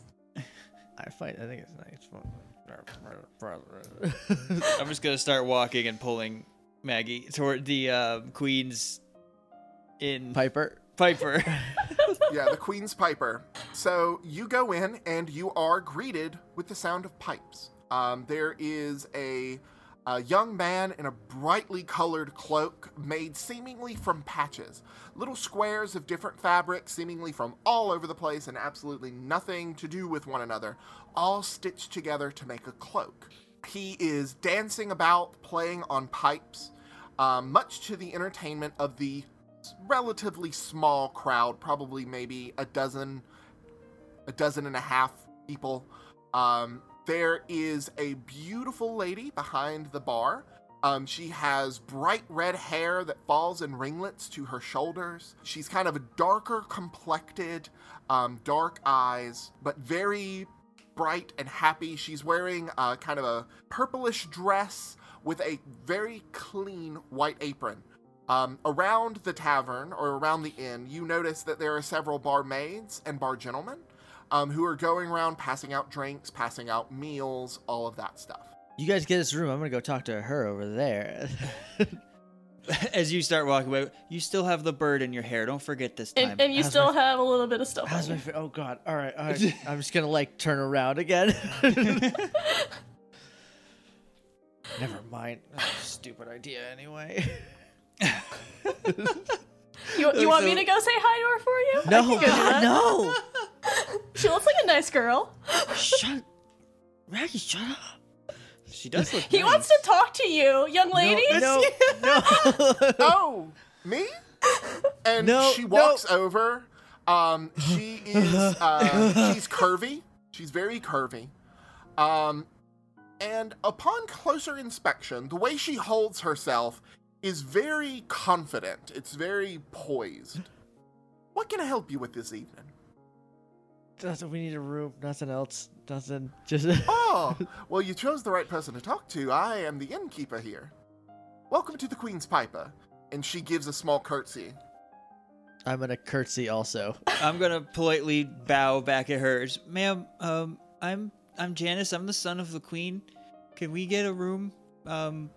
Speaker 2: I find I think it's nice.
Speaker 3: (laughs) I'm just gonna start walking and pulling Maggie toward the uh, Queen's
Speaker 2: (laughs)
Speaker 3: in
Speaker 2: Piper.
Speaker 3: Piper. (laughs)
Speaker 1: yeah, the Queen's Piper. So you go in and you are greeted with the sound of pipes. Um, there is a, a young man in a brightly colored cloak made seemingly from patches, little squares of different fabric, seemingly from all over the place and absolutely nothing to do with one another, all stitched together to make a cloak. He is dancing about, playing on pipes, um, much to the entertainment of the relatively small crowd, probably maybe a dozen, a dozen and a half people. Um, there is a beautiful lady behind the bar. Um, she has bright red hair that falls in ringlets to her shoulders. She's kind of a darker complected, um, dark eyes, but very bright and happy. She's wearing uh, kind of a purplish dress with a very clean white apron. Um, around the tavern or around the inn, you notice that there are several barmaids and bar gentlemen um, who are going around passing out drinks, passing out meals, all of that stuff.
Speaker 2: You guys get this room. I'm gonna go talk to her over there.
Speaker 3: As you start walking away, you still have the bird in your hair. Don't forget this time.
Speaker 4: And, and you
Speaker 2: How's
Speaker 4: still
Speaker 2: my-
Speaker 4: have a little bit of
Speaker 2: (laughs)
Speaker 4: stuff.
Speaker 2: How's
Speaker 4: on
Speaker 2: my
Speaker 4: you.
Speaker 2: fa- oh god! All right, all right. (laughs) I'm just gonna like turn around again. (laughs) Never mind. Oh, stupid idea (laughs) anyway.
Speaker 4: You, you want me
Speaker 3: So-
Speaker 4: to go say hi to her for you? I
Speaker 2: No,
Speaker 4: can go do
Speaker 2: Oh, God,
Speaker 4: that.
Speaker 2: no.
Speaker 4: She looks like a nice girl.
Speaker 2: Shut, Maggie, shut up.
Speaker 3: she does look.
Speaker 4: (laughs) He
Speaker 3: nice.
Speaker 4: wants to talk to you, young lady.
Speaker 2: No, (laughs) no.
Speaker 1: oh, me? And
Speaker 2: No,
Speaker 1: she
Speaker 2: no.
Speaker 1: walks over. Um, she is uh, she's curvy. She's very curvy. Um, and upon closer inspection, the way she holds herself is very confident. It's very poised. What can I help you with this evening?
Speaker 2: Nothing, we need a room. Nothing else. Nothing. Just
Speaker 1: Oh, well, you chose the right person to talk to. I am the innkeeper here. Welcome to the Queen's Piper. And she gives a small curtsy.
Speaker 2: (laughs) I'm gonna curtsy also.
Speaker 3: I'm gonna politely bow back at hers, ma'am. Um, I'm I'm Janice. I'm the son of the queen. Can we get a room? Um,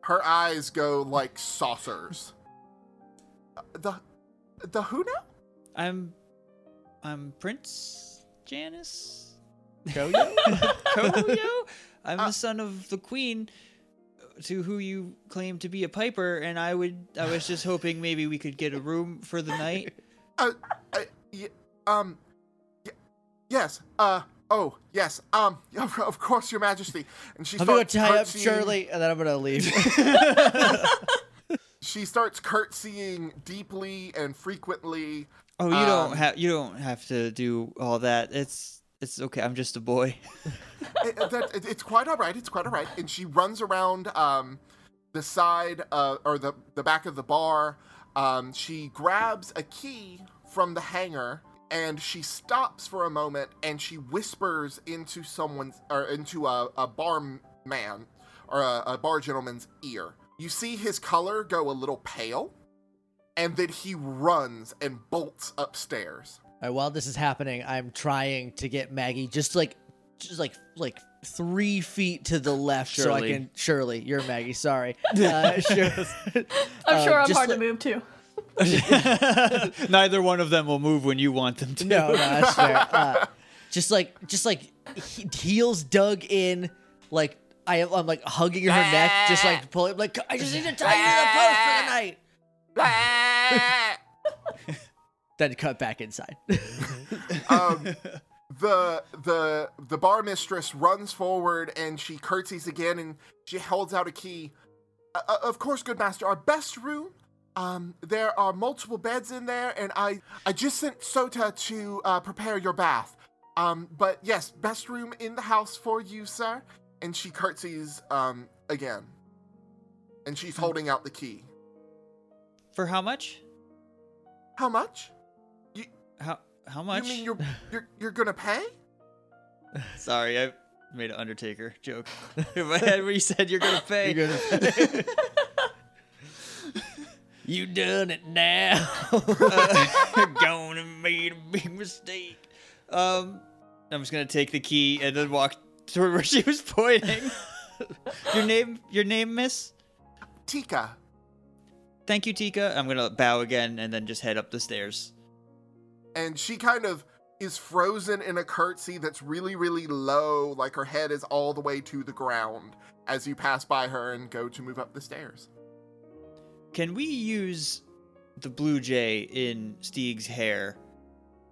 Speaker 1: Her eyes go like saucers. Uh, The, the who now?
Speaker 3: I'm I'm Prince Janice
Speaker 2: (laughs) Yo-yo?
Speaker 1: (laughs)
Speaker 3: Koyo. I'm
Speaker 1: Uh,
Speaker 3: the son of the queen, uh, to who you claim to be a piper. And I would I
Speaker 1: (laughs)
Speaker 3: was just hoping maybe we could get a room for the night.
Speaker 1: Uh, uh, y- um, y- yes. Uh, oh, yes. Um, (laughs) of, of course, Your Majesty. And she
Speaker 2: I'm gonna
Speaker 1: starts
Speaker 2: tie up
Speaker 1: curtsying-
Speaker 2: Shirley, and then I'm gonna leave.
Speaker 1: She starts curtsying deeply and frequently.
Speaker 3: Oh, you
Speaker 1: Um,
Speaker 3: don't have you don't have to do all that. It's it's okay. I'm just
Speaker 1: (laughs)
Speaker 3: a boy. (laughs)
Speaker 1: it, it- that, it- it's quite all right. It's quite all right. And she runs around um, the side uh, or the, the back of the bar. Um, she grabs a key from the hanger and she stops for a moment and she whispers into someone's or into a, a bar man or a, a bar gentleman's ear. You see his color go a little pale and then he runs and bolts upstairs.
Speaker 2: All right, while this is happening, I'm trying to get Maggie just like, just like, like three feet to the left, so I
Speaker 3: Shirley.
Speaker 2: can. Shirley, you're Maggie.
Speaker 3: (laughs)
Speaker 2: Sorry. Uh, (laughs) sure.
Speaker 4: I'm
Speaker 2: Uh,
Speaker 4: sure (laughs) I'm
Speaker 2: just
Speaker 4: hard
Speaker 2: let-
Speaker 4: to move to.
Speaker 3: Neither one of them will move when you want them to.
Speaker 2: No, no, that's fair. Uh, just like, just like he- heels dug in, like I am. I'm like hugging her neck, just like pulling. Like I just need to tie you to the post for the night. Then cut back inside.
Speaker 1: um, the the the bar mistress runs forward and she curtsies again and she holds out a key. Uh, uh, of course, good master, our best room. Um, there are multiple beds in there, and I I just sent Sota to uh, prepare your bath. Um, but yes, best room in the house for you, sir. And she curtsies um again, and she's holding out the key.
Speaker 3: For how much?
Speaker 1: How much?
Speaker 3: How how much?
Speaker 1: You mean
Speaker 3: (laughs)
Speaker 1: you're you're you're gonna pay?
Speaker 3: Sorry, I made an Undertaker joke (laughs) in my head where you said you're gonna pay.
Speaker 2: You're gonna- You done it now.
Speaker 3: uh, (laughs) gone and made a big mistake. Um, I'm just gonna take the key and then walk (laughs) toward where she was pointing. your name, your name, Miss.
Speaker 1: Tika.
Speaker 3: Thank you, Tika. I'm gonna bow again and then just head up the stairs.
Speaker 1: And she kind of is frozen in a curtsy that's really, really low, like her head is all the way to the ground as you pass by her and go to move up the stairs.
Speaker 3: Can we use the blue jay in Steeg's hair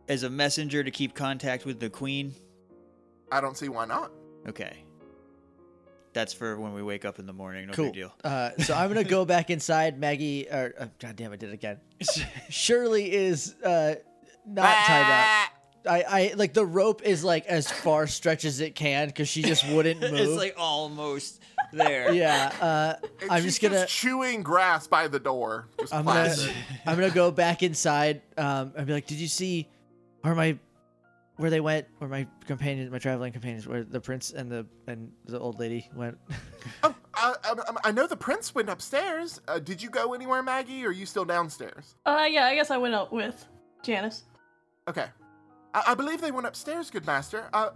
Speaker 3: as a messenger to keep contact with the queen?
Speaker 1: I don't see why not.
Speaker 3: Okay. That's for when we wake up in the morning. No
Speaker 2: cool.
Speaker 3: big deal.
Speaker 2: Uh, so I'm gonna go back inside. Maggie, or uh, God damn, I did it
Speaker 3: (laughs)
Speaker 2: again. Shirley is uh, not tied up. I, I like the rope is like as far stretch as it can because she just wouldn't move.
Speaker 3: (laughs) (laughs) it's like almost
Speaker 2: (laughs)
Speaker 3: there.
Speaker 2: yeah, uh,
Speaker 1: And
Speaker 2: I'm
Speaker 1: she's
Speaker 2: just gonna.
Speaker 1: chewing grass by the door. Just
Speaker 2: I'm gonna,
Speaker 1: placid.
Speaker 2: I'm gonna go back inside um, and be like, "Did you see where my, where they went? Where my companions, my traveling companions, where the prince and the and the old lady went? (laughs)
Speaker 1: Oh, I, I, I know the prince went upstairs. Uh, did you go anywhere, Maggie? Or are you still downstairs?
Speaker 4: Uh, yeah, I guess I went out with Janice.
Speaker 1: Okay. I, I believe they went upstairs, good master. Uh,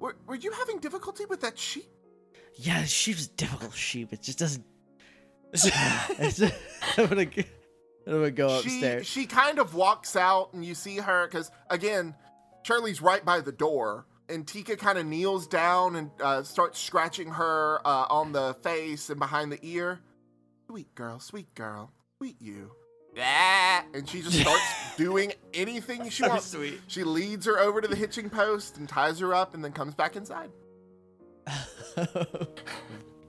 Speaker 1: were, were you having difficulty with that sheep?
Speaker 2: yeah, the sheep's a difficult sheep. It just doesn't. (laughs) It's- I'm gonna, g- I'm gonna go
Speaker 1: She,
Speaker 2: upstairs.
Speaker 1: she kind of walks out, and you see her because again, Shirley's right by the door, and Tika kind of kneels down and uh, starts scratching her uh, on the face and behind the ear. Sweet girl, sweet girl, sweet you. Ah, And she just starts doing anything she wants.
Speaker 3: sweet.
Speaker 1: She leads her over to the hitching post and ties her up, and then comes back
Speaker 2: (laughs)
Speaker 1: inside.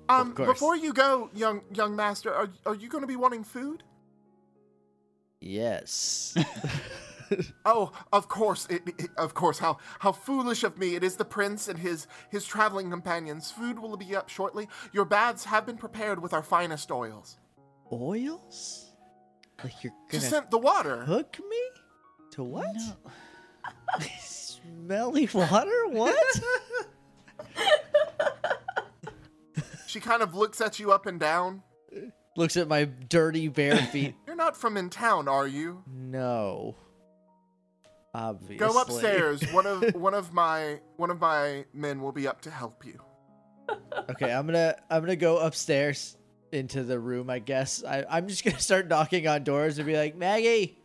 Speaker 1: Um,
Speaker 2: course.
Speaker 1: before you go, young young master, are are you going to be wanting food?
Speaker 2: yes.
Speaker 1: Oh, of course, it, it- of course. How how foolish of me! It is the prince and his his traveling companions. Food will be up shortly. Your baths have been prepared with our finest oils.
Speaker 2: Oils? Like you're
Speaker 1: She
Speaker 2: gonna
Speaker 1: sent the water.
Speaker 2: hook me to what? (laughs) Smelly water? What?
Speaker 1: She kind of looks at you up and down.
Speaker 2: (laughs) Looks at my dirty bare feet.
Speaker 1: You're not from in town, are you?
Speaker 2: No. Obviously.
Speaker 1: Go
Speaker 2: (laughs)
Speaker 1: upstairs. one of one of my one of my men will be up to help you.
Speaker 2: Okay, I'm gonna I'm gonna go upstairs into the room. I guess I, I'm just gonna start knocking on doors and be like, (laughs) Maggie,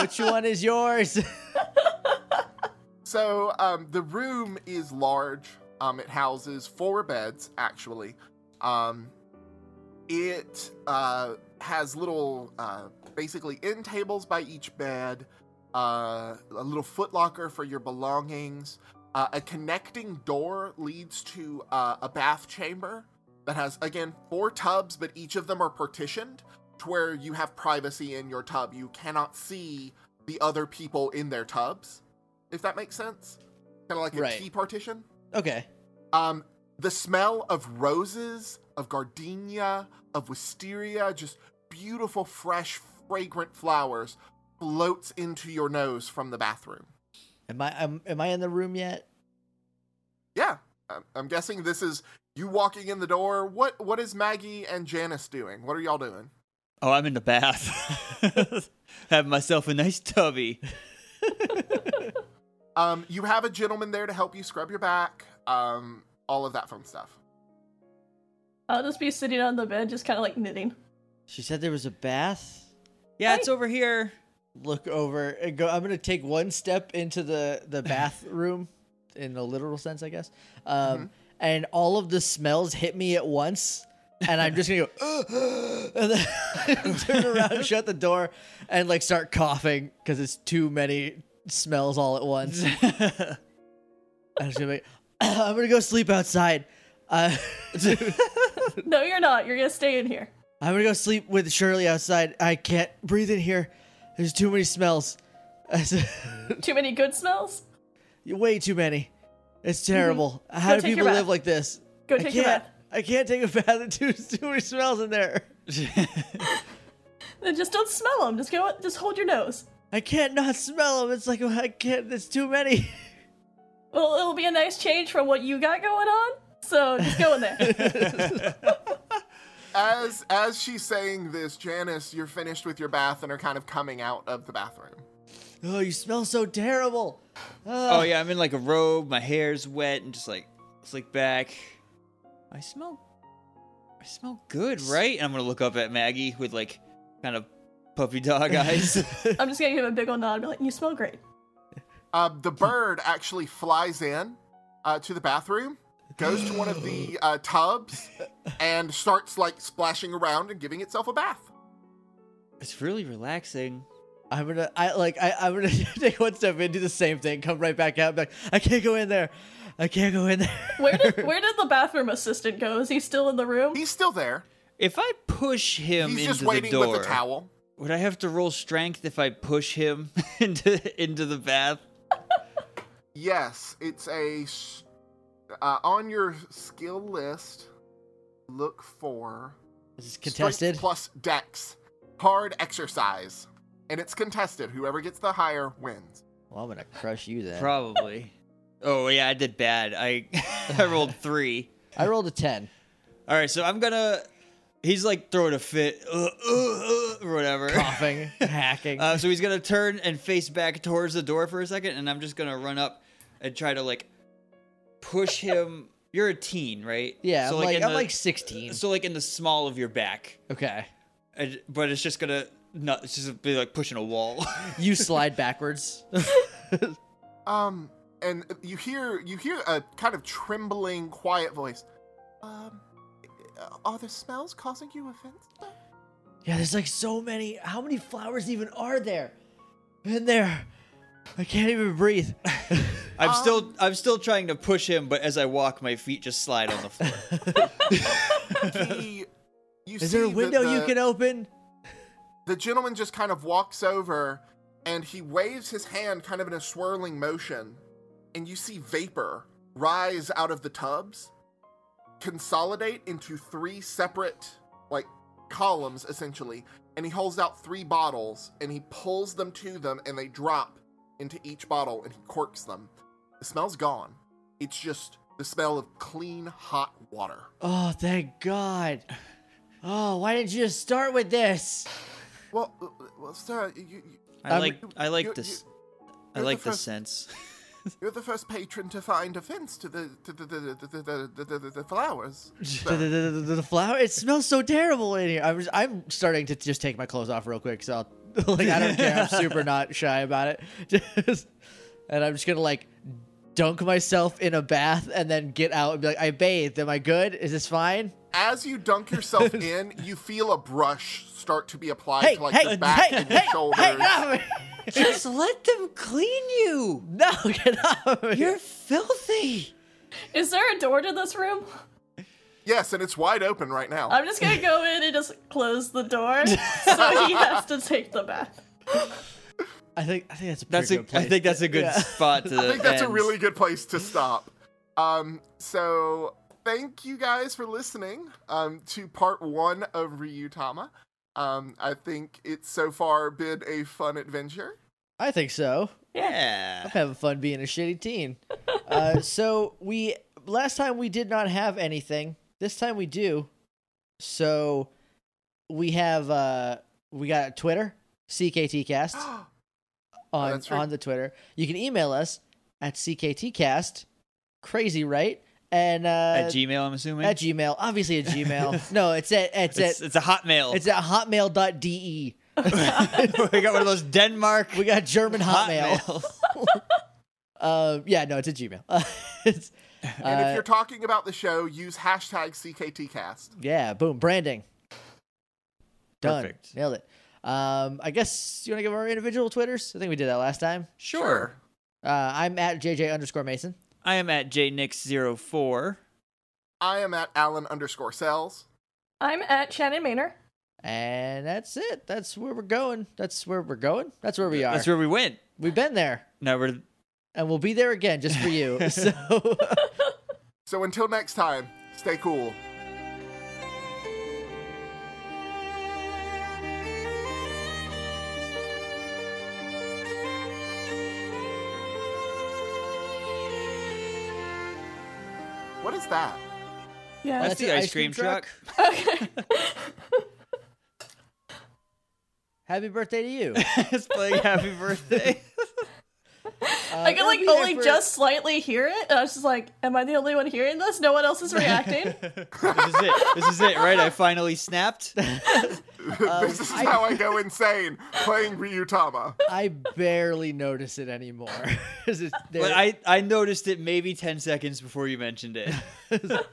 Speaker 2: which one is yours? (laughs)
Speaker 1: So um, the room is large. Um, it houses four beds actually. Um, it uh, has little, uh, basically end tables by each bed, uh, a little footlocker for your belongings. Uh, a connecting door leads to uh, a bath chamber that has again four tubs, but each of them are partitioned to where you have privacy in your tub. You cannot see the other people in their tubs if that makes sense. Kind of like a
Speaker 2: Right.
Speaker 1: key partition.
Speaker 2: okay.
Speaker 1: Um, the smell of roses, of gardenia, of wisteria, just beautiful, fresh, fragrant flowers floats into your nose from the bathroom.
Speaker 2: Am I am, am I in the room yet?
Speaker 1: Yeah, I'm, I'm guessing this is you walking in the door. What What is Maggie and Janice doing? What are y'all doing?
Speaker 3: Oh, I'm in the bath. (laughs) Have myself a nice tubby.
Speaker 1: Um, you have a gentleman there to help you scrub your back. Um, all of that fun stuff.
Speaker 4: I'll just be sitting on the bed, just kind of like knitting.
Speaker 2: She said there was a bath.
Speaker 3: Yeah, it's over here.
Speaker 2: Look over and go. I'm gonna take one step into the the bathroom, in the literal sense, I guess. Um, and all of the smells hit me at once, and I'm just gonna go (laughs) "Ugh," and then (laughs) turn around, shut the door, and like start coughing because it's too many smells all at once. I'm just gonna be, (clears throat) I'm gonna go sleep outside. Uh, (laughs)
Speaker 4: No, you're not. You're gonna stay in here.
Speaker 2: I'm gonna go sleep with Shirley outside. I can't breathe in here. There's too many smells. (laughs)
Speaker 4: Too many good smells.
Speaker 2: Way too many. It's terrible. How
Speaker 4: Mm-hmm. Go
Speaker 2: do
Speaker 4: take your
Speaker 2: people live
Speaker 4: bath.
Speaker 2: like this?
Speaker 4: Go
Speaker 2: I
Speaker 4: take your
Speaker 2: can't.
Speaker 4: bath.
Speaker 2: I can't take a bath. There's too, too many smells in
Speaker 3: (laughs)
Speaker 2: there.
Speaker 4: Then just don't smell them. Just go. Just hold your nose.
Speaker 2: I can't not smell them. It's like oh, I can't. It's too many. (laughs)
Speaker 4: Well, it'll be
Speaker 2: (laughs)
Speaker 4: a nice change from what you got going on. So just go in there.
Speaker 1: as as she's saying this, Janice, you're finished with your bath and are kind of coming out of the bathroom.
Speaker 2: Oh, you smell so terrible.
Speaker 3: Oh yeah, I'm in like a robe, my hair's wet, and just like slick back. I smell, I smell good, right? And I'm gonna look up at Maggie with like kind of puppy
Speaker 2: (laughs)
Speaker 3: dog eyes.
Speaker 4: I'm just gonna give him a big old nod and be like, you smell great.
Speaker 1: Uh, the
Speaker 3: Hmm.
Speaker 1: bird actually flies in uh, to the bathroom, goes to one of the uh, tubs, and starts like splashing around and giving itself a bath.
Speaker 3: it's really relaxing.
Speaker 2: I'm gonna, I like, I, I'm gonna (laughs) take one step in, do the same thing, come right back out. be like, I can't go in there. (laughs) I can't go in there.
Speaker 4: Where did where did the bathroom assistant go? Is he still in the room?
Speaker 1: He's still there.
Speaker 3: If I push him
Speaker 1: He's
Speaker 3: into
Speaker 1: just
Speaker 3: the
Speaker 1: waiting
Speaker 3: door,
Speaker 1: with a towel.
Speaker 3: would I have to roll strength if I push him (laughs) into into the bath?
Speaker 1: Yes, it's a s- uh, on your skill list. Look for
Speaker 2: This is
Speaker 1: strength
Speaker 2: contested.
Speaker 1: plus dex, hard exercise, and it's contested. Whoever gets the higher wins.
Speaker 2: Well, I'm gonna crush you then.
Speaker 3: Probably. oh yeah, I did bad. I (laughs)
Speaker 2: (laughs)
Speaker 3: I rolled three.
Speaker 2: I rolled a
Speaker 3: (laughs)
Speaker 2: ten.
Speaker 3: All right, so I'm gonna. He's like throwing a fit, uh, uh, uh, or whatever.
Speaker 2: Coughing, hacking.
Speaker 3: Uh, so he's gonna turn and face back towards the door for a second, and I'm just gonna run up and try to like push him. You're a teen, right?
Speaker 2: yeah,
Speaker 3: So
Speaker 2: I'm like,
Speaker 3: in
Speaker 2: I'm
Speaker 3: the-
Speaker 2: like 16.
Speaker 3: so like in the small of your back,
Speaker 2: okay.
Speaker 3: and, but it's just gonna not. It's just be like pushing a wall. (laughs)
Speaker 2: You slide backwards.
Speaker 1: Um, and you hear you hear a kind of trembling, quiet voice. Um, are the smells causing you offense?
Speaker 2: yeah, there's like so many. How many flowers even are there? In there. I can't even breathe.
Speaker 1: (laughs)
Speaker 3: I'm still
Speaker 2: Um,
Speaker 3: I'm still trying to push him, but as I walk, my feet just slide on the floor.
Speaker 2: (laughs)
Speaker 1: He, you
Speaker 2: Is there a
Speaker 1: see that
Speaker 2: window you
Speaker 1: the-
Speaker 2: can open?
Speaker 1: The gentleman just kind of walks over, and he waves his hand kind of in a swirling motion, and you see vapor rise out of the tubs, consolidate into three separate like columns essentially, and he holds out three bottles and he pulls them to them and they drop into each bottle and he corks them. The smell's gone. It's just the smell of clean hot water.
Speaker 2: Oh, thank God. Oh, why didn't you just start with
Speaker 1: (laughs)
Speaker 2: this?
Speaker 1: Well, uh, well, sir, you, you
Speaker 3: I
Speaker 2: I'm-
Speaker 3: like I
Speaker 1: you-
Speaker 3: like this. I
Speaker 1: you're the
Speaker 3: like this
Speaker 1: first- (laughs)
Speaker 3: sense.
Speaker 1: You're the first patron to find offense to the to the the, the, the, the, the, the, the flowers.
Speaker 2: The, (laughs) the, the, the, the flower. It smells so terrible in here. I'm just, I'm starting to just take my clothes off real quick. So I'll, (laughs) like I don't care.
Speaker 1: (laughs)
Speaker 2: I'm super not shy about it. (laughs) Just, and I'm just gonna like dunk myself in a bath and then get out and be like, I bathed. Am I good? Is this fine?
Speaker 1: As you dunk yourself
Speaker 2: (laughs)
Speaker 1: in, you feel a brush start to be applied
Speaker 2: Hey,
Speaker 1: to like
Speaker 2: hey,
Speaker 1: your back
Speaker 2: hey,
Speaker 1: and your
Speaker 2: hey,
Speaker 1: shoulders.
Speaker 2: hey, get off of me.
Speaker 3: (laughs) Just let them clean you.
Speaker 2: No, (laughs) get off of me.
Speaker 3: You're filthy.
Speaker 4: Is there a door to this room?
Speaker 1: Yes, and it's wide open right now.
Speaker 4: I'm just gonna go in and just close the door so he has to take the bath.
Speaker 2: I think I think that's a pretty
Speaker 3: That's a.
Speaker 2: good place.
Speaker 3: I think that's a good
Speaker 2: Yeah.
Speaker 3: spot to.
Speaker 1: (laughs) I think that's a really good place to stop. Um, so thank you guys for listening um, to part one of Ryutama. Um, I think it's so far been a fun adventure.
Speaker 2: (laughs)
Speaker 1: (gasps)
Speaker 2: I think so.
Speaker 3: Yeah.
Speaker 2: I'm having fun being a shitty
Speaker 3: (laughs)
Speaker 2: teen. Uh, so we last time we did not have anything. This time we do. So we have uh we got Twitter
Speaker 1: (gasps)
Speaker 2: CKTcast on
Speaker 1: Oh, that's right.
Speaker 2: on the Twitter. You can email us at CKTcast. Crazy, right? And uh,
Speaker 3: At Gmail, I'm assuming.
Speaker 2: at Gmail, obviously at
Speaker 3: (laughs)
Speaker 2: Gmail. no, it's at it's,
Speaker 3: It's,
Speaker 2: at
Speaker 3: it's a Hotmail.
Speaker 2: it's at hotmail.de.
Speaker 3: (laughs) we got one of those Denmark
Speaker 2: We got German hotmail.
Speaker 3: Hotmails.
Speaker 2: Uh, yeah, no, it's at Gmail. (laughs) It's-
Speaker 1: And
Speaker 2: uh,
Speaker 1: if you're talking about the show, use hashtag CKTcast.
Speaker 2: uh, Yeah, boom, branding. Done.
Speaker 3: Perfect.
Speaker 2: Nailed it. Um, I guess you want to give our individual Twitters? I think we did that last time.
Speaker 3: (laughs) sure.
Speaker 2: Uh, I'm at JJ underscore Mason.
Speaker 3: I am at jnix04.
Speaker 1: I am at Alan underscore sales.
Speaker 4: I'm at Shannon Maynor.
Speaker 2: And that's it. That's where we're going. That's where we're going. That's where we are.
Speaker 3: That's where we went.
Speaker 2: We've been there.
Speaker 3: Now (laughs) we're
Speaker 2: And we'll be there again just for you. (laughs) so
Speaker 1: So until next time, stay cool. What is that? (laughs)
Speaker 4: Yeah.
Speaker 3: That's the ice cream truck.
Speaker 4: Okay.
Speaker 2: Happy birthday to you.
Speaker 3: (laughs) it's playing Happy (laughs) Birthday.
Speaker 2: Uh,
Speaker 4: I could
Speaker 2: it'll
Speaker 4: like
Speaker 2: be there
Speaker 4: only
Speaker 2: for-
Speaker 4: just slightly hear it. And I was just like, am I the only one hearing this? No one else is reacting.
Speaker 3: this is it. This is it, right? I finally (laughs) snapped.
Speaker 1: this is how I go insane playing Ryutama.
Speaker 2: I barely notice it anymore. (laughs) 'Cause it's there-
Speaker 3: But I, I noticed it maybe 10 seconds before you mentioned it.